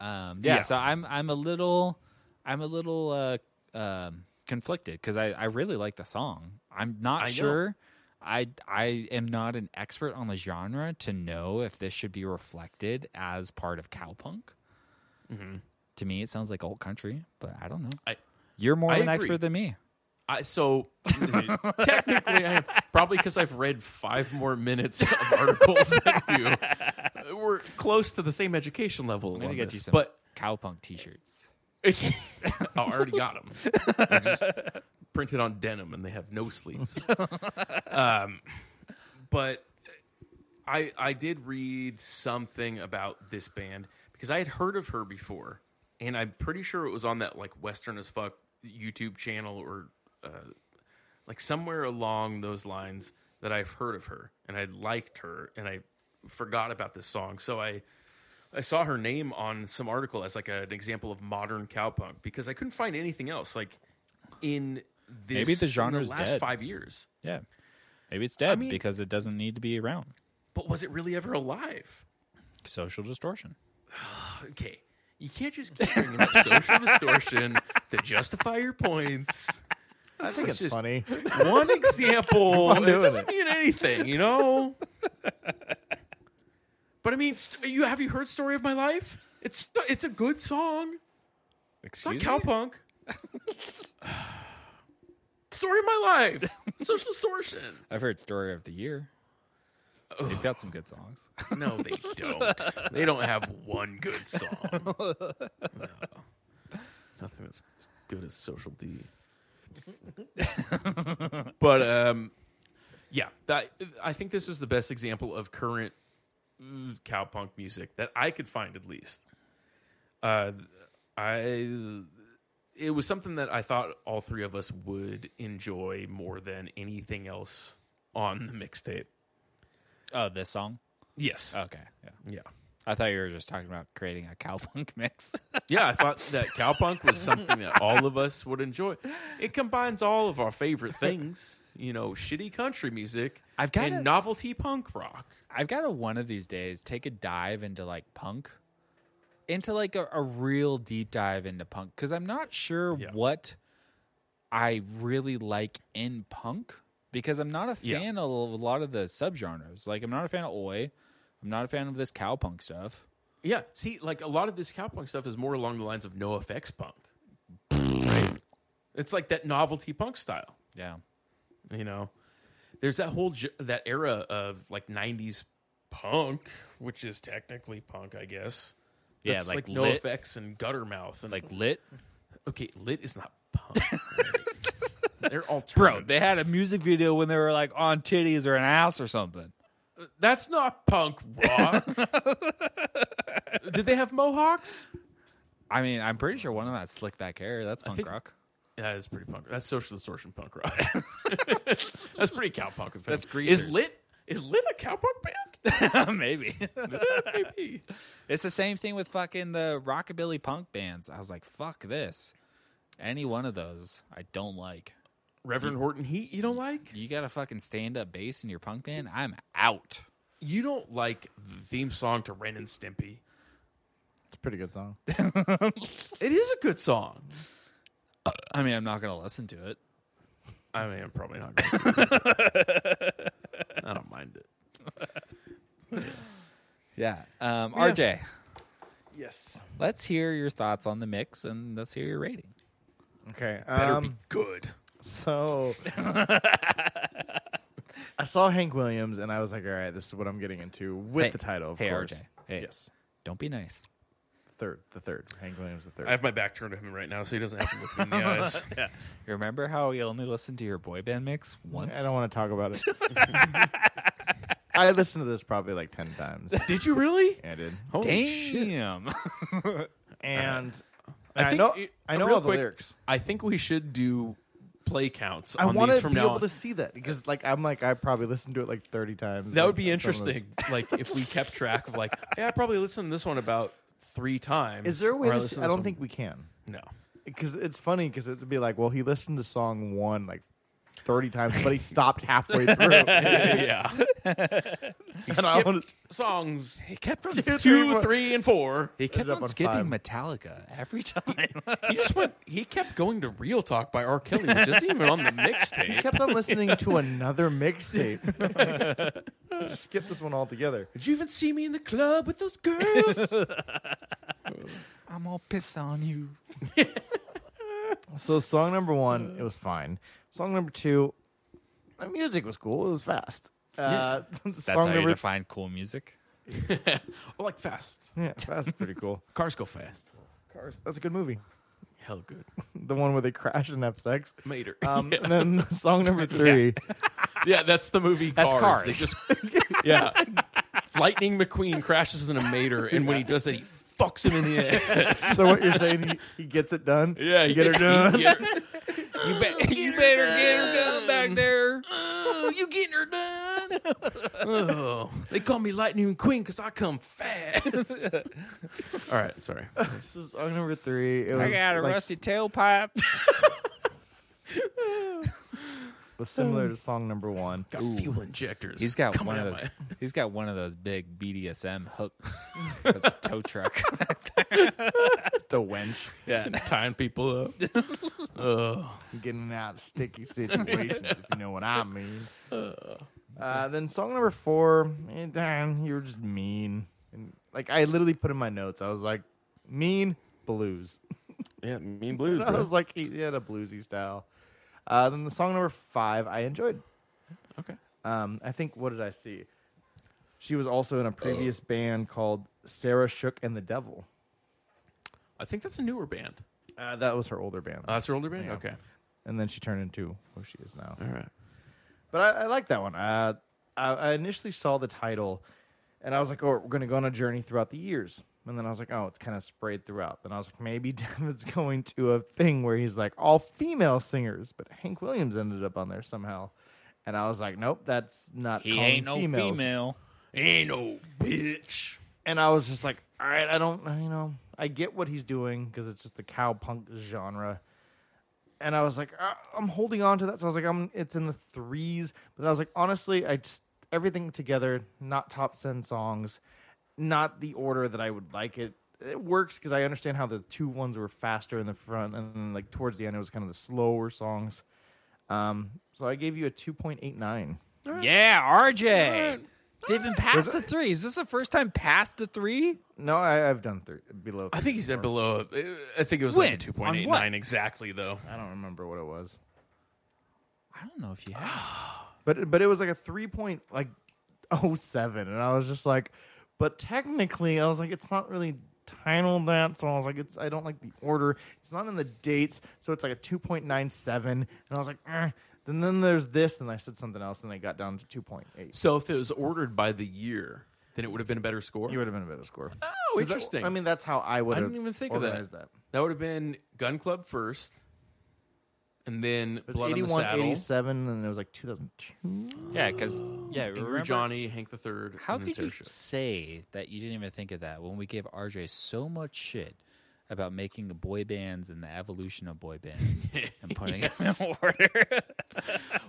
Speaker 1: Um, yeah,
Speaker 2: Yeah.
Speaker 1: So I'm I'm a little I'm a little uh, um, conflicted because I, I really like the song. I'm not
Speaker 2: I know.
Speaker 1: sure. I I am not an expert on the genre to know if this should be reflected as part of cowpunk.
Speaker 2: Mm-hmm.
Speaker 1: To me, it sounds like old country, but I don't know.
Speaker 2: I,
Speaker 1: You're more
Speaker 2: I
Speaker 1: of an
Speaker 2: agree.
Speaker 1: expert than me.
Speaker 2: I so technically, I am probably because I've read five more minutes of articles than you. We're close to the same education level.
Speaker 1: I'm gonna
Speaker 2: on
Speaker 1: get
Speaker 2: this,
Speaker 1: you some
Speaker 2: but
Speaker 1: cowpunk T-shirts.
Speaker 2: I already got them. They're just printed on denim, and they have no sleeves. Um, but I I did read something about this band because I had heard of her before, and I'm pretty sure it was on that like Western as fuck YouTube channel or uh, like somewhere along those lines that I've heard of her and I liked her and I forgot about this song, so I. I saw her name on some article as like a- an example of modern cowpunk because I couldn't find anything else like in this
Speaker 1: Maybe the
Speaker 2: in
Speaker 1: genre's
Speaker 2: last
Speaker 1: dead.
Speaker 2: five years.
Speaker 1: Yeah, maybe it's dead
Speaker 2: mean-
Speaker 1: because it doesn't need to be around.
Speaker 2: But was it really ever alive?
Speaker 1: Social distortion.
Speaker 2: Okay, you can't just keep bringing up social distortion to justify your points.
Speaker 3: I think it's
Speaker 2: just-
Speaker 3: funny.
Speaker 2: One example
Speaker 3: I'm
Speaker 2: it
Speaker 3: doing
Speaker 2: doesn't
Speaker 3: it.
Speaker 2: mean anything, you know. but I mean, st- you have you heard "Story of My Life"? It's it's a good song. It's not
Speaker 1: Excuse
Speaker 2: cowpunk. story of my life. Social distortion.
Speaker 1: I've heard story of the year. They've got some good songs.
Speaker 2: No, they don't. They don't have one good song. No. Nothing that's as good as Social D. but um, yeah, that I think this is the best example of current mm, cowpunk music that I could find, at least. Uh, I it was something that I thought all three of us would enjoy more than anything else on the mixtape.
Speaker 1: Oh, this song.
Speaker 2: Yes.
Speaker 1: Okay, yeah.
Speaker 2: yeah.
Speaker 1: I thought you were just talking about creating a cowpunk mix.
Speaker 2: Yeah, I thought that cowpunk was something that all of us would enjoy. It combines all of our favorite things, you know, shitty country music
Speaker 1: I've got
Speaker 2: and
Speaker 1: it.
Speaker 2: novelty punk rock.
Speaker 1: I've got to one of these days take a dive into like punk, into like a, a real deep dive into punk because I'm not sure
Speaker 2: Yeah.
Speaker 1: what I really like in punk because I'm not a
Speaker 2: Yeah.
Speaker 1: fan of a lot of the subgenres. Like I'm not a fan of oi, I'm not a fan of this cowpunk stuff.
Speaker 2: Yeah, see, like a lot of this cowpunk stuff is more along the lines of no effects punk. right? It's like that novelty punk style,
Speaker 1: Yeah,
Speaker 2: you know. There's that whole ge- that era of like 90s punk, which is technically punk, I guess.
Speaker 1: Yeah,
Speaker 2: That's,
Speaker 1: like
Speaker 2: no
Speaker 1: lit.
Speaker 2: effects and gutter mouth and
Speaker 1: like lit,
Speaker 2: Okay, lit is not punk. They're
Speaker 1: bro.
Speaker 2: alternative.
Speaker 1: They had a music video when they were like on titties or an ass or something.
Speaker 2: That's not punk rock. Did they have mohawks?
Speaker 1: I mean, I'm pretty sure one of them had slick back hair. That's punk
Speaker 2: think-
Speaker 1: rock.
Speaker 2: That is pretty punk. That's social distortion punk rock. That's pretty cowpunk. Of
Speaker 1: That's
Speaker 2: Is
Speaker 1: Greasers.
Speaker 2: lit is lit a cowpunk band?
Speaker 1: Maybe.
Speaker 2: Maybe.
Speaker 1: It's the same thing with fucking the rockabilly punk bands. I was like, fuck this. Any one of those, I don't like.
Speaker 2: Reverend Horton Heat. You don't like?
Speaker 1: You got a fucking stand up bass in your punk band? I'm out.
Speaker 2: You don't like the theme song to Ren and Stimpy?
Speaker 3: It's a pretty good song.
Speaker 2: It is a good song.
Speaker 1: I mean, I'm not going to listen to it.
Speaker 2: I mean, I'm probably not. Going to. I don't mind it.
Speaker 1: Yeah. Um, RJ,
Speaker 3: Yes.
Speaker 1: let's hear your thoughts on the mix and let's hear your rating.
Speaker 3: Okay.
Speaker 2: Better
Speaker 3: Um,
Speaker 2: be good.
Speaker 3: So I saw Hank Williams and I was like, all right, this is what I'm getting into with
Speaker 1: Hey-
Speaker 3: the title, of
Speaker 1: hey,
Speaker 3: course.
Speaker 1: RJ. Hey.
Speaker 3: Yes.
Speaker 1: Don't be nice.
Speaker 3: Third. The third. Hank Williams the third.
Speaker 2: I have my back turned to him right now, so he doesn't have to look me in the eyes.
Speaker 1: Remember how we only listened to your boy band mix once?
Speaker 3: I don't want to talk about it. I listened to this probably like ten times.
Speaker 2: Did you really?
Speaker 3: Yeah, I did.
Speaker 2: Holy
Speaker 1: Damn.
Speaker 3: And
Speaker 2: I,
Speaker 3: I
Speaker 2: think
Speaker 3: know
Speaker 2: it-
Speaker 3: I know
Speaker 2: real
Speaker 3: all the
Speaker 2: quick,
Speaker 3: lyrics.
Speaker 2: I think we should do play counts
Speaker 3: I
Speaker 2: on
Speaker 3: want
Speaker 2: these
Speaker 3: to
Speaker 2: from
Speaker 3: be
Speaker 2: now
Speaker 3: able
Speaker 2: on.
Speaker 3: to see that because, like, I'm like I probably listened to it like 30 times.
Speaker 2: That
Speaker 3: like,
Speaker 2: would be
Speaker 3: on some of those.
Speaker 2: interesting. like if we kept track of like, yeah, I probably listened to this one about three times.
Speaker 3: Is there a way?
Speaker 2: or
Speaker 3: To
Speaker 2: listened
Speaker 3: see?
Speaker 2: to
Speaker 3: I
Speaker 2: this
Speaker 3: don't
Speaker 2: one-
Speaker 3: think we can
Speaker 2: no.
Speaker 3: because it's funny because it would be like, well, he listened to song one like 30 times, but he stopped halfway through.
Speaker 2: yeah, He
Speaker 3: And I
Speaker 2: skipped
Speaker 3: wanted-
Speaker 2: songs
Speaker 1: He kept on
Speaker 2: two,
Speaker 3: three,
Speaker 2: three,
Speaker 3: four.
Speaker 2: and four.
Speaker 1: He kept
Speaker 3: Ended up
Speaker 1: on
Speaker 3: on
Speaker 1: skipping Metallica every time.
Speaker 2: He just went. He kept going to "Real Talk" by R. Kelly, which isn't even on the
Speaker 3: I
Speaker 2: mixtape.
Speaker 3: kept on listening to another mixtape. Just skip this one altogether.
Speaker 2: Did you even see me in the club with those girls?
Speaker 1: I'm all piss on you.
Speaker 3: So song number one, it was fine. Song number two, the music was cool. It was fast. Uh,
Speaker 1: That's
Speaker 3: song
Speaker 1: how you
Speaker 3: number
Speaker 1: define cool music.
Speaker 2: well, like fast
Speaker 3: yeah, fast, is pretty cool.
Speaker 2: cars go fast.
Speaker 3: Cars, that's a good movie.
Speaker 2: Hell, good.
Speaker 3: The one where they crash and have sex.
Speaker 2: Mater.
Speaker 3: Um, And then song number three.
Speaker 2: yeah, that's the movie.
Speaker 1: That's
Speaker 2: cars. They
Speaker 1: Cars.
Speaker 2: just- yeah. Lightning McQueen crashes in a Mater, and when he does that, he fucks him in the ass.
Speaker 3: So what you're saying, he, he gets it done.
Speaker 2: Yeah, he
Speaker 3: get her
Speaker 2: gets-
Speaker 3: done.
Speaker 2: he get her-
Speaker 1: You, bet you better get her done back there.
Speaker 2: oh, you getting her done? Oh, they call me Lightning McQueen because I come fast. All right, sorry.
Speaker 3: So song number three. It was
Speaker 1: I got a
Speaker 3: like,
Speaker 1: rusty tailpipe.
Speaker 3: Was similar to song number one.
Speaker 2: Got fuel injectors.
Speaker 1: He's got
Speaker 2: coming
Speaker 1: one of
Speaker 2: at
Speaker 1: those.
Speaker 2: my-
Speaker 1: He's got one of those big BDSM hooks. That's a tow truck.
Speaker 3: It's the wench
Speaker 2: tying people up.
Speaker 3: getting out of sticky situations, if you know what I mean. Uh, then song number four. eh, damn, you were just mean. And like I literally put in my notes, I was like, mean blues.
Speaker 2: Yeah, mean blues,
Speaker 3: I was like, he, he had a bluesy style. Uh, then the song number five, I enjoyed.
Speaker 2: Okay.
Speaker 3: Um, I think what did I see? She was also in a previous band called Sarah Shook and the Devil.
Speaker 2: I think that's a newer band.
Speaker 3: Uh, that was her older band,
Speaker 2: Oh, that's her older band.
Speaker 3: Yeah.
Speaker 2: Okay,
Speaker 3: and then she turned into who she is now.
Speaker 2: all right.
Speaker 3: But I, I like that one. Uh, I, I initially saw the title, and I was like, "Oh, we're going to go on a journey throughout the years." And then I was like, "Oh, it's kind of sprayed throughout." Then I was like, "Maybe Devin's going to a thing where he's like all female singers," but Hank Williams ended up on there somehow. And I was like, "Nope, that's not."
Speaker 1: He
Speaker 3: calling
Speaker 1: ain't no
Speaker 3: females."
Speaker 1: female.
Speaker 2: Ain't no bitch.
Speaker 3: And I was just like, "All right, I don't, you know, I get what he's doing because it's just the cow punk genre." and I was like, uh, I'm holding on to that. So I was like, I'm it's in the threes. But I was like, honestly, I just everything together, not top ten songs, not the order that I would like it. It works because I understand how the two ones were faster in the front, and then like towards the end, it was kind of the slower songs. Um, so I gave you a two point eight nine.
Speaker 1: Yeah, RJ. Didn't pass the three. Is this the first time past the three?
Speaker 3: No, I, I've done three below.
Speaker 2: I
Speaker 3: three
Speaker 2: think he said
Speaker 3: before.
Speaker 2: below. uh, I think it was
Speaker 1: When?
Speaker 2: like two point eight
Speaker 1: On what?
Speaker 2: nine exactly though.
Speaker 3: I don't remember what it was,
Speaker 1: I don't know if you have.
Speaker 3: but but it was like a three point like oh seven, and I was just like, but technically, I was like, it's not really titled that, so I was like, it's I don't like the order. It's not in the dates, so it's like a two point nine seven, and I was like, eh. then then there's this, and I said something else, and I got down to two point eight.
Speaker 2: So if it was ordered by the year, then it would have been a better score.
Speaker 3: You would have been a better score.
Speaker 2: oh, interesting.
Speaker 3: I mean, that's how I would.
Speaker 2: I
Speaker 3: have
Speaker 2: didn't even think of that.
Speaker 3: organized
Speaker 2: that.
Speaker 3: that.
Speaker 2: would have been Gun Club first, and then
Speaker 3: It was
Speaker 2: Blood on the
Speaker 3: 81,
Speaker 2: Saddle.
Speaker 3: 87, and it was like 2002.
Speaker 1: Yeah, because yeah, remember
Speaker 2: Angry Johnny, Hank the Third.
Speaker 1: How
Speaker 2: and then
Speaker 1: could you
Speaker 2: Sarah Shook.
Speaker 1: say that you didn't even think of that when we gave RJ so much shit about making boy bands and the evolution of boy bands and putting them in order?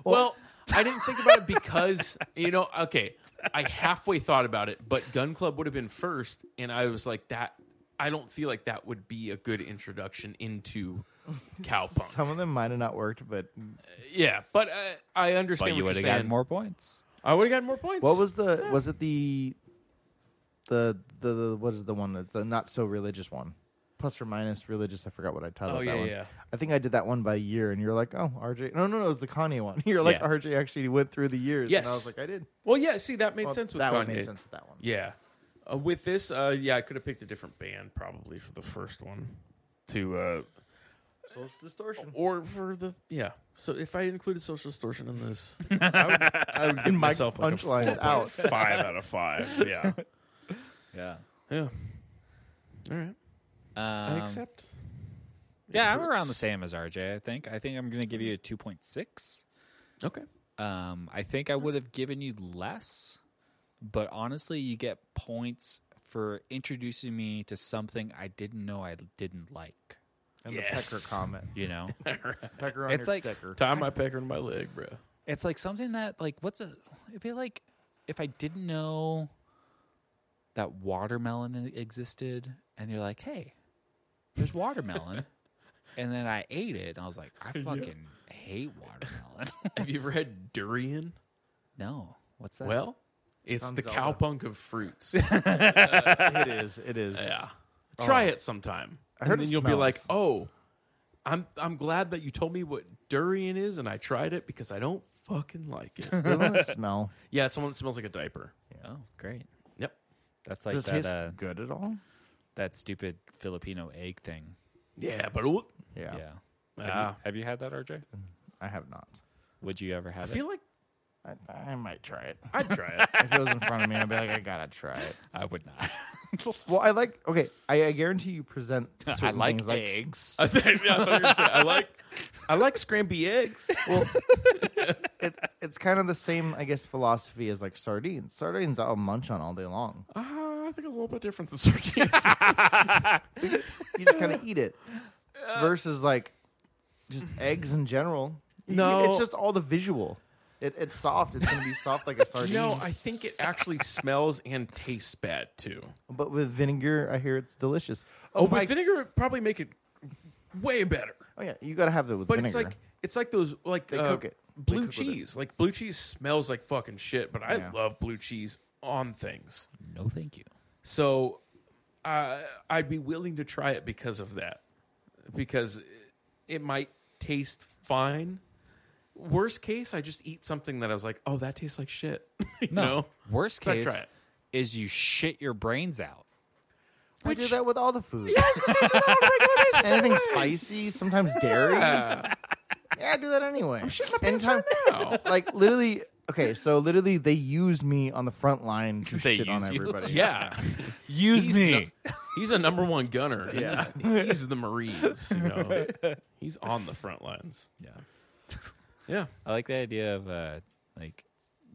Speaker 2: Well, I didn't think about it because you know, okay, I halfway thought about it, but Gun Club would have been first, and I was like, that I don't feel like that would be a good introduction into cowpunk.
Speaker 3: Some of them might have not worked, but
Speaker 2: yeah, but uh, I understand.
Speaker 1: but you would
Speaker 2: what
Speaker 1: have
Speaker 2: you're saying.
Speaker 1: gotten more points.
Speaker 2: I would have gotten more points.
Speaker 3: what was the? Was it the? The the, the what is the one that the not so religious one, plus or minus religious? I forgot what I titled
Speaker 2: Oh,
Speaker 3: that
Speaker 2: yeah,
Speaker 3: one.
Speaker 2: yeah.
Speaker 3: I think I did that one by year, and you're like, oh RJ. No, no, no, it was the Kanye one. You're like
Speaker 2: Yeah.
Speaker 3: RJ actually went through the years.
Speaker 2: Yes.
Speaker 3: and I was like, I did.
Speaker 2: Well, yeah. See, that made
Speaker 3: Well,
Speaker 2: sense with
Speaker 3: that
Speaker 2: Kanye.
Speaker 3: one made sense with that one.
Speaker 2: Yeah. Uh, with this, uh, yeah, I could have picked a different band probably for the first one, to uh,
Speaker 3: Social distortion
Speaker 2: or for the yeah. So if I included social distortion in this, I would, I would give
Speaker 3: Mike's
Speaker 2: myself like a 4.5
Speaker 3: punchline's out.
Speaker 2: five out of five. Yeah,
Speaker 1: Yeah.
Speaker 2: yeah. All right, I
Speaker 1: Um,
Speaker 2: accept.
Speaker 1: yeah, I'm
Speaker 2: It
Speaker 1: around the
Speaker 2: hurts.
Speaker 1: same as RJ, I think. I think I'm going to give you a 2.6.
Speaker 2: Okay,
Speaker 1: Um, I think I would have given you less, but honestly, you get points for introducing me to something I didn't know I didn't like.
Speaker 3: and
Speaker 2: Yes.
Speaker 3: the pecker comment.
Speaker 1: You know,
Speaker 3: Pecker on
Speaker 1: It's
Speaker 3: your
Speaker 1: like-
Speaker 3: decker.
Speaker 2: tie my pecker to my leg, bro.
Speaker 1: it's like something that like what's a it'd be like if I didn't know that watermelon e-, existed, and you're like, hey, there's watermelon, and then I ate it, and I was like, I fucking hate watermelon.
Speaker 2: Have you ever had durian?
Speaker 1: no, what's that?
Speaker 2: Well, it's
Speaker 3: on
Speaker 2: the
Speaker 3: Zelda.
Speaker 2: cowpunk of fruits.
Speaker 3: it is. It is.
Speaker 2: yeah, try it sometime,
Speaker 3: heard
Speaker 2: and
Speaker 3: it
Speaker 2: then you'll be like, "Oh,
Speaker 3: smells.
Speaker 2: I'm I'm glad that you told me what durian is, and I tried it because I don't fucking like it."
Speaker 3: Doesn't it smell?
Speaker 2: yeah, it's someone that smells like a diaper.
Speaker 1: oh, great.
Speaker 2: Yep.
Speaker 1: That's like
Speaker 3: Does it
Speaker 1: that
Speaker 3: taste
Speaker 1: uh,
Speaker 3: good at all?
Speaker 1: that stupid Filipino egg thing.
Speaker 2: Yeah, but
Speaker 3: Yeah,
Speaker 1: Yeah.
Speaker 2: Ah.
Speaker 1: Have you had that, RJ?
Speaker 3: I have not.
Speaker 1: Would you ever have
Speaker 2: I
Speaker 1: it?
Speaker 2: feel like
Speaker 3: I, I might try it.
Speaker 2: I'd try it.
Speaker 3: if it was in front of me, I'd be like, I gotta try it.
Speaker 1: I would not.
Speaker 3: Well, I like. Okay, I, I guarantee you present.
Speaker 1: I
Speaker 3: certain
Speaker 1: like
Speaker 3: things like s- uh,
Speaker 1: eggs.
Speaker 2: I, thought, I thought you were gonna say, I like I like scramby eggs.
Speaker 3: Well, it, it's kind of the same, I guess, philosophy as like sardines. Sardines, I'll munch on all day long.
Speaker 2: Uh, I think it's a little bit different than sardines.
Speaker 3: You just kind of eat it. Versus like just eggs in general. You-
Speaker 2: No.
Speaker 3: it's just all the visual. It, it's soft. It's gonna be soft like a sardine.
Speaker 2: no, I think it actually smells and tastes bad too.
Speaker 3: but with vinegar, I hear it's delicious.
Speaker 2: Oh, but vinegar would probably make it way better.
Speaker 3: Oh yeah, you gotta have that with
Speaker 2: But
Speaker 3: vinegar.
Speaker 2: it's like it's like those like they
Speaker 3: cook it. They
Speaker 2: blue
Speaker 3: cook with it.
Speaker 2: cheese. Like blue cheese smells like fucking shit, but I
Speaker 3: Yeah.
Speaker 2: love blue cheese on things.
Speaker 1: No, thank you.
Speaker 2: So uh, I'd be willing to try it because of that, because it, it might taste fine. Worst case, I just eat something that I was like, "Oh, that tastes like shit." you know?
Speaker 1: Worst
Speaker 2: Try-
Speaker 1: case
Speaker 2: try it.
Speaker 1: is you shit your brains out.
Speaker 3: I do that with all the food. Anything spicy, sometimes dairy. Yeah, I do that anyway. I'm
Speaker 2: shitting my pants right now.
Speaker 3: Like literally, okay, so literally they use me on the front line to
Speaker 1: They
Speaker 3: shit on
Speaker 1: use you.
Speaker 3: everybody.
Speaker 2: yeah,
Speaker 1: Use
Speaker 2: he's, the- he's a number one gunner. Yeah, he's, he's the Marines. You know, he's on the front lines.
Speaker 1: Yeah.
Speaker 2: Yeah,
Speaker 1: I like the idea of uh like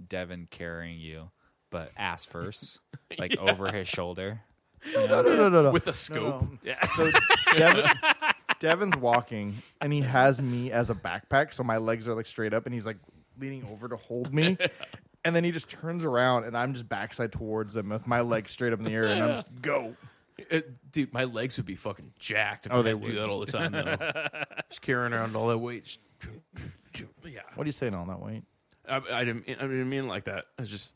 Speaker 1: Devin carrying you, but ass first, like over his shoulder.
Speaker 3: No, no, no, no, no.
Speaker 2: with a scope.
Speaker 3: Yeah. So Devin, Devin's walking and he has me as a backpack, so my legs are like straight up and he's like leaning over to hold me. And then he just turns around and I'm just backside towards him with my legs straight up in the air and I'm just go.
Speaker 2: It- dude, my legs would be fucking jacked if
Speaker 3: Oh,
Speaker 2: I
Speaker 3: they
Speaker 2: had to do
Speaker 3: would.
Speaker 2: that all the time. Though, just carrying around all that weight. just- Yeah,
Speaker 3: What are you saying on that weight?
Speaker 2: I, I didn't. I didn't mean it like that. It's just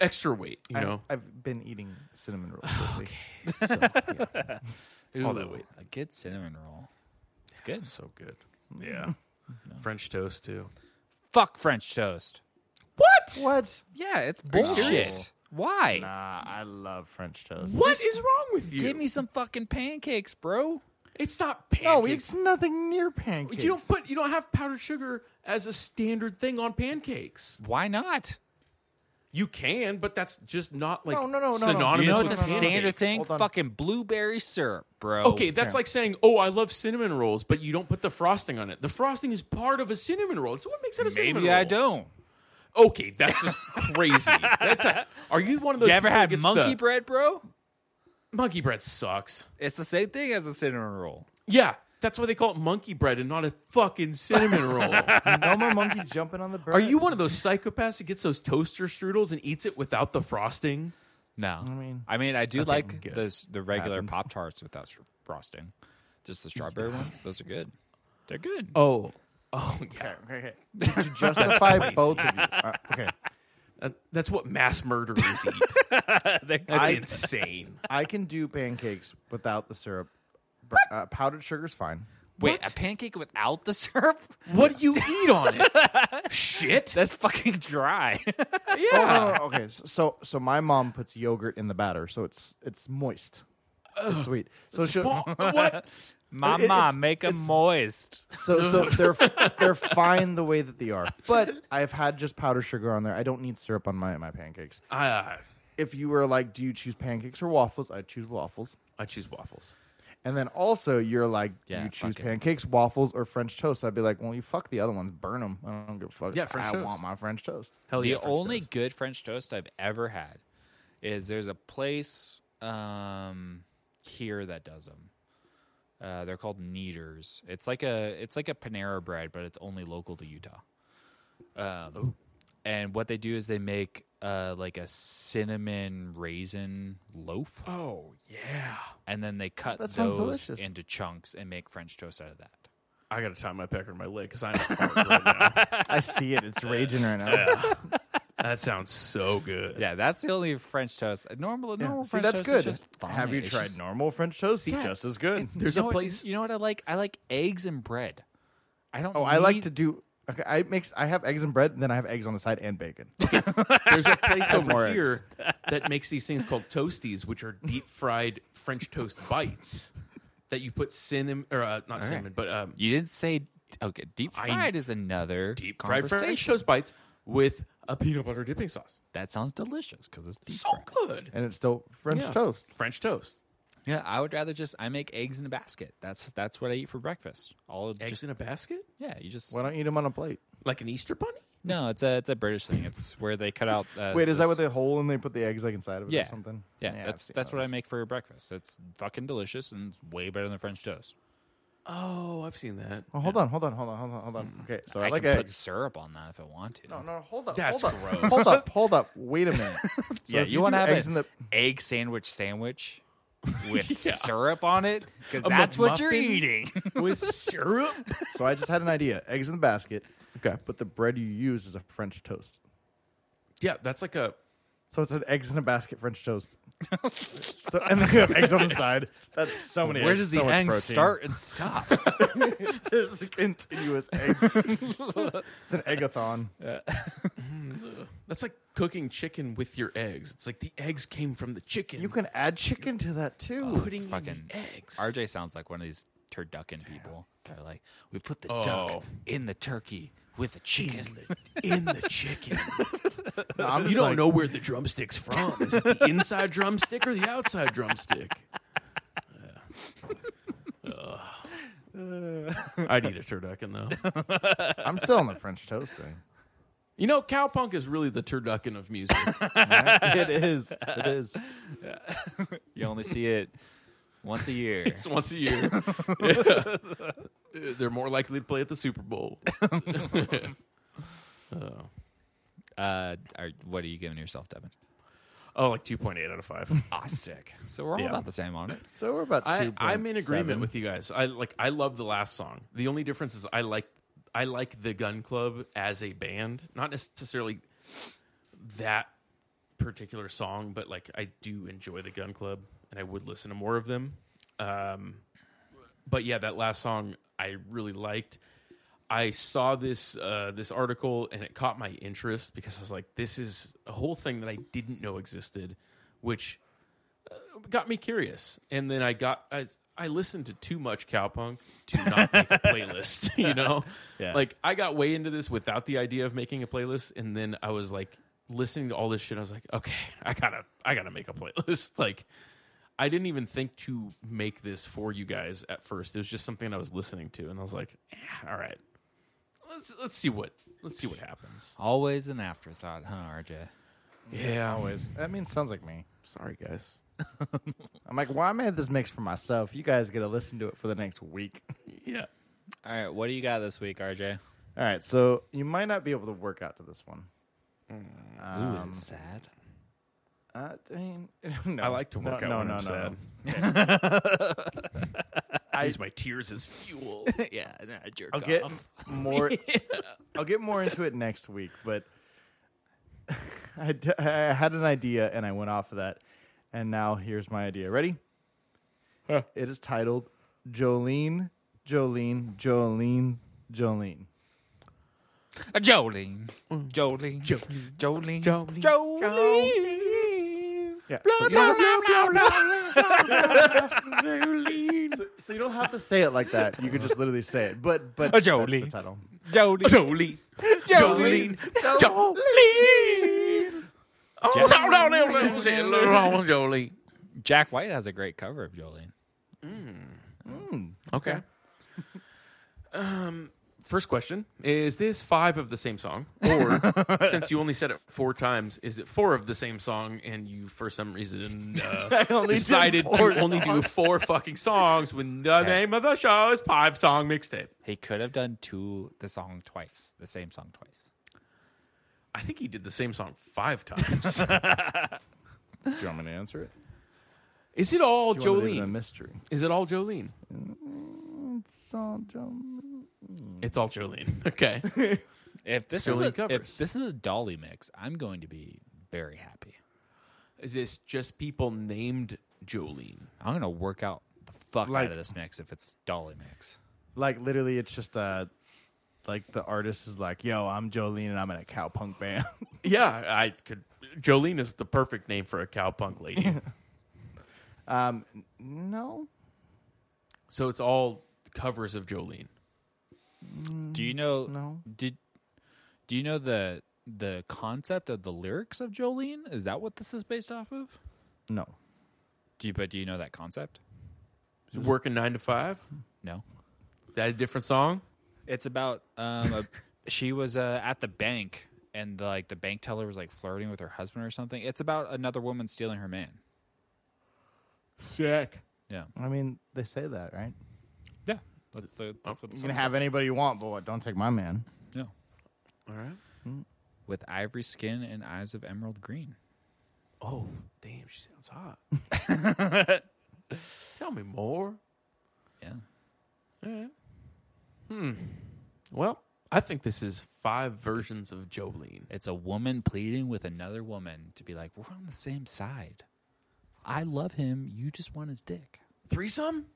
Speaker 2: extra weight, you know.
Speaker 3: Hmm. I, have been eating cinnamon rolls lately.
Speaker 2: All that
Speaker 1: Ooh,
Speaker 2: weight.
Speaker 1: A good cinnamon roll. It's good.
Speaker 2: So good.
Speaker 3: Hmm.
Speaker 2: Yeah. French toast too.
Speaker 1: Fuck French toast.
Speaker 2: What?
Speaker 3: What?
Speaker 1: Yeah, it's
Speaker 3: serious?
Speaker 1: bullshit. Why?
Speaker 3: Nah, I love French toast.
Speaker 2: What is wrong with you?
Speaker 1: Give me some fucking pancakes, bro.
Speaker 2: It's not pancakes.
Speaker 3: No, it's nothing near pancakes.
Speaker 2: you don't put. You don't have powdered sugar as a standard thing on pancakes.
Speaker 1: Why not?
Speaker 2: You can, but that's just not like
Speaker 3: No, no, no, no, no.
Speaker 2: synonymous
Speaker 1: You know
Speaker 2: with
Speaker 1: it's a
Speaker 3: no, no, no.
Speaker 1: standard
Speaker 2: pancakes.
Speaker 1: thing.
Speaker 3: Hold on.
Speaker 1: Fucking blueberry syrup, bro.
Speaker 2: Okay, that's like saying, "Oh, I love cinnamon rolls," but you don't put the frosting on it. The frosting is part of a cinnamon roll. So what makes it a cinnamon
Speaker 1: maybe
Speaker 2: roll?
Speaker 1: I don't.
Speaker 2: Okay, that's just crazy. That's a, are you one of those?
Speaker 1: You ever
Speaker 2: people that
Speaker 1: had
Speaker 2: gets
Speaker 1: monkey
Speaker 2: the-
Speaker 1: bread, bro?
Speaker 2: Monkey bread sucks.
Speaker 1: It's the same thing as a cinnamon roll.
Speaker 2: Yeah, that's why they call it monkey bread and not a fucking cinnamon roll.
Speaker 3: No more monkeys jumping on the bread.
Speaker 2: Are you one of those psychopaths that gets those toaster strudels and eats it without the frosting?
Speaker 1: No, I
Speaker 3: mean-
Speaker 1: I mean, I do like
Speaker 2: good.
Speaker 1: those the regular pop tarts without str- frosting, just the strawberry ones. Those are good. They're good.
Speaker 2: Oh, oh yeah.
Speaker 3: to justify both of you? Uh, okay,
Speaker 2: That- that's what mass murderers eat. that's insane.
Speaker 3: I can do pancakes without the syrup. Br- Uh, powdered sugar's fine.
Speaker 1: Wait, a pancake without the syrup?
Speaker 2: What do you eat on it? Shit.
Speaker 1: That's fucking dry.
Speaker 3: Oh, no, no, no, okay, so- so so my mom puts yogurt in the batter, so it's it's moist. It's sweet. So she'll,
Speaker 2: what?
Speaker 1: Mama,
Speaker 3: it's-
Speaker 1: make 'em moist.
Speaker 3: So so they're they're fine the way that they are. But I've had just powdered sugar on there. I don't need syrup on my my pancakes.
Speaker 2: I, uh,
Speaker 3: If you were like, do you choose pancakes or waffles? I choose waffles.
Speaker 2: I choose waffles.
Speaker 3: And then also you're like, do
Speaker 1: Yeah,
Speaker 3: you choose
Speaker 1: fuck it.
Speaker 3: pancakes, waffles, or French toast? I'd be like, well, you fuck the other ones, burn them. I don't give a fuck.
Speaker 2: Yeah, French
Speaker 3: I
Speaker 2: toast.
Speaker 3: want my French toast.
Speaker 2: Hell
Speaker 1: the
Speaker 2: yeah, French
Speaker 1: only
Speaker 2: toast.
Speaker 1: good French toast I've ever had is there's a place um, here that does them. Uh, they're called Kneaders.
Speaker 3: Oh.
Speaker 1: It's like a it's like a Panera bread, but it's only local to Utah. Um, and what they do is they make uh, like a cinnamon raisin loaf,
Speaker 2: Oh yeah.
Speaker 1: and then they cut
Speaker 3: That sounds
Speaker 1: those
Speaker 3: delicious.
Speaker 1: into chunks and make French toast out of that.
Speaker 2: I gotta tie my pecker to my leg because I'm hard right now.
Speaker 3: I see it. It's raging right now.
Speaker 2: That sounds so good.
Speaker 1: Yeah, that's the only French toast. Normal, normal
Speaker 3: See,
Speaker 1: Oh, French
Speaker 3: that's
Speaker 1: toast
Speaker 3: good.
Speaker 1: is just fine.
Speaker 3: Have you
Speaker 1: It's
Speaker 3: tried
Speaker 1: just-
Speaker 3: normal French toast? It's just as good.
Speaker 2: There's
Speaker 1: you
Speaker 2: a
Speaker 1: know what-
Speaker 2: place.
Speaker 1: you know what I like? I like eggs and bread. I don't.
Speaker 3: Oh, I like
Speaker 1: need-
Speaker 3: to do. Okay, I mix. I have eggs and bread, and then I have eggs on the side and bacon.
Speaker 2: There's a place over
Speaker 3: Works.
Speaker 2: here that makes these things called toasties, which are deep fried French toast bites that you put cinnamon or uh, not cinnamon, but um,
Speaker 1: You didn't say okay. Deep fried is another
Speaker 2: deep fried French
Speaker 1: conversation.
Speaker 2: toast bites with a peanut butter dipping sauce.
Speaker 1: That sounds delicious because it's deep
Speaker 2: So
Speaker 1: fried.
Speaker 2: good.
Speaker 3: and it's still French
Speaker 2: Yeah.
Speaker 3: toast.
Speaker 2: French toast.
Speaker 1: Yeah, I would rather just I make eggs in a basket. That's that's what I eat for breakfast. All of
Speaker 2: Eggs
Speaker 1: just
Speaker 2: in a basket?
Speaker 1: yeah, you just
Speaker 3: Why don't you eat them on a plate?
Speaker 2: Like an Easter bunny?
Speaker 1: no. It's a it's a British thing. It's where they cut out. Uh,
Speaker 3: Wait, is that
Speaker 1: this-
Speaker 3: what they hole and they put the eggs like inside of it
Speaker 1: yeah
Speaker 3: or something?
Speaker 1: Yeah,
Speaker 3: I've
Speaker 1: that's
Speaker 3: seen
Speaker 1: that's what I
Speaker 3: those.
Speaker 1: make for breakfast. It's fucking delicious and it's way better than French toast.
Speaker 2: Oh, I've seen that.
Speaker 3: Well, hold on, hold on, hold on, hold on, hold on. Okay, so
Speaker 1: Mm.
Speaker 3: I,
Speaker 1: I
Speaker 3: like
Speaker 1: can
Speaker 3: eggs.
Speaker 1: put syrup on that if I want to.
Speaker 3: No, no, hold up.
Speaker 2: That's
Speaker 3: hold up,
Speaker 2: gross.
Speaker 3: Hold up, hold up. Wait a minute. So
Speaker 1: yeah,
Speaker 3: if
Speaker 1: you want
Speaker 3: do
Speaker 1: to have
Speaker 3: eggs
Speaker 1: an
Speaker 3: in the
Speaker 1: egg sandwich sandwich with syrup on it because
Speaker 2: A
Speaker 1: that's what you're
Speaker 2: McMuffin?
Speaker 1: eating.
Speaker 2: With syrup?
Speaker 3: So I just had an idea. Eggs in the basket,
Speaker 2: Okay.
Speaker 3: but the bread you use is a French toast.
Speaker 2: Yeah, that's like a
Speaker 3: So it's an eggs in a basket French toast. so and then you have eggs on the side. That's so many.
Speaker 1: Where
Speaker 3: eggs,
Speaker 1: does
Speaker 3: so
Speaker 1: the
Speaker 3: much
Speaker 1: egg
Speaker 3: protein.
Speaker 1: start and stop?
Speaker 3: There's a continuous egg. it's an eggathon.
Speaker 2: that's like cooking chicken with your eggs. It's like the eggs came from the chicken.
Speaker 3: You can add chicken to that too.
Speaker 2: putting in
Speaker 1: fucking
Speaker 2: the eggs.
Speaker 1: RJ sounds like one of these turducken people. They're like, we put the
Speaker 2: Oh.
Speaker 1: duck in the turkey with the chicken.
Speaker 2: in the chicken.
Speaker 3: I'm
Speaker 2: You don't
Speaker 3: just like-
Speaker 2: know where the drumstick's from. Is it the inside drumstick or the outside drumstick? I'd eat a turducken though.
Speaker 3: I'm still on the French toast thing.
Speaker 2: You know, cowpunk is really the turducken of music.
Speaker 3: it is. It is.
Speaker 1: You only see it once a year.
Speaker 2: It's once a year. They're more likely to play at the Super Bowl.
Speaker 1: Uh, are, what are you giving yourself, Devin?
Speaker 2: Oh, like two point eight out of five.
Speaker 1: Ah, sick. So we're all
Speaker 2: Yeah.
Speaker 1: about the same on it.
Speaker 3: So we're about.
Speaker 2: I,
Speaker 3: 2.7.
Speaker 2: I'm in agreement with you guys. I like I love the last song. The only difference is I like I like the Gun Club as a band, not necessarily that particular song, but like I do enjoy the Gun Club, and I would listen to more of them. Um, but yeah, that last song I really liked. I saw this uh, this article and it caught my interest because I was like, this is a whole thing that I didn't know existed, which got me curious. And then I got I, I listened to too much cowpunk to not make a playlist. You know,
Speaker 3: Yeah.
Speaker 2: like I got way into this without the idea of making a playlist, and then I was like listening to all this shit. I was like, okay, I gotta I gotta make a playlist. like. I didn't even think to make this for you guys at first. It was just something I was listening to, and I was like, "Eh, "All right, let's let's see what let's see what happens."
Speaker 1: Always an afterthought, huh, RJ?
Speaker 2: Yeah, always.
Speaker 3: I mean, sounds like me.
Speaker 2: Sorry, guys.
Speaker 3: I'm like, well, I made this mix for myself. You guys get to listen to it for the next week.
Speaker 2: Yeah,
Speaker 1: All right, what do you got this week, RJ?
Speaker 3: All right, so you might not be able to work out to this one.
Speaker 1: Ooh, is it sad?
Speaker 3: Uh, I, mean, no.
Speaker 2: I like to
Speaker 3: No,
Speaker 2: work out
Speaker 3: no,
Speaker 2: when
Speaker 3: no,
Speaker 2: I'm
Speaker 3: no,
Speaker 2: sad.
Speaker 3: no.
Speaker 2: I use my tears as fuel.
Speaker 1: yeah, and then I jerk
Speaker 3: I'll get more. I'll get more into it next week, but I, d- I had an idea and I went off of that, and now here's my idea. Ready? It is titled Jolene, Jolene, Jolene, Jolene.
Speaker 1: Uh, Jolene. Jolene. Mm. Jolene. Jolene. Jolene. Jolene.
Speaker 3: Yeah. So you, don't have, so, so you don't have to say it like that. You could just literally say it. But but that's the
Speaker 1: Jolene.
Speaker 3: title.
Speaker 1: Jolene.
Speaker 2: Jolie.
Speaker 1: Jolene.
Speaker 2: Jolene. Oh, Jolie.
Speaker 1: Jack White has a great cover of Jolene.
Speaker 2: Okay. Um, first question Is this five of the same song? Or since you only said it four times, is it four of the same song and you, for some reason, uh,
Speaker 3: only did
Speaker 2: decided
Speaker 3: four
Speaker 2: to only do four fucking songs when the name of the show is Five Song Mixtape?
Speaker 1: He could have done two the song twice, the same song twice.
Speaker 2: I think he did the same song five times.
Speaker 3: Do you want me to answer it?
Speaker 2: Is it all
Speaker 3: Do Mm. you want to leave it a
Speaker 2: Jolene?
Speaker 3: mystery.
Speaker 2: Is it all Jolene?
Speaker 3: It's all Jolene.
Speaker 2: It's all Jolene. Okay.
Speaker 1: If this is
Speaker 2: Jolene
Speaker 1: a,
Speaker 2: covers.
Speaker 1: if this is a Dolly mix, I'm going to be very happy.
Speaker 2: Is this just people named Jolene?
Speaker 1: I'm gonna work out the fuck
Speaker 3: Like-
Speaker 1: out of this mix if it's Dolly mix.
Speaker 3: Like literally, it's just uh like the artist is like, "Yo, I'm Jolene and I'm in a cowpunk band."
Speaker 2: Yeah, I could. Jolene is the perfect name for a cowpunk lady.
Speaker 3: um, no,
Speaker 2: so it's all covers of Jolene.
Speaker 1: Do you know?
Speaker 3: no.
Speaker 1: Did do you know the the concept of the lyrics of Jolene? Is that what this is based off of?
Speaker 3: no.
Speaker 1: Do you, but do you know that concept?
Speaker 2: Is it working nine to five.
Speaker 1: No.
Speaker 2: That a different song?
Speaker 1: It's about um, a, she was uh, at the bank and like the bank teller was like flirting with her husband or something. It's about another woman stealing her man.
Speaker 2: Sick.
Speaker 1: Yeah,
Speaker 3: I mean, they say that, right?
Speaker 1: yeah. That's the that's what the
Speaker 3: You
Speaker 1: song.
Speaker 3: can have anybody you want, but what, don't take my man.
Speaker 1: No,
Speaker 2: All right.
Speaker 1: with ivory skin and eyes of emerald green.
Speaker 2: Oh, damn, she sounds hot. Tell me more.
Speaker 1: Yeah.
Speaker 2: Yeah. Hmm. Well, I think this is five versions of Jolene.
Speaker 1: It's a woman pleading with another woman to be like, we're on the same side. I love him. You just want his dick.
Speaker 2: Threesome?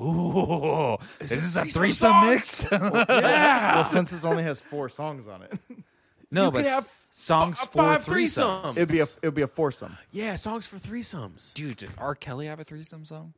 Speaker 1: Ooh, is this a
Speaker 2: threesome song?
Speaker 1: mix?
Speaker 3: Well, since this only has four songs on it,
Speaker 1: no,
Speaker 2: You
Speaker 1: but
Speaker 2: could have
Speaker 1: s- songs
Speaker 2: f-
Speaker 1: for
Speaker 2: five
Speaker 1: threesomes.
Speaker 2: threesomes.
Speaker 3: it'd be a it'd be a foursome.
Speaker 2: Yeah, songs for threesomes.
Speaker 1: Dude, does R. Kelly have a threesome song?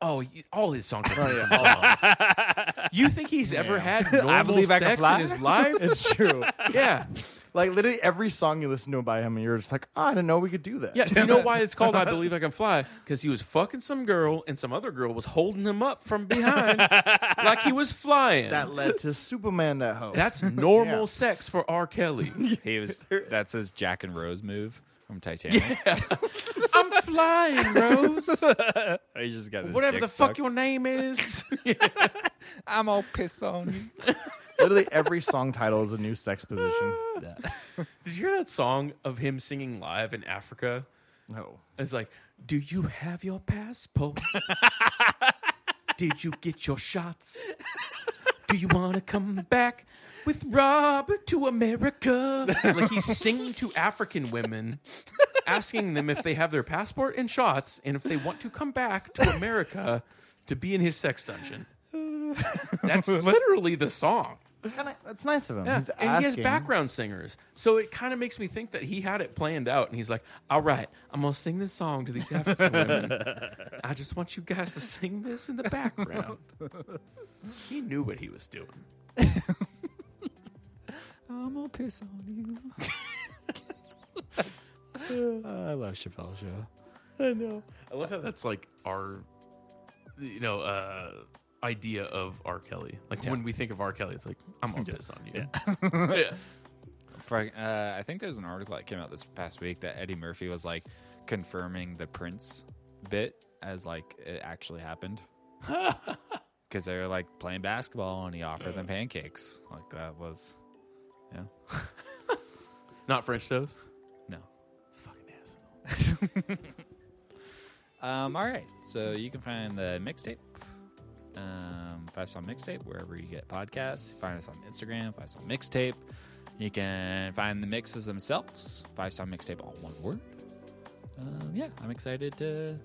Speaker 2: Oh, you- all his songs are threesome songs. You think he's ever had normal
Speaker 1: Believe I Can
Speaker 2: sex
Speaker 1: Fly?
Speaker 2: in his life?
Speaker 3: It's true.
Speaker 2: yeah.
Speaker 3: like literally every song you listen to by him, and you're just like, oh, I didn't know we could do that.
Speaker 2: Yeah, you know why it's called I Believe I Can Fly? Because he was fucking some girl, and some other girl was holding him up from behind like he was flying.
Speaker 3: that led to Superman that hoe.
Speaker 2: That's normal
Speaker 3: Yeah.
Speaker 2: sex for R. Kelly.
Speaker 1: He was. That's his Jack and Rose move from Titanic.
Speaker 2: I'm flying, Rose.
Speaker 1: He just got his
Speaker 2: Whatever
Speaker 1: dick
Speaker 2: the fuck
Speaker 1: sucked.
Speaker 2: your name is.
Speaker 1: I'm all pissed on you.
Speaker 3: literally every song title is a new sex position.
Speaker 2: Did you hear that song of him singing live in Africa?
Speaker 3: No.
Speaker 2: It's like, do you have your passport? Did you get your shots? Do you want to come back with Rob to America? Like he's singing to African women, asking them if they have their passport and shots, and if they want to come back to America to be in his sex dungeon. That's literally the song.
Speaker 3: It's kind of that's nice of him.
Speaker 2: Yeah,
Speaker 3: He's
Speaker 2: and he has
Speaker 3: asking.
Speaker 2: background singers. So it kind of makes me think that he had it planned out and he's like, all right, I'm going to sing this song to these African women. I just want you guys to sing this in the background. he knew what he was doing.
Speaker 1: I'm all pissed on you. I love Chappelle Show.
Speaker 2: I know. I love how that's like our, you know, uh, idea of R. Kelly. Like when we think of R. Kelly, it's like, I'm going to piss on you. yeah.
Speaker 1: Frank, uh, I think there's an article that came out this past week that Eddie Murphy was like confirming the Prince bit as like it actually happened. Because they were like playing basketball and he offered them pancakes. Like that was, yeah,
Speaker 2: Not French toast.
Speaker 1: no.
Speaker 2: Fucking asshole.
Speaker 1: Um, all right, so you can find the mixtape, um, Five Song Mixtape, wherever you get podcasts. Find us on Instagram, Five Song Mixtape. You can find the mixes themselves, Five Song Mixtape, all one word. Um, yeah, I'm excited to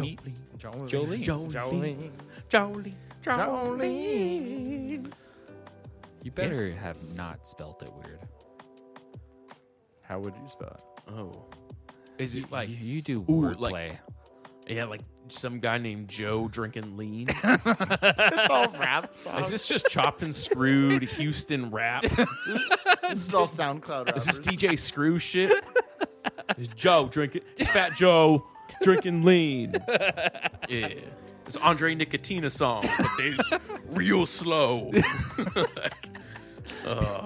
Speaker 1: meet Jolene.
Speaker 2: Jolene. Jolene.
Speaker 3: Jolene.
Speaker 1: You better have not spelt it weird.
Speaker 3: How would you spell it?
Speaker 2: Oh. Is it like
Speaker 1: you, you do
Speaker 2: ooh, like-
Speaker 1: wordplay.
Speaker 2: yeah, like some guy named Joe drinking lean?
Speaker 3: It's all rap.
Speaker 2: Is this just chopped and screwed Houston rap?
Speaker 3: This is all SoundCloud
Speaker 2: Is this DJ Screw shit? Is Joe drinking it's Fat Joe drinking lean? Yeah. It's Andre Nicotina song, but they real slow.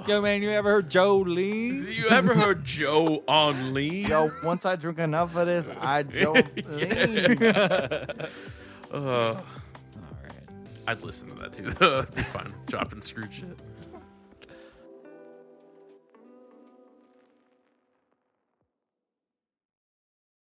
Speaker 1: Yo, man, you ever heard Jolene?
Speaker 2: You ever heard Joe on lean?
Speaker 3: Yo, once I drink enough of this, I Jolene.
Speaker 1: All right.
Speaker 2: I'd listen to that too. It'd be fun. Chopped and screwed shit.